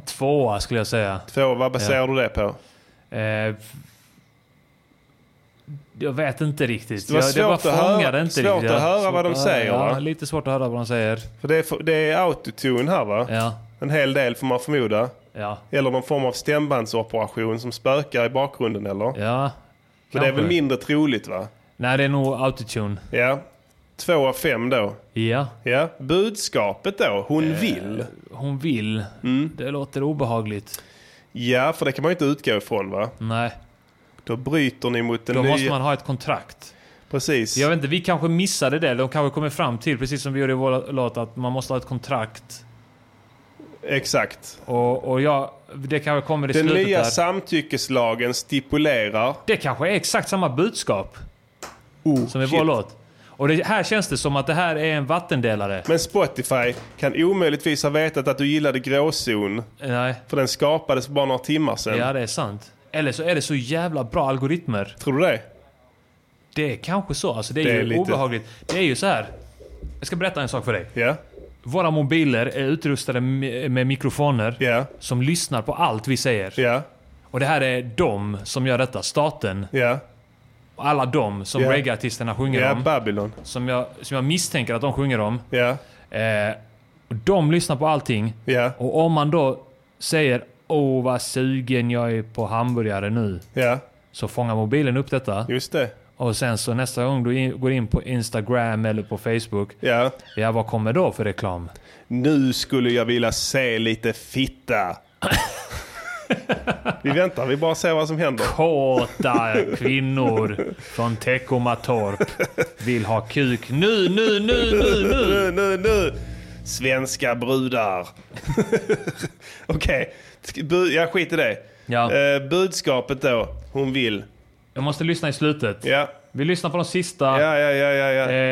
Speaker 2: Tvåa skulle jag säga.
Speaker 1: Två, vad baserar
Speaker 2: Ja.
Speaker 1: du det på?
Speaker 2: Eh, f- jag vet inte riktigt.
Speaker 1: Det var
Speaker 2: jag, det bara
Speaker 1: svårt att höra-
Speaker 2: fångade inte
Speaker 1: svårt
Speaker 2: riktigt.
Speaker 1: att
Speaker 2: Ja,
Speaker 1: höra
Speaker 2: svårt
Speaker 1: vad de
Speaker 2: att
Speaker 1: säger,
Speaker 2: Ja,
Speaker 1: va?
Speaker 2: lite svårt att höra vad de säger.
Speaker 1: För det är, det är autotune här va?
Speaker 2: Ja.
Speaker 1: En hel del får man förmoda.
Speaker 2: Ja.
Speaker 1: Eller någon form av stämbandsoperation som spökar i bakgrunden eller?
Speaker 2: Ja.
Speaker 1: Men det är väl
Speaker 2: kanske.
Speaker 1: mindre troligt va?
Speaker 2: Nej, det är nog autotune.
Speaker 1: Ja. Två av fem då.
Speaker 2: Ja.
Speaker 1: Ja. Budskapet då? Hon
Speaker 2: Eh.
Speaker 1: vill.
Speaker 2: Hon vill.
Speaker 1: Mm.
Speaker 2: Det låter obehagligt.
Speaker 1: Ja, för det kan man ju inte utgå ifrån va?
Speaker 2: Nej.
Speaker 1: Då bryter ni mot den
Speaker 2: Då
Speaker 1: nya...
Speaker 2: måste man ha ett kontrakt.
Speaker 1: Precis.
Speaker 2: Jag vet inte, vi kanske missade det. De kanske kommer fram till, precis som vi gjorde i vår låt, att man måste ha ett kontrakt.
Speaker 1: Exakt.
Speaker 2: Och, och jag... Det kanske kommer i
Speaker 1: Den
Speaker 2: slutet
Speaker 1: nya
Speaker 2: där.
Speaker 1: samtyckeslagen stipulerar...
Speaker 2: Det kanske är exakt samma budskap. som i vår
Speaker 1: shit.
Speaker 2: låt. Och det, här känns det som att det här är en vattendelare.
Speaker 1: Men Spotify kan omöjligtvis ha vetat att du gillade gråzon.
Speaker 2: Nej.
Speaker 1: För den skapades för bara några timmar sedan.
Speaker 2: Ja, det är sant. Eller så är det så jävla bra algoritmer.
Speaker 1: Tror du det?
Speaker 2: Det är kanske så. Alltså, det är
Speaker 1: Det
Speaker 2: ju
Speaker 1: är lite-
Speaker 2: obehagligt. Det är ju så här. Jag ska berätta en sak för dig.
Speaker 1: Ja.
Speaker 2: Våra mobiler är utrustade med med mikrofoner som lyssnar på allt vi säger. Och det här är de som gör detta. Staten. Alla de som
Speaker 1: Ja.
Speaker 2: reggae-artisterna sjunger
Speaker 1: Ja,
Speaker 2: om.
Speaker 1: Babylon.
Speaker 2: Som jag, som jag misstänker att de sjunger om.
Speaker 1: Yeah.
Speaker 2: Eh, och de lyssnar på allting. Och om man då säger Åh vad sugen jag är på hamburgare nu. Så fångar mobilen upp detta.
Speaker 1: Just det.
Speaker 2: Och sen så nästa gång du in, går in på Instagram eller på Facebook.
Speaker 1: Ja.
Speaker 2: Ja, vad kommer då för reklam?
Speaker 1: Nu skulle jag vilja se lite fitta. vi väntar, vi bara ser vad som händer.
Speaker 2: Kåta kvinnor från Teckomatorp vill ha kuk nu, nu, nu, nu, nu!
Speaker 1: nu, nu. Svenska brudar. Okej, Sk- bu- jag skit i det. Eh, budskapet då, hon vill.
Speaker 2: Jag måste lyssna i slutet. Vi lyssnar på de sista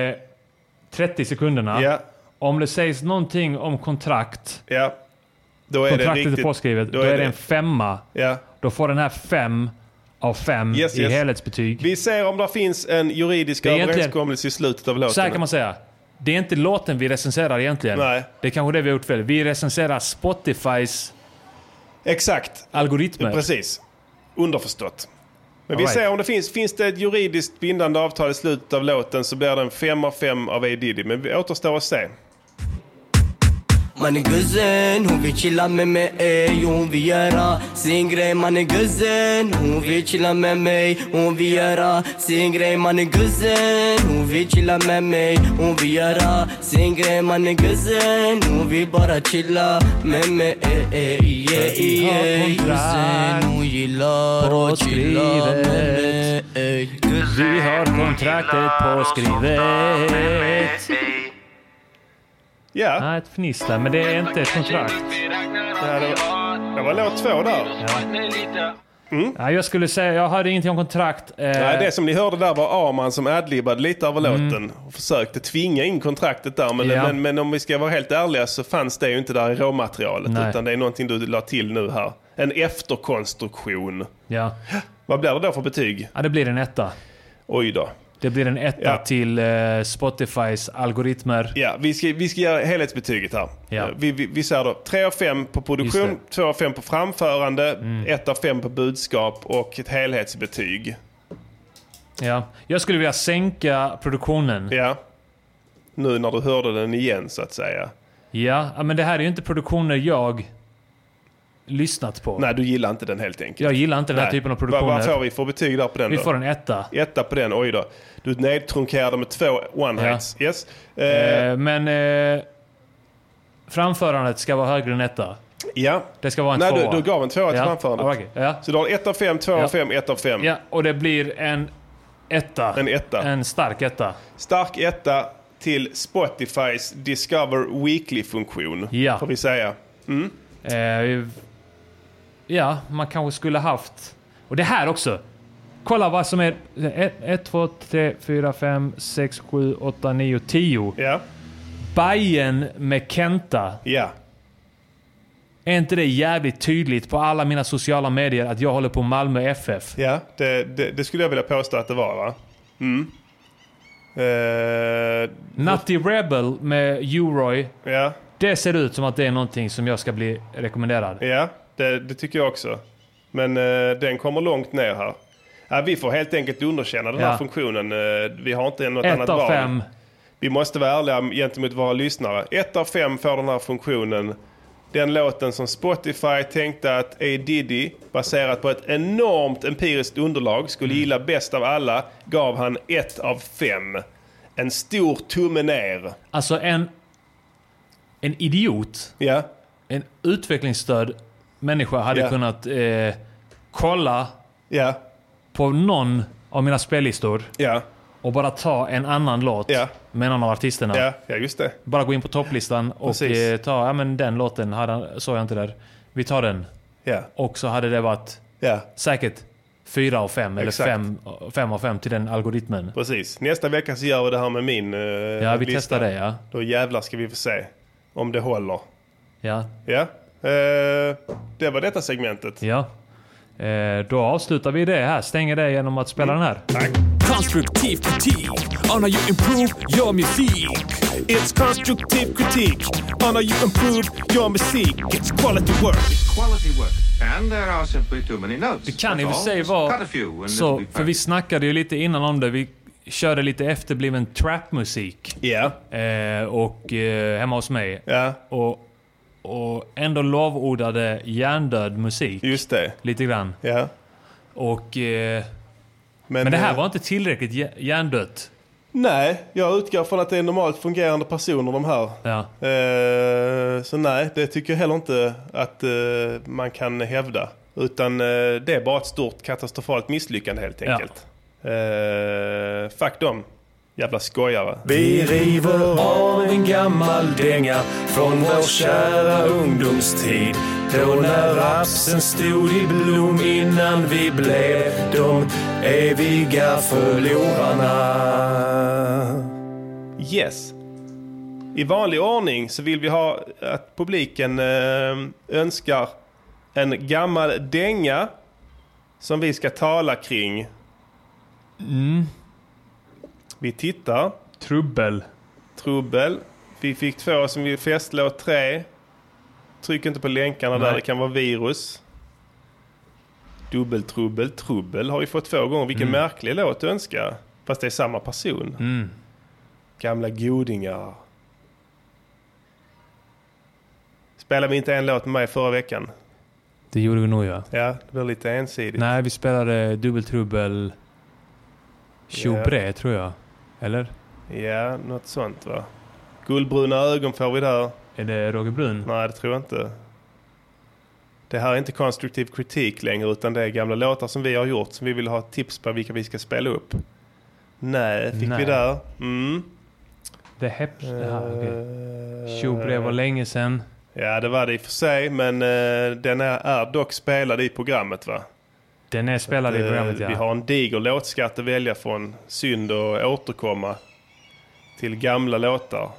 Speaker 2: Eh, 30 sekunderna.
Speaker 1: Ja.
Speaker 2: Om det sägs någonting om kontrakt,
Speaker 1: Ja, då är det
Speaker 2: kontraktet
Speaker 1: riktigt.
Speaker 2: är påskrivet, då, är det en femma.
Speaker 1: Ja.
Speaker 2: Då får den här fem av fem
Speaker 1: Yes,
Speaker 2: i
Speaker 1: yes.
Speaker 2: helhetsbetyg.
Speaker 1: Vi ser om det finns en juridisk
Speaker 2: Det är egentligen-
Speaker 1: överenskommelse i slutet av låten.
Speaker 2: Så här kan man säga. Det är inte låten vi recenserar egentligen.
Speaker 1: Nej.
Speaker 2: Det är kanske det vi har gjort fel. Vi recenserar Spotifys
Speaker 1: Exakt.
Speaker 2: algoritmer.
Speaker 1: Precis. Underförstått. Men vi
Speaker 2: All right.
Speaker 1: ser om det finns, finns det ett juridiskt bindande avtal i slutet av låten så blir det en 5 av 5 av A. Diddy. Men vi återstår att se.
Speaker 6: Mannen guzzen, hon vill chilla med
Speaker 3: e,
Speaker 6: mig Hon vill göra sin grej Mannen guzzen, hon vill chilla med mig Hon vill göra sin grej Mannen guzzen, hon vill chilla med mig Hon vill göra sin grej Mannen guzzen, hon vill bara chilla med mig Yeah, yeah, guzzen Hon gillar att chilla med mig
Speaker 2: Vi har kontraktet påskrivet.
Speaker 1: Ja.
Speaker 2: Nej, ett fniss där, men det är inte ett kontrakt.
Speaker 1: Ja, det, var, det var låt två där. Mm.
Speaker 2: Nej, jag skulle säga, jag hörde ingenting om kontrakt. Eh,
Speaker 1: Nej, det som ni hörde där var Arman som adlibbade lite över
Speaker 2: Mm.
Speaker 1: låten och försökte tvinga in kontraktet där. Men,
Speaker 2: Ja.
Speaker 1: men, men om vi ska vara helt ärliga så fanns det ju inte där i råmaterialet.
Speaker 2: Nej.
Speaker 1: Utan det är någonting du la till nu här. En efterkonstruktion.
Speaker 2: Ja.
Speaker 1: Vad blir det då för betyg?
Speaker 2: ja, det blir en etta.
Speaker 1: Oj då.
Speaker 2: Det blir en etta
Speaker 1: Ja.
Speaker 2: till eh, Spotifys algoritmer.
Speaker 1: Ja, vi ska, vi ska göra helhetsbetyget här.
Speaker 2: Ja.
Speaker 1: Vi, vi, vi säger då 3 av 5 på produktion, 2 av 5 på framförande,
Speaker 2: Mm.
Speaker 1: 1 av 5 på budskap och ett helhetsbetyg.
Speaker 2: Ja. Jag skulle vilja sänka produktionen.
Speaker 1: Ja. Nu när du hörde den igen så att säga.
Speaker 2: Ja, ja, men det här är ju inte produktioner jag lyssnat på.
Speaker 1: Nej, du gillar inte den helt enkelt.
Speaker 2: Jag gillar inte den här typen av produktioner.
Speaker 1: Vad, vad får vi för betyg där på den
Speaker 2: Vi
Speaker 1: då?
Speaker 2: får en etta.
Speaker 1: Etta på den, oj då. Du nedtrunkerade med två one-hits. Yes. Eh,
Speaker 2: Eh, men eh, framförandet ska vara högre än etta.
Speaker 1: ja.
Speaker 2: Det ska vara en
Speaker 1: Nej, du,
Speaker 2: tvåa.
Speaker 1: du gav en tvåa till
Speaker 2: ja.
Speaker 1: framförandet.
Speaker 2: Ja, okej. ja.
Speaker 1: Så du har 1 av 5, 2 av
Speaker 2: Ja.
Speaker 1: 5, 1 av 5.
Speaker 2: ja, och det blir en etta.
Speaker 1: En etta.
Speaker 2: En stark etta.
Speaker 1: Stark etta till Spotifys Discover Weekly-funktion.
Speaker 2: Ja.
Speaker 1: Får vi säga. Mm.
Speaker 2: Eh, ja, man kanske skulle haft... Och det här också. Kolla vad som är... 1, 2, 3, 4, 5, 6, 7, 8, 9, 10.
Speaker 1: Ja.
Speaker 2: Bajen med Kenta.
Speaker 1: Ja.
Speaker 2: Är inte det jävligt tydligt på alla mina sociala medier att jag håller på Malmö FF?
Speaker 1: Ja, det, det, det skulle jag vilja påstå att det var va? Mm. Eh,
Speaker 2: Nutty Rebel med Uroy.
Speaker 1: Ja.
Speaker 2: Det ser ut som att det är någonting som jag ska bli rekommenderad.
Speaker 1: Ja, det, det tycker jag också. Men eh, den kommer långt ner här. Ja, vi får helt enkelt underkänna den
Speaker 2: Ja.
Speaker 1: här funktionen. Eh, vi har inte något
Speaker 2: Ett
Speaker 1: annat
Speaker 2: av
Speaker 1: val.
Speaker 2: fem.
Speaker 1: Vi måste vara ärliga gentemot våra lyssnare. Ett av fem får den här funktionen. Den låten som Spotify tänkte att A. Diddy, baserat på ett enormt empiriskt underlag, skulle
Speaker 2: Mm.
Speaker 1: gilla bäst av alla, gav han ett av fem. En stor tumme ner.
Speaker 2: Alltså en... En idiot.
Speaker 1: Ja.
Speaker 2: En utvecklingsstörd människa hade
Speaker 1: Ja.
Speaker 2: kunnat eh, kolla på någon av mina spellistor. Och bara ta en annan låt med någon av artisterna.
Speaker 1: Ja, ja just det.
Speaker 2: Bara gå in på topplistan och
Speaker 1: Precis.
Speaker 2: eh, ta, ja men den låten hade, han- såg jag inte där. Vi tar den.
Speaker 1: Ja.
Speaker 2: Och så hade det varit
Speaker 1: Ja.
Speaker 2: säkert fyra av fem eller
Speaker 1: Exakt.
Speaker 2: fem, fem av fem till den algoritmen.
Speaker 1: Precis. Nästa vecka så gör vi det här med min eh,
Speaker 2: Ja, vi testar det, ja.
Speaker 1: Då jävlar ska vi få se om det håller.
Speaker 2: Ja.
Speaker 1: Ja. Eh, det var detta segmentet.
Speaker 2: Ja. Eh, då avslutar vi det här. Stänger det genom att spela den här.
Speaker 12: Mm.
Speaker 3: Konstruktiv kritik on how you improve your music.
Speaker 8: It's constructive critique on how you improve your music. It's quality work.
Speaker 12: Quality work. And there are simply too many notes.
Speaker 2: Det kan i
Speaker 12: That's
Speaker 2: och för
Speaker 12: all.
Speaker 2: sig
Speaker 12: Just
Speaker 2: vara
Speaker 12: Cut a few and it'll
Speaker 2: så,
Speaker 12: be
Speaker 2: för vi snackade ju lite innan om det. Vi körde lite efterbliven trapmusik. Eh, och eh, hemma hos mig. Och, och ändå lovordade hjärndöd musik.
Speaker 1: Just det.
Speaker 2: Lite grann.
Speaker 1: Ja.
Speaker 2: Och... Eh, men, det här
Speaker 1: eh,
Speaker 2: var inte tillräckligt hjär- hjärndött.
Speaker 1: Nej, jag utgår från att det är normalt fungerande personer de här. Eh, så nej, det tycker jag heller inte att eh, man kan hävda. Utan eh, det är bara ett stort katastrofalt misslyckande helt
Speaker 2: Ja.
Speaker 1: enkelt. Eh, fuck dem, jävla skojare.
Speaker 3: Vi river av en gammal dänga från vår kära ungdomstid. Då när rapsen stod i blom innan vi blev de eviga förlorarna.
Speaker 1: Yes. I vanlig ordning så vill vi ha att publiken eh, önskar en gammal dänga som vi ska tala kring. Vi tittar.
Speaker 2: Mm. Trubbel.
Speaker 1: Trubbel. Vi fick två som vi festlåt tre. Tryck inte på länkarna
Speaker 2: Nej.
Speaker 1: där, det kan vara virus. Dubbeltrubbel, trubbel har vi fått två gånger. Vilken
Speaker 2: Mm.
Speaker 1: märklig låt du önskar. Fast det är samma person.
Speaker 2: Mm.
Speaker 1: Gamla godingar. Spelade vi inte en låt med mig förra veckan?
Speaker 2: Det gjorde vi nog ja.
Speaker 1: Ja, det blev lite ensidigt.
Speaker 2: Nej, vi spelade dubbeltrubbel... Tjobre tror jag. Eller?
Speaker 1: Ja, något sånt va. Guldbruna ögon får vi där.
Speaker 2: Är det Roger Brun?
Speaker 1: Nej, det tror jag inte. Det här är inte konstruktiv kritik längre utan det är gamla låtar som vi har gjort som vi vill ha tips på vilka vi ska spela upp. Nej, fick
Speaker 2: Nej.
Speaker 1: vi där. Mm.
Speaker 2: Det hepp...
Speaker 1: Eh,
Speaker 2: Ja, okej. Tjobre var länge sedan.
Speaker 1: Ja, det var det i och för sig men eh, den är, är dock spelad i programmet va?
Speaker 2: Den är spelad i
Speaker 1: Eh,
Speaker 2: programmet ja.
Speaker 1: Vi har en diger låtskatt att välja från. Synd att återkomma till gamla låtar.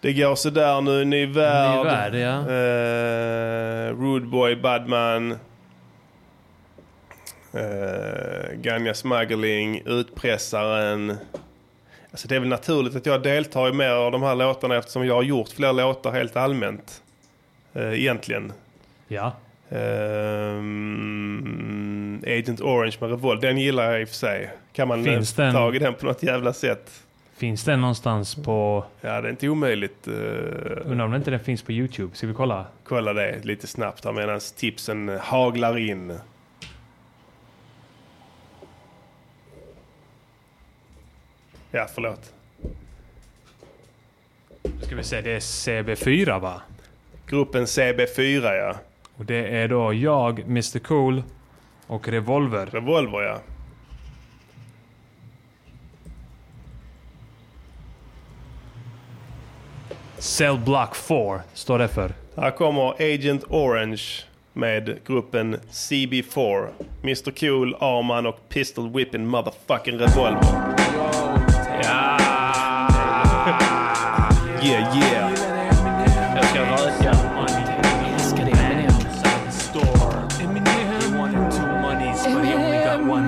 Speaker 1: Det går sådär nu, Ny Värld.
Speaker 2: Ny Värld, ja.
Speaker 1: eh, Rude Boy, Badman. Uh, Ganja Smuggling, Utpressaren. Alltså det är väl naturligt att jag deltar i mer av de här låtarna eftersom jag har gjort fler låtar helt allmänt. Uh, egentligen.
Speaker 2: Ja.
Speaker 1: Ehm, Agent Orange med Revolt, den gillar jag i och för sig. Kan man
Speaker 2: Finns
Speaker 1: Finns
Speaker 2: den?
Speaker 1: tag i den på något jävla sätt?
Speaker 2: Finns den någonstans på...
Speaker 1: Ja, det är inte omöjligt. eh,
Speaker 2: Undrar om inte den finns på YouTube. Ska vi kolla?
Speaker 1: kolla det lite snabbt här medan tipsen haglar in. Ja, förlåt.
Speaker 2: Då ska vi se, det är CB4 va?
Speaker 1: Gruppen CB4 ja.
Speaker 2: Och det är då jag, Mr Cool och Revolver.
Speaker 1: Revolver ja.
Speaker 2: Cell Block 4 står det för.
Speaker 1: Här kommer Agent Orange med gruppen CB4. Mr Cool, Arman och Pistol Whipping Motherfucking Revolver. Ja! Yeah, yeah. Jag ska röka.
Speaker 11: Jag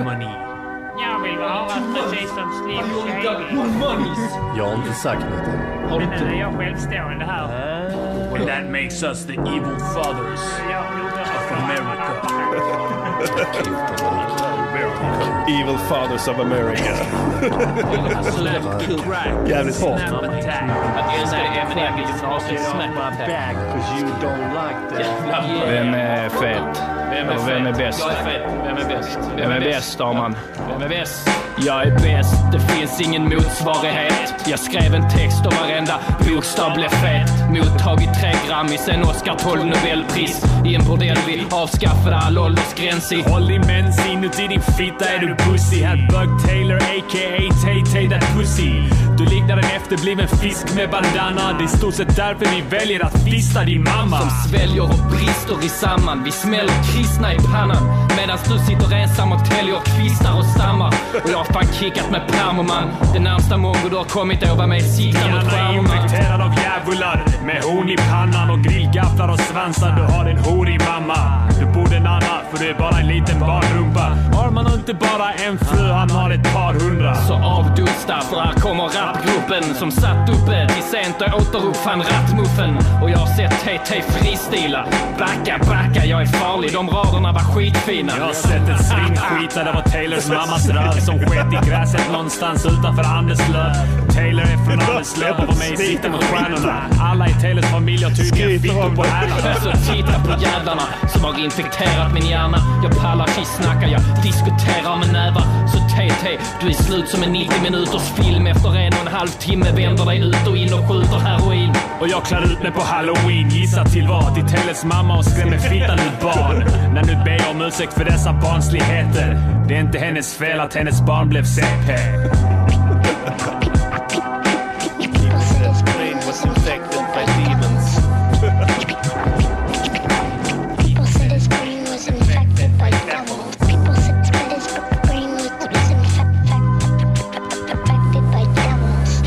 Speaker 11: vill vara precis som Slim Shady.
Speaker 16: Jag har inte sagt något
Speaker 11: Men
Speaker 16: än.
Speaker 11: nu är jag självstående här.
Speaker 17: And that makes us the evil fathers of America.
Speaker 1: Evil Fathers of America.
Speaker 17: Left to right.
Speaker 1: Jävligt hårt.
Speaker 17: Snap attack.
Speaker 18: Jag älskar Eminem i gymnasiet. Snap
Speaker 17: Back,
Speaker 18: attack.
Speaker 17: 'cause you don't like that.
Speaker 19: Vem är fet? Och vem är bäst?
Speaker 18: Jag är fet. Vem är bäst?
Speaker 19: Vem är bäst, Arman?
Speaker 18: Vem är bäst?
Speaker 19: Jag är bäst, det finns ingen motsvarighet. Jag skrev en text och varenda bokstav blev fet. Mottagit tre Grammis, en Oscar, 12 Nobelpris. I en bordell vi avskaffade all åldersgräns i.
Speaker 7: Håll din mens inuti din fitta är du pussy. Här Bug Taylor a.k.a. Tay-Tay that pussy. Du liknar en efterbliven fisk med bandana. Det är i stort sett därför vi väljer att fista din mamma.
Speaker 19: Som sväljer och brister i samman. Vi smäller kristna i pannan. Medan du sitter ensam och täljer kvistar och stammar. Och jag har fan kickat med permoman. Det närmsta mongo du har kommit ovan mig siktar mot
Speaker 7: Hjärna är
Speaker 19: stjärnorna.
Speaker 7: infekterad av djävular med horn i pannan och grillgafflar och svansar. Du har en horig mamma. Du borde nanna för du är bara en liten barnrumpa. Har man inte bara en fru, han har ett par hundra.
Speaker 19: Så avdusta, för här kommer rapgruppen som satt uppe till sent och återuppfann rattmuffen. Och jag har sett TT fristila. Backa, backa, jag är farlig. De raderna var skitfina.
Speaker 7: Jag har sett en svingskita, det var Taylors mammas röv som sket i gräset någonstans utanför Anderslöv. Taylor är från Anderslöv och var med i Sikte mot stjärnorna. Alla i Taylors familj har tydligen fittor på hälarna.
Speaker 19: Så titta på jävlarna som har infekterat min hjärna. Jag pallar inte snacka, jag diskuterar med nävar. Så TT, du är slut som en 90 minuters film. Efter en och en halv timme vänder dig ut och in och skjuter heroin.
Speaker 7: Och jag klär ut mig på halloween, gissa till vad? Till Telles mamma och skrämmer fittan ur barn. När nu ber jag om ursäkt för dessa barnsligheter. Det är inte hennes fel att hennes barn blev CP.
Speaker 18: His brain was infected by demons.
Speaker 20: People said his brain was infected by devils. People said that his brain was was infected by devils.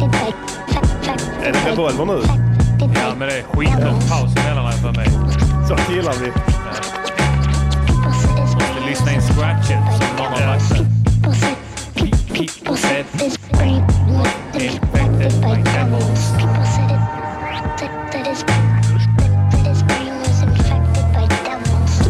Speaker 20: Infected by infected
Speaker 1: Är det revolver nu?
Speaker 20: Ja,
Speaker 1: men det är skitlång paus emellan för mig. Så gillar vi.
Speaker 17: Måste lyssna in scratchen som någon har lagt där.
Speaker 20: People said his brain was infected by devils. People said it that that his that his brain was infected by devils.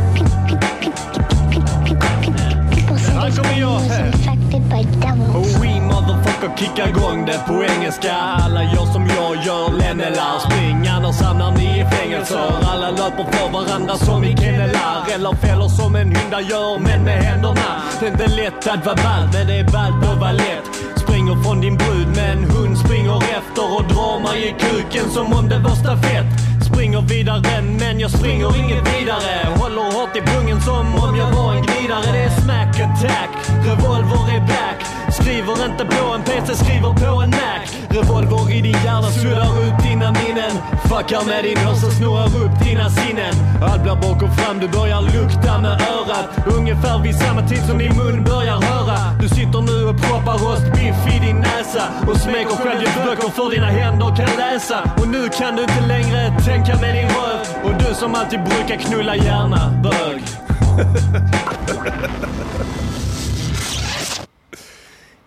Speaker 20: People said his brain was infected by devils.
Speaker 21: Och we motherfucker kickar igång det på engelska. Alla gör som jag gör, lennelar. Spring annars hamnar ni i fängelser. Alla löper för varandra som i kennelar. Eller fäller som en hynda gör, men med händerna. Det är inte lätt att vara ball, men det är ballt att vara lätt. Springer från din brud men hon springer efter och drar mig i kuken som om det var stafett. Springer vidare men jag springer inget vidare. Håller hårt i pungen som om jag var en glidare. Det är smack attack, revolver är back. Skriver inte på en PC, skriver på en Mac. Revolver i din hjärna, suddar ut dina minnen. Fuckar med din hörsel, snurrar upp dina sinnen. Allt blir bak och fram, du börjar lukta med örat. Ungefär vid samma tid som din mun börjar höra. Du sitter nu och proppar rostbiff i din näsa. Och smeker själv i böcker för dina händer kan läsa. Och nu kan du inte längre tänka med din röv. Och du som alltid brukar knulla gärna, bög.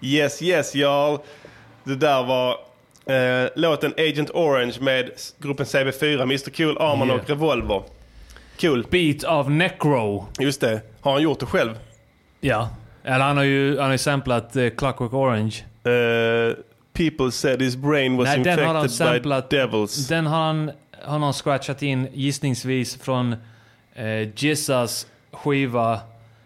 Speaker 1: Yes, yes, y'all. Det där var eh, låten Agent Orange med s- gruppen CB4, Mr Cool, Arman
Speaker 2: Yeah.
Speaker 1: och Revolver. Cool.
Speaker 2: Beat av Necro.
Speaker 1: Just det. Har han gjort det själv?
Speaker 2: Ja. Eller han har ju han har ju samplat eh, Clockwork Orange.
Speaker 1: Eh, people said his brain was
Speaker 2: Nej, den har han
Speaker 1: infected by
Speaker 2: samplat.
Speaker 1: devils.
Speaker 2: Den har han, har någon scratchat in gissningsvis från eh, Jissas skiva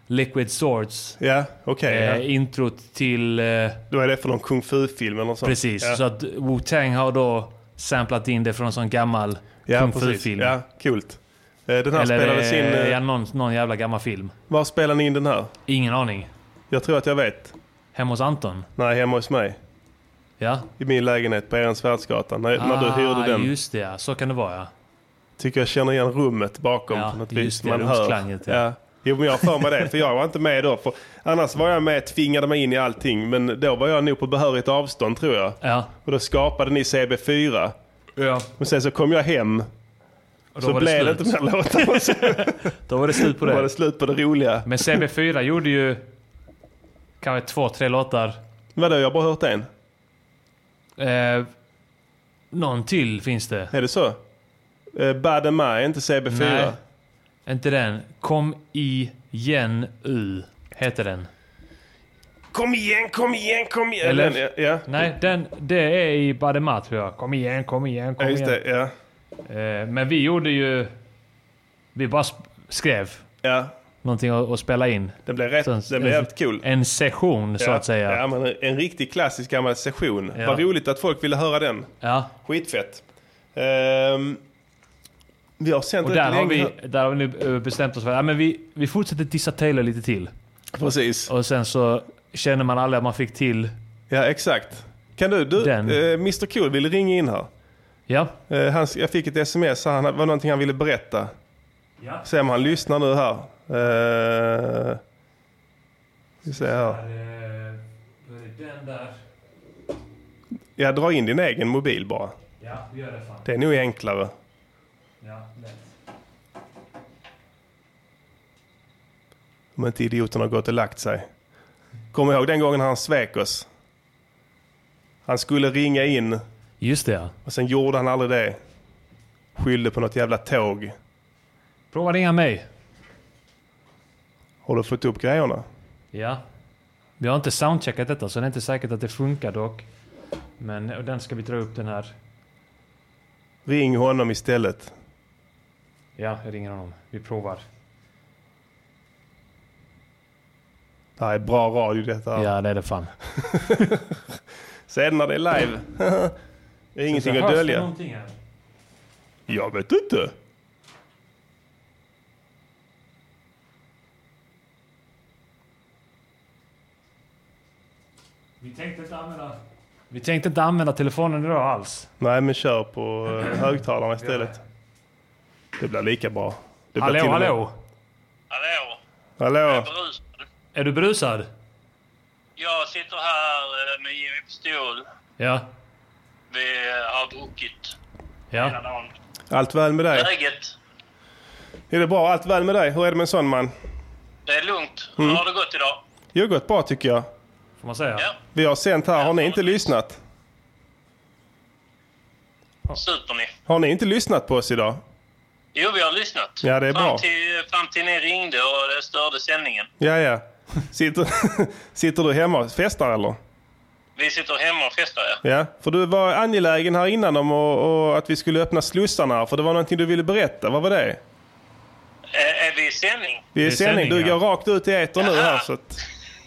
Speaker 2: Liquid Swords.
Speaker 1: Ja, okej. ja.
Speaker 2: eh, introt till... Eh,
Speaker 1: Då är det från någon kung fu-film eller något sånt.
Speaker 2: Precis,
Speaker 1: Ja.
Speaker 2: så att Wu-Tang har då samplat in det från en sån gammal
Speaker 1: Ja,
Speaker 2: kung
Speaker 1: precis.
Speaker 2: fu-film.
Speaker 1: Ja, coolt. Eh, den här
Speaker 2: Eller,
Speaker 1: spelades in, eh,
Speaker 2: eh, ja, någon, någon jävla gammal film.
Speaker 1: Var spelade ni in den här?
Speaker 2: Ingen aning.
Speaker 1: Jag tror att jag vet.
Speaker 2: Hemma hos Anton?
Speaker 1: Nej, hemma hos mig.
Speaker 2: Ja. Ah,
Speaker 1: I min lägenhet på Ehrensvärdsgatan. När, när du hyrde den.
Speaker 2: Just det, ja. så kan det vara ja.
Speaker 1: Tycker jag känner igen rummet bakom
Speaker 2: Ja,
Speaker 1: på något
Speaker 2: just
Speaker 1: vis.
Speaker 2: det,
Speaker 1: Man hör.
Speaker 2: rumsklanget, ja.
Speaker 1: Ja. Jo, men jag har för mig det. För jag var inte med då. För annars var jag med, tvingade mig in i allting. Men då var jag nog på behörigt avstånd tror jag.
Speaker 2: Ja.
Speaker 1: Och då skapade ni CB4.
Speaker 2: Ja.
Speaker 1: Men sen så kom jag hem.
Speaker 2: Och då
Speaker 1: Så
Speaker 2: var det
Speaker 1: blev det
Speaker 2: slut.
Speaker 1: inte mer låtar.
Speaker 2: Då var det slut på det.
Speaker 1: Då var det slut på det roliga.
Speaker 2: Men CB4 gjorde ju kanske två, tre låtar.
Speaker 1: Vadå, jag har bara hört en.
Speaker 2: Eh, någon till finns det.
Speaker 1: Är det så? Eh, Bad Am I, är inte CB4?
Speaker 2: Nej, inte den. Kom igen U heter den.
Speaker 1: Kom igen, kom igen, kom igen.
Speaker 2: Eller?
Speaker 1: Den, ja, ja.
Speaker 2: Nej, den, det är i Badema tror jag. Kom igen, kom igen, kom
Speaker 1: Ja, just
Speaker 2: igen.
Speaker 1: det. Ja.
Speaker 2: Eh, men vi gjorde ju... Vi bara sp- skrev
Speaker 1: ja.
Speaker 2: någonting att, att spela in.
Speaker 1: Det blev rätt, det blev jävligt kul.
Speaker 2: En session så
Speaker 1: ja.
Speaker 2: att säga.
Speaker 1: Ja, men en riktig klassisk gammal session.
Speaker 2: Ja.
Speaker 1: Vad roligt att folk ville höra den.
Speaker 2: Ja.
Speaker 1: Skitfett. Ehm, vi har sänt
Speaker 2: Och
Speaker 1: rätt
Speaker 2: där har, vi,
Speaker 1: länge.
Speaker 2: där har vi nu eh, bestämt oss för att ja, men vi, vi fortsätter dissa Taylor lite till.
Speaker 1: Precis.
Speaker 2: Och sen så känner man aldrig att man fick till...
Speaker 1: Ja, exakt. Kan du, du
Speaker 2: Den.
Speaker 1: eh, Mr Cool vill ringa in här. Eh,
Speaker 2: Ja.
Speaker 1: han, jag fick ett sms, han, det var någonting han ville berätta.
Speaker 2: Ja.
Speaker 1: Se om han lyssnar nu här. Eh, vi ser här.
Speaker 2: Den där.
Speaker 1: Ja, dra in din egen mobil bara.
Speaker 2: Ja, vi gör det fan.
Speaker 1: Det är nog enklare.
Speaker 2: Ja,
Speaker 1: Om inte idioten har gått och lagt sig. Kommer ihåg den gången han svek oss? Han skulle ringa in.
Speaker 2: Just det ja.
Speaker 1: Och sen gjorde han aldrig det. Skyllde på något jävla tåg.
Speaker 2: Prova ringa mig.
Speaker 1: Har du fått upp grejerna?
Speaker 2: Ja. Vi har inte soundcheckat detta så det är inte säkert att det funkar dock. Men och den ska vi dra upp den här.
Speaker 1: Ring honom istället.
Speaker 2: Ja, jag ringer honom. Vi provar.
Speaker 1: Det här är bra radio detta. här.
Speaker 2: Ja, det är det fan.
Speaker 1: Sen när det är live. det är ingenting
Speaker 2: Så
Speaker 1: att
Speaker 2: hörs det
Speaker 1: dölja.
Speaker 2: någonting här?
Speaker 1: Jag vet inte.
Speaker 2: Vi tänkte inte använda... Vi tänkte inte använda telefonen idag alls.
Speaker 1: Nej, men kör på eh, högtalarna istället. Det blir lika bra. Det blir
Speaker 2: Hallå,
Speaker 1: till och med-
Speaker 2: hallå?
Speaker 1: Hallå?
Speaker 2: Är du brusad?
Speaker 16: Jag sitter här eh, med Jimmy Pistol.
Speaker 2: Ja.
Speaker 16: Vi eh, har druckit hela
Speaker 2: Ja.
Speaker 16: dagen.
Speaker 1: Allt väl med dig?
Speaker 16: Läget?
Speaker 1: Är det bra? Allt väl med dig? Hur är det med en sån man?
Speaker 16: Det är lugnt.
Speaker 1: Mm.
Speaker 16: Hur har det gått idag?
Speaker 1: Jo, det har gått bra tycker jag.
Speaker 2: Får man säga?
Speaker 16: Ja.
Speaker 1: Vi har sänt här. Har ni inte lyssnat?
Speaker 16: Super ni?
Speaker 1: Har ni inte lyssnat på oss idag?
Speaker 16: Jo, vi har lyssnat.
Speaker 1: Ja, det är
Speaker 16: fram,
Speaker 1: bra.
Speaker 16: Till, fram till ni ringde och det störde sändningen.
Speaker 1: Ja, ja. Sitter, sitter du hemma och festar eller?
Speaker 16: Vi sitter hemma och festar, ja.
Speaker 1: Ja, för du var angelägen här innan om och, och att vi skulle öppna slussarna här, för det var någonting du ville berätta. Vad var det?
Speaker 16: Är, är vi i sändning?
Speaker 1: Det är, sändning. Du går rakt ut i etern nu här så att...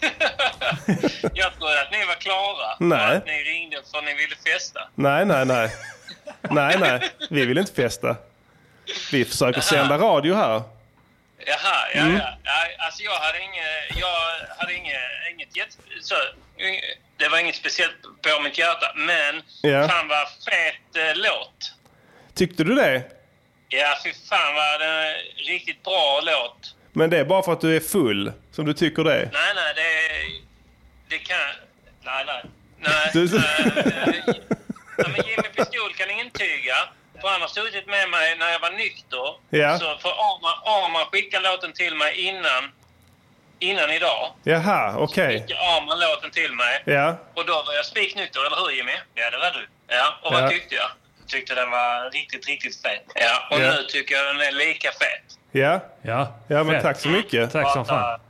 Speaker 16: Jag trodde att ni var klara.
Speaker 1: Nej.
Speaker 16: Och Att ni ringde för ni ville festa.
Speaker 1: Nej, nej, nej. Nej, nej. Vi vill inte festa. Vi försöker sända radio här.
Speaker 16: Jaha, ja,
Speaker 1: Mm.
Speaker 16: ja. Nej, Alltså jag hade inget, jag hade inget, inget jätte, så, inget- det var inget speciellt på mitt hjärta, men
Speaker 1: Ja.
Speaker 16: fan vad fet eh, låt.
Speaker 1: Tyckte du det?
Speaker 16: Ja, fy fan vad det riktigt bra låt.
Speaker 1: Men det är bara för att du är full som du tycker det.
Speaker 16: Nej, nej, det, det kan, nej, nej. Nej,
Speaker 1: Du-
Speaker 16: nej, nej, men Jimmy Pistol kan intyga, för han har suttit med mig när jag var nykter.
Speaker 1: Ja.
Speaker 16: Så för Arman, Arman skickade låten till mig innan, innan idag.
Speaker 1: Jaha, okej.
Speaker 16: skickade Arman låten till mig.
Speaker 1: Ja.
Speaker 16: Och då var jag spiknykter, eller hur Jimmy? Ja, det var du. Ja, och
Speaker 1: Ja.
Speaker 16: vad tyckte jag? Jag Tyckte den var riktigt, riktigt fet. Ja, och
Speaker 1: Ja.
Speaker 16: nu tycker jag den är lika fet.
Speaker 1: Ja.
Speaker 2: Ja.
Speaker 1: Ja, men
Speaker 16: Fett.
Speaker 1: tack så mycket.
Speaker 2: Tack som fan.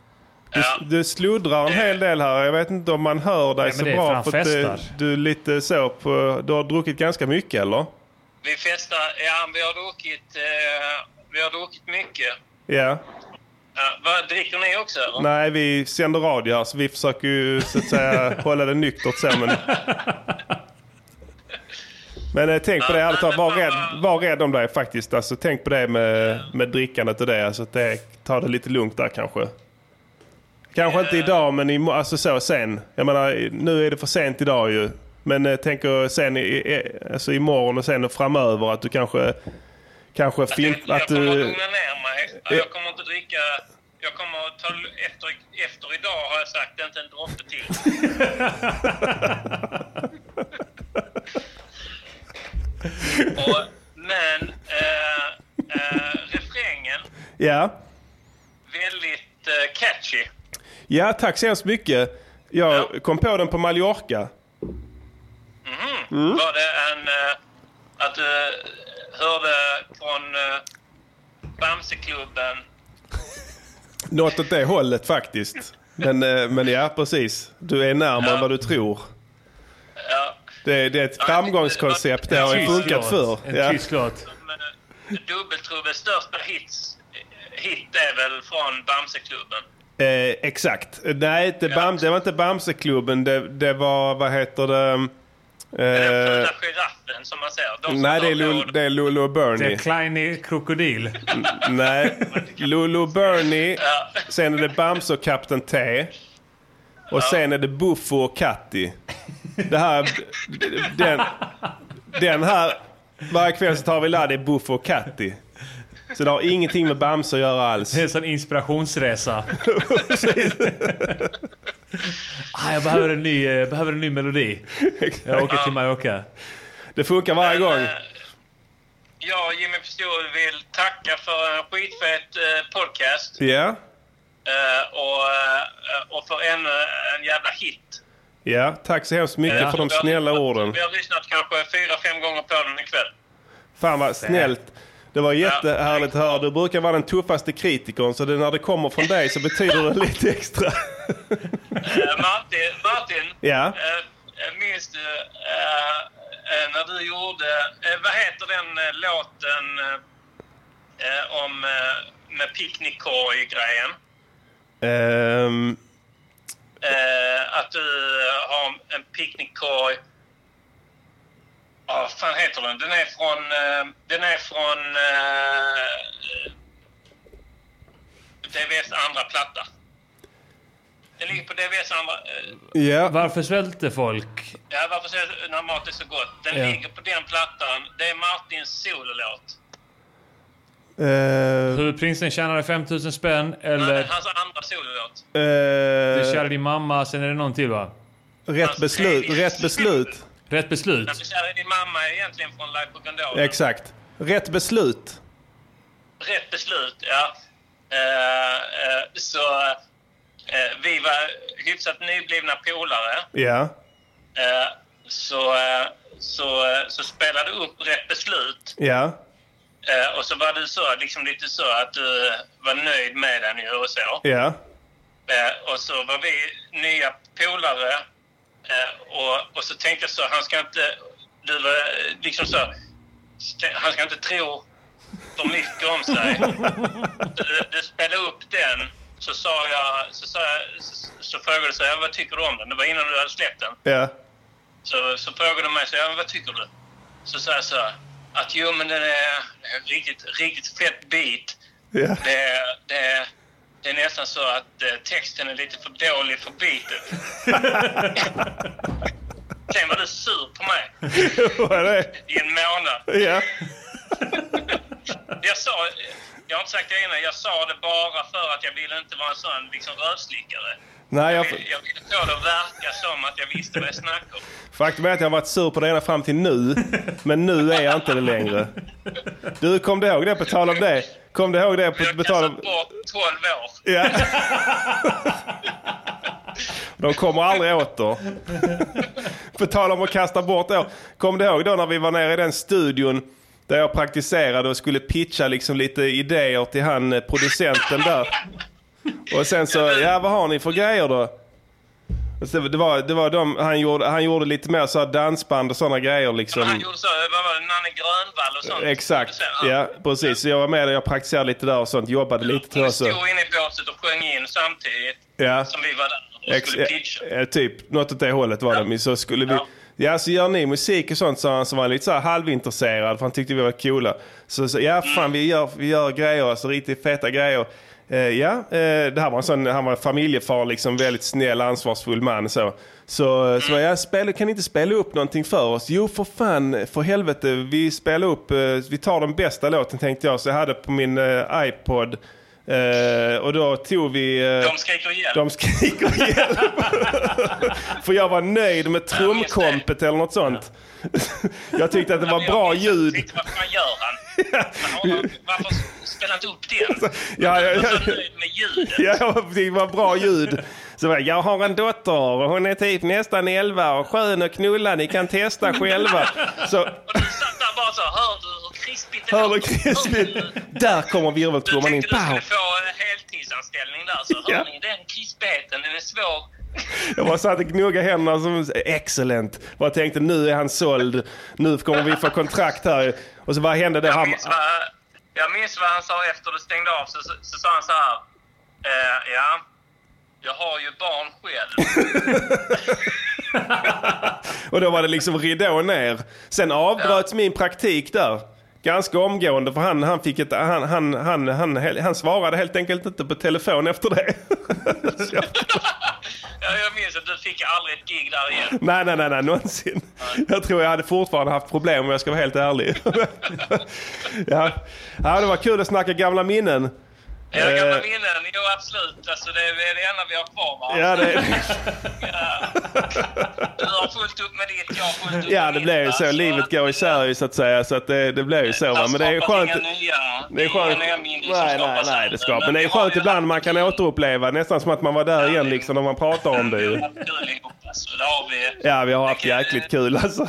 Speaker 1: Du, du sluddrar en hel del här. Jag vet inte om man hör dig
Speaker 2: men
Speaker 1: så
Speaker 2: det är för
Speaker 1: bra.
Speaker 2: han
Speaker 1: För att du,
Speaker 2: festar.
Speaker 1: du är lite så på, Du har druckit ganska mycket eller?
Speaker 16: Vi festar, ja, vi har druckit, eh, vi har druckit mycket.
Speaker 1: Ja.
Speaker 16: Ja, vad dricker ni också eller?
Speaker 1: Nej, vi sänder radio här så vi försöker ju så att säga hålla det nyktert sen. Men, men eh, tänk på det ärligt talat, var rädd, var rädd om dig faktiskt. Alltså, tänk på det med, med drickandet och det. Alltså, att det. Ta det lite lugnt där kanske. Kanske
Speaker 16: Eh.
Speaker 1: inte idag, men imo- alltså så sen. Jag menar, i- nu är det för sent idag ju. Men eh, tänk eh, sen i, i, alltså imorgon och sen och framöver att du kanske kanske fin, att du... Eh.
Speaker 16: Ja, Jag kommer inte dricka... Jag kommer att ta... Efter, efter idag har jag sagt inte en droppe till. Och, men eh, eh, refrängen,
Speaker 1: Ja.
Speaker 16: väldigt eh, catchy.
Speaker 1: ja, tack så hemskt mycket. Jag kom på den på Mallorca.
Speaker 16: Mhm.
Speaker 1: Mm.
Speaker 16: Var det en... Eh, att du eh, hörde från eh, Bamseklubben
Speaker 1: Något åt det hållet faktiskt. Men, eh, men ja, precis. Du är närmare än vad du tror. Det, det är ett framgångskoncept. Det har ju funkat förr. Ja.
Speaker 16: Dubbeltrubbes eh, största hits, eh, hit är väl från Bamseklubben?
Speaker 1: Eh, exakt. Nej, det, Bam, det var inte Bamseklubben. Det, det var, vad heter det? Eh,
Speaker 16: Giraffen som man säger.
Speaker 1: nej, det är, Lul, det är Lulu och Bernie.
Speaker 2: Det är Kleiny Krokodil.
Speaker 1: Nej, Lulu Bernie, sen är det Bamse och Kapten T. Och sen är det Buffo och Katti. Det här... Den, den här... Varje kväll så tar vi ladd i Buffo och Katti. Så det har ingenting med Bamse att göra alls. Det är en sån inspirationsresa.
Speaker 2: Ah, jag behöver en, ny, eh, behöver en ny melodi. Jag åker till Mallorca.
Speaker 1: Det funkar varje gång.
Speaker 16: eh, Jag och Jimmy Pistol vill tacka för en skitfet eh, podcast
Speaker 1: Ja,
Speaker 16: eh, och, eh, och för ännu en jävla hit.
Speaker 1: ja. Tack så hemskt mycket
Speaker 16: Ja.
Speaker 1: för de snälla
Speaker 8: Mm.
Speaker 1: orden.
Speaker 16: Vi har lyssnat kanske fyra, fem gånger på den ikväll.
Speaker 1: Fan vad snällt. Det var jättehärligt att höra. Du brukar vara den tuffaste kritikern, så det, när det kommer från dig så betyder det lite extra.
Speaker 16: Eh, Martin, Martin
Speaker 1: Ja.
Speaker 16: eh, eh, minns du eh, eh, när du gjorde... Eh, vad heter den eh, låten eh, eh, om, eh, med picknickkorg-grejen?
Speaker 1: Ehm,
Speaker 16: Eh, att du eh, har en picknickkorg. Ja, vad fan heter den? Den är från... Eh, den är från... Eh, DVs andra platta. Den ligger på DVs andra... Eh,
Speaker 2: Varför svälter folk?
Speaker 16: ja, varför säger jag när mat är så gott? Den
Speaker 2: Ja.
Speaker 16: ligger på den plattan. Det är Martins sololåt.
Speaker 1: eh,
Speaker 2: Hur prinsen tjänade 5000 spänn eller...
Speaker 16: Hans andra sololåt.
Speaker 1: eh,
Speaker 2: Du kära din mamma, sen är det någon till va?
Speaker 1: rätt beslut. Rätt beslut.
Speaker 2: Rätt beslut.
Speaker 16: När du kär i din mamma är egentligen från Life på Gondola.
Speaker 1: Exakt. Rätt beslut.
Speaker 16: rätt beslut, ja. Eh, eh, så eh, vi var hyfsat nyblivna polare.
Speaker 1: Ja.
Speaker 16: Eh, så, eh, så, eh, så spelade upp rätt beslut.
Speaker 1: Ja.
Speaker 16: Eh, och så var du så, liksom lite så att du var nöjd med den ju och så.
Speaker 1: Ja.
Speaker 16: Eh, och så var vi nya polare. Eh, och, och så tänkte jag så, han ska inte... Du var eh, liksom så... st- Han ska inte tro för mycket om sig. Så Du, du spelade upp den. Så sa jag... Så, sa jag, så, så frågade du så, här, vad tycker du om den? Det var innan du hade släppt den.
Speaker 1: Ja.
Speaker 16: Så, så frågade de mig så, ja, vad tycker du? Så sa jag så här, att jo men den är en riktigt, riktigt fett beat.
Speaker 1: Ja.
Speaker 16: Det, är- det, är- det är nästan så att eh, texten är lite för dålig för beatet. Sen var du sur på mig
Speaker 1: Vad är det?
Speaker 16: i en månad.
Speaker 1: Ja.
Speaker 16: Jag sa, jag har inte sagt det innan, jag sa det bara för att jag ville inte vara en sån liksom rövslickare.
Speaker 1: Nej, jag,
Speaker 16: Jag ville få det att verka som att jag visste vad jag snackade om.
Speaker 1: faktum är att jag har varit sur på det ena fram till nu. Men nu är jag inte det längre. Du, kom du ihåg det på tal om det? Kom du ihåg det på tal om...
Speaker 16: Bort 12 år.
Speaker 1: Ja. De kommer aldrig åter. På tal om att kasta bort år. Kom du ihåg då när vi var nere i den studion där jag praktiserade och skulle pitcha liksom lite idéer till han eh, producenten där. Och sen så, ja vad har ni för grejer då? Och så Det var, det var de, han, gjorde, han gjorde lite mer så här dansband och sådana grejer liksom.
Speaker 16: Han gjorde så, vad var det, Nanne Grönvall och sånt.
Speaker 1: Exakt, ja precis. Så jag var med där, jag praktiserade lite där och sånt. Jobbade lite tror jag så.
Speaker 16: Stod inne i båset och sjöng in samtidigt
Speaker 1: Ja.
Speaker 16: som vi var där och
Speaker 1: Ex-
Speaker 16: skulle pitcha.
Speaker 1: eh, typ, något åt det hållet var det. Men så skulle vi... Ja, så gör ni musik och sånt, sa han, som var lite så här halvintresserad, för han tyckte vi var coola. Så, så ja, fan vi gör, vi gör grejer, alltså riktigt feta grejer. Eh, ja, eh, det här var en sån, han var familjefar, liksom väldigt snäll, ansvarsfull man. Så, så, eh, så jag spel, kan ni inte spela upp någonting för oss? Jo, för fan, för helvete, vi spelar upp, eh, vi tar den bästa låten tänkte jag, så jag hade på min eh, iPod. Eh, och då tog vi... Eh, de skriker ihjäl. De skriker ihjäl. för jag var nöjd med trumkompet eller något sånt. jag tyckte att det var bra ljud.
Speaker 16: Vad fan gör han? Varför spelar han inte upp den?
Speaker 1: Ja, ja, ja.
Speaker 16: Med ljudet.
Speaker 1: Ja, det var bra ljud. Så bara, jag har en dotter och hon är typ nästan 11 och skön och knulla, ni kan testa själva. Så
Speaker 16: Där bara så, hör du hur krispigt det
Speaker 1: hör du
Speaker 16: låter?
Speaker 1: krispigt? Där kommer virveltrumman in.
Speaker 16: Du skulle
Speaker 1: Pow!
Speaker 16: få eh, heltidsanställning där, så hör
Speaker 1: Ja.
Speaker 16: ni den krispigheten, den är svår.
Speaker 1: Jag bara satt och gnuggade händerna som excellent. Bara tänkte nu är han såld. Nu kommer vi få kontrakt här. Och så vad hände då?
Speaker 16: Jag
Speaker 1: Han,
Speaker 16: minns, vad, jag minns vad han sa efter det stängde av. Så, så, så sa han så här. Eh, ja, jag har ju barn själv.
Speaker 1: och då var det liksom ridå ner. Sen avbröts min praktik där. Ganska omgående för han, han, fick ett, han, han, han, han, han svarade helt enkelt inte på telefon efter det.
Speaker 16: Ja, jag minns att du fick aldrig ett gig där igen.
Speaker 1: Nej, nej, nej, nej, någonsin. Jag tror jag hade fortfarande haft problem om jag ska vara helt ärlig. ja. ja, det var kul att snacka gamla minnen.
Speaker 16: Era gamla
Speaker 1: Eh,
Speaker 16: minnen, jo absolut. Alltså, det är det enda vi har kvar va?
Speaker 1: Ja, det är
Speaker 16: Du har fullt upp med ditt, jag har fullt upp
Speaker 1: Ja,
Speaker 16: med
Speaker 1: det
Speaker 16: mitt.
Speaker 1: blev ju så. Livet går isär ju så att säga. Så att det, det blev ju så. Va? Men det är ju skönt.
Speaker 16: Inga nya,
Speaker 1: Det är skönt.
Speaker 16: inga nya minnen som
Speaker 1: Nej, nej,
Speaker 16: skapas
Speaker 1: nej,
Speaker 16: här.
Speaker 1: det ska. Men det är skönt ibland man kan återuppleva nästan som att man var där igen liksom när man pratar om det ju.
Speaker 16: Kul ihop alltså. Det har vi.
Speaker 1: Ja, vi har haft jäkligt kul alltså.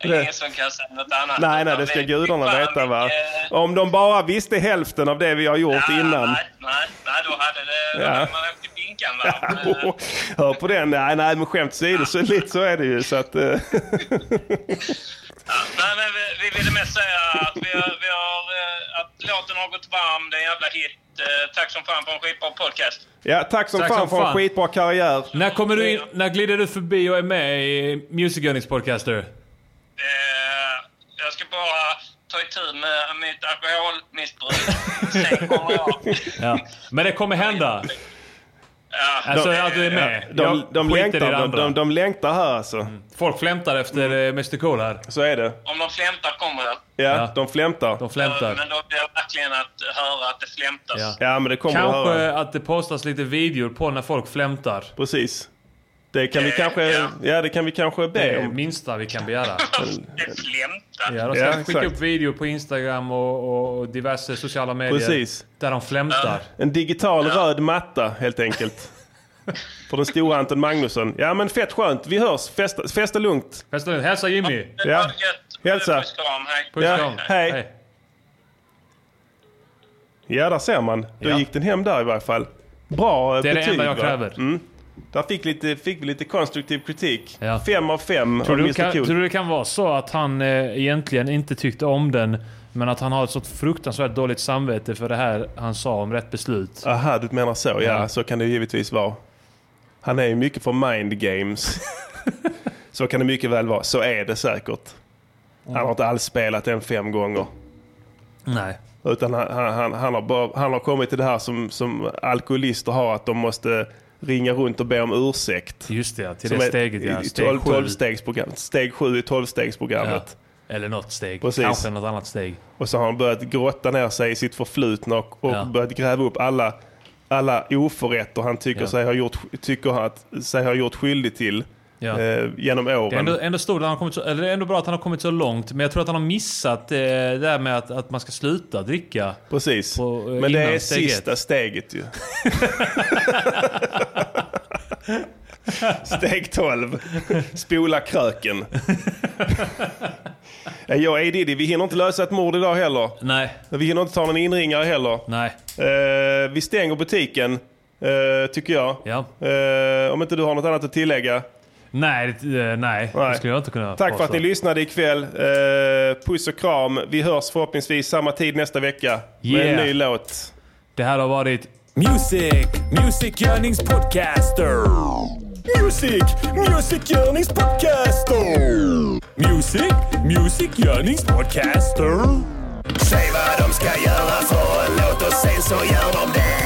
Speaker 16: Det är ingen som kan säga något annat.
Speaker 1: Nej, nej,
Speaker 16: Utan
Speaker 1: det ska
Speaker 16: vi-
Speaker 1: gudarna
Speaker 16: fan,
Speaker 1: veta va.
Speaker 16: vilket-
Speaker 1: Om de bara visste hälften av det vi har gjort innan.
Speaker 16: Nej, nej, nej, då hade det...
Speaker 1: Ja.
Speaker 16: Då hade man åkt i vinkan va. eh,
Speaker 1: Ja, åh, Hör på den. Nej, nej, men skämt åsido, så lite så är det ju. Så att, eh,
Speaker 16: Nej, men vi, vi ville mest säga att, vi, har- vi har, eh, att låten har gått varm, det är en jävla hit. Eh, Tack som fan på en skitbra podcast.
Speaker 1: ja, tack som
Speaker 2: Tack
Speaker 1: fan
Speaker 2: som
Speaker 1: för en
Speaker 2: fan.
Speaker 1: skitbra karriär.
Speaker 2: När kommer du in, när glider du förbi och är med i Music Earnings Podcaster?
Speaker 16: Eh, Jag ska bara ta itu med mitt alkoholmissbruk. Sen kommer jag...
Speaker 2: Ja. Men det kommer hända. Alltså
Speaker 1: De-
Speaker 2: att du är med.
Speaker 1: Ja, de,
Speaker 2: Jag
Speaker 1: de,
Speaker 2: skiter i
Speaker 1: längtar,
Speaker 2: det
Speaker 1: de,
Speaker 2: andra.
Speaker 1: de, de längtar här alltså.
Speaker 2: Folk flämtar efter mm. Mr Cool här.
Speaker 1: Så är det.
Speaker 16: Om de flämtar kommer jag.
Speaker 1: Ja, de flämtar. De
Speaker 16: Men då blir det verkligen att höra att det flämtas.
Speaker 2: Ja.
Speaker 1: Ja, men det kommer
Speaker 2: Kanske
Speaker 1: att höra.
Speaker 2: att det postas lite videor på när folk flämtar.
Speaker 1: Precis. Det kan vi kanske, ja. det kan vi kanske
Speaker 2: Det
Speaker 1: be
Speaker 2: är det
Speaker 1: om.
Speaker 2: minsta vi kan begära. Ja,
Speaker 1: Ja,
Speaker 2: de ska skicka
Speaker 1: exakt.
Speaker 2: upp videor på Instagram och, och diverse sociala medier.
Speaker 1: Precis.
Speaker 2: Där de flämtar.
Speaker 1: En digital röd matta helt enkelt. För den stora Anton Magnusson. Ja men fett skönt. Vi hörs. Festa, festa lugnt.
Speaker 2: Festa lugnt. Hälsa Jimmy.
Speaker 1: Ja. Hälsa.
Speaker 16: Kram, hej.
Speaker 1: Ja, hej. Ja där ser man. Då
Speaker 2: Ja.
Speaker 1: gick den hem där i varje fall. Bra eh,
Speaker 2: Det är det
Speaker 1: betyg
Speaker 2: enda jag
Speaker 1: va?
Speaker 2: kräver.
Speaker 1: Mm. Där fick, lite, fick vi lite konstruktiv kritik.
Speaker 2: Ja.
Speaker 1: Fem av fem
Speaker 2: Tror
Speaker 1: av
Speaker 2: du,
Speaker 1: Mr
Speaker 2: kan,
Speaker 1: Cool.
Speaker 2: tror du det kan vara så att han eh, egentligen inte tyckte om den, men att han har ett sånt fruktansvärt dåligt samvete för det här han sa om rätt beslut?
Speaker 1: Aha, du menar så. Ja,
Speaker 2: Ja.
Speaker 1: så kan det ju givetvis vara. Han är ju mycket för mind games. så kan det mycket väl vara. Så är det säkert. Han har inte alls spelat den fem gånger.
Speaker 2: Nej.
Speaker 1: Utan han, han, han, han, har, bara, han har kommit till det här som, som alkoholister har, att de måste ringa runt och be om ursäkt.
Speaker 2: Just det, till
Speaker 1: Som
Speaker 2: det
Speaker 1: är
Speaker 2: steget ja.
Speaker 1: i- i
Speaker 2: Steg
Speaker 1: 12
Speaker 2: sju.
Speaker 1: 12-stegsprogram. Steg 7 i 12-stegsprogrammet.
Speaker 2: Eller något steg.
Speaker 1: Precis.
Speaker 2: Kanske något annat steg.
Speaker 1: Och så har han börjat grotta ner sig i sitt förflutna och, och
Speaker 2: Ja.
Speaker 1: börjat gräva upp alla, alla oförrätter han tycker,
Speaker 2: Ja.
Speaker 1: sig, har gjort, tycker att, sig har gjort skyldig till
Speaker 2: Ja.
Speaker 1: eh, genom åren.
Speaker 2: Det är ändå, ändå, stort att han har kommit så, eller det är ändå bra att han har kommit så långt, men jag tror att han har missat eh, det där med att, att man ska sluta dricka.
Speaker 1: Precis.
Speaker 2: På, eh,
Speaker 1: Men det
Speaker 2: innan
Speaker 1: är
Speaker 2: steg ett.
Speaker 1: sista steget ju. Steg 12. Spola kröken. Eh, Jag är Diddy. Vi hinner inte lösa ett mord idag heller.
Speaker 2: Nej.
Speaker 1: Vi hinner inte ta någon inringare heller.
Speaker 2: Nej.
Speaker 1: Eh, vi stänger butiken, eh, tycker jag. Eh, om inte du har något annat att tillägga.
Speaker 2: Nej, det, eh, nej, det skulle jag inte kunna
Speaker 1: Tack för att
Speaker 2: påstå.
Speaker 1: ni lyssnade ikväll. Eh, puss och kram. Vi hörs förhoppningsvis samma tid nästa vecka. Med
Speaker 2: Yeah.
Speaker 1: en ny låt.
Speaker 2: Det här har varit
Speaker 3: Music, Music Yearnings Podcaster. Music, Music Yearnings Podcaster. Music, Music Yearnings Podcaster.
Speaker 9: Säg vad de ska göra för en låt och sen så gör de det.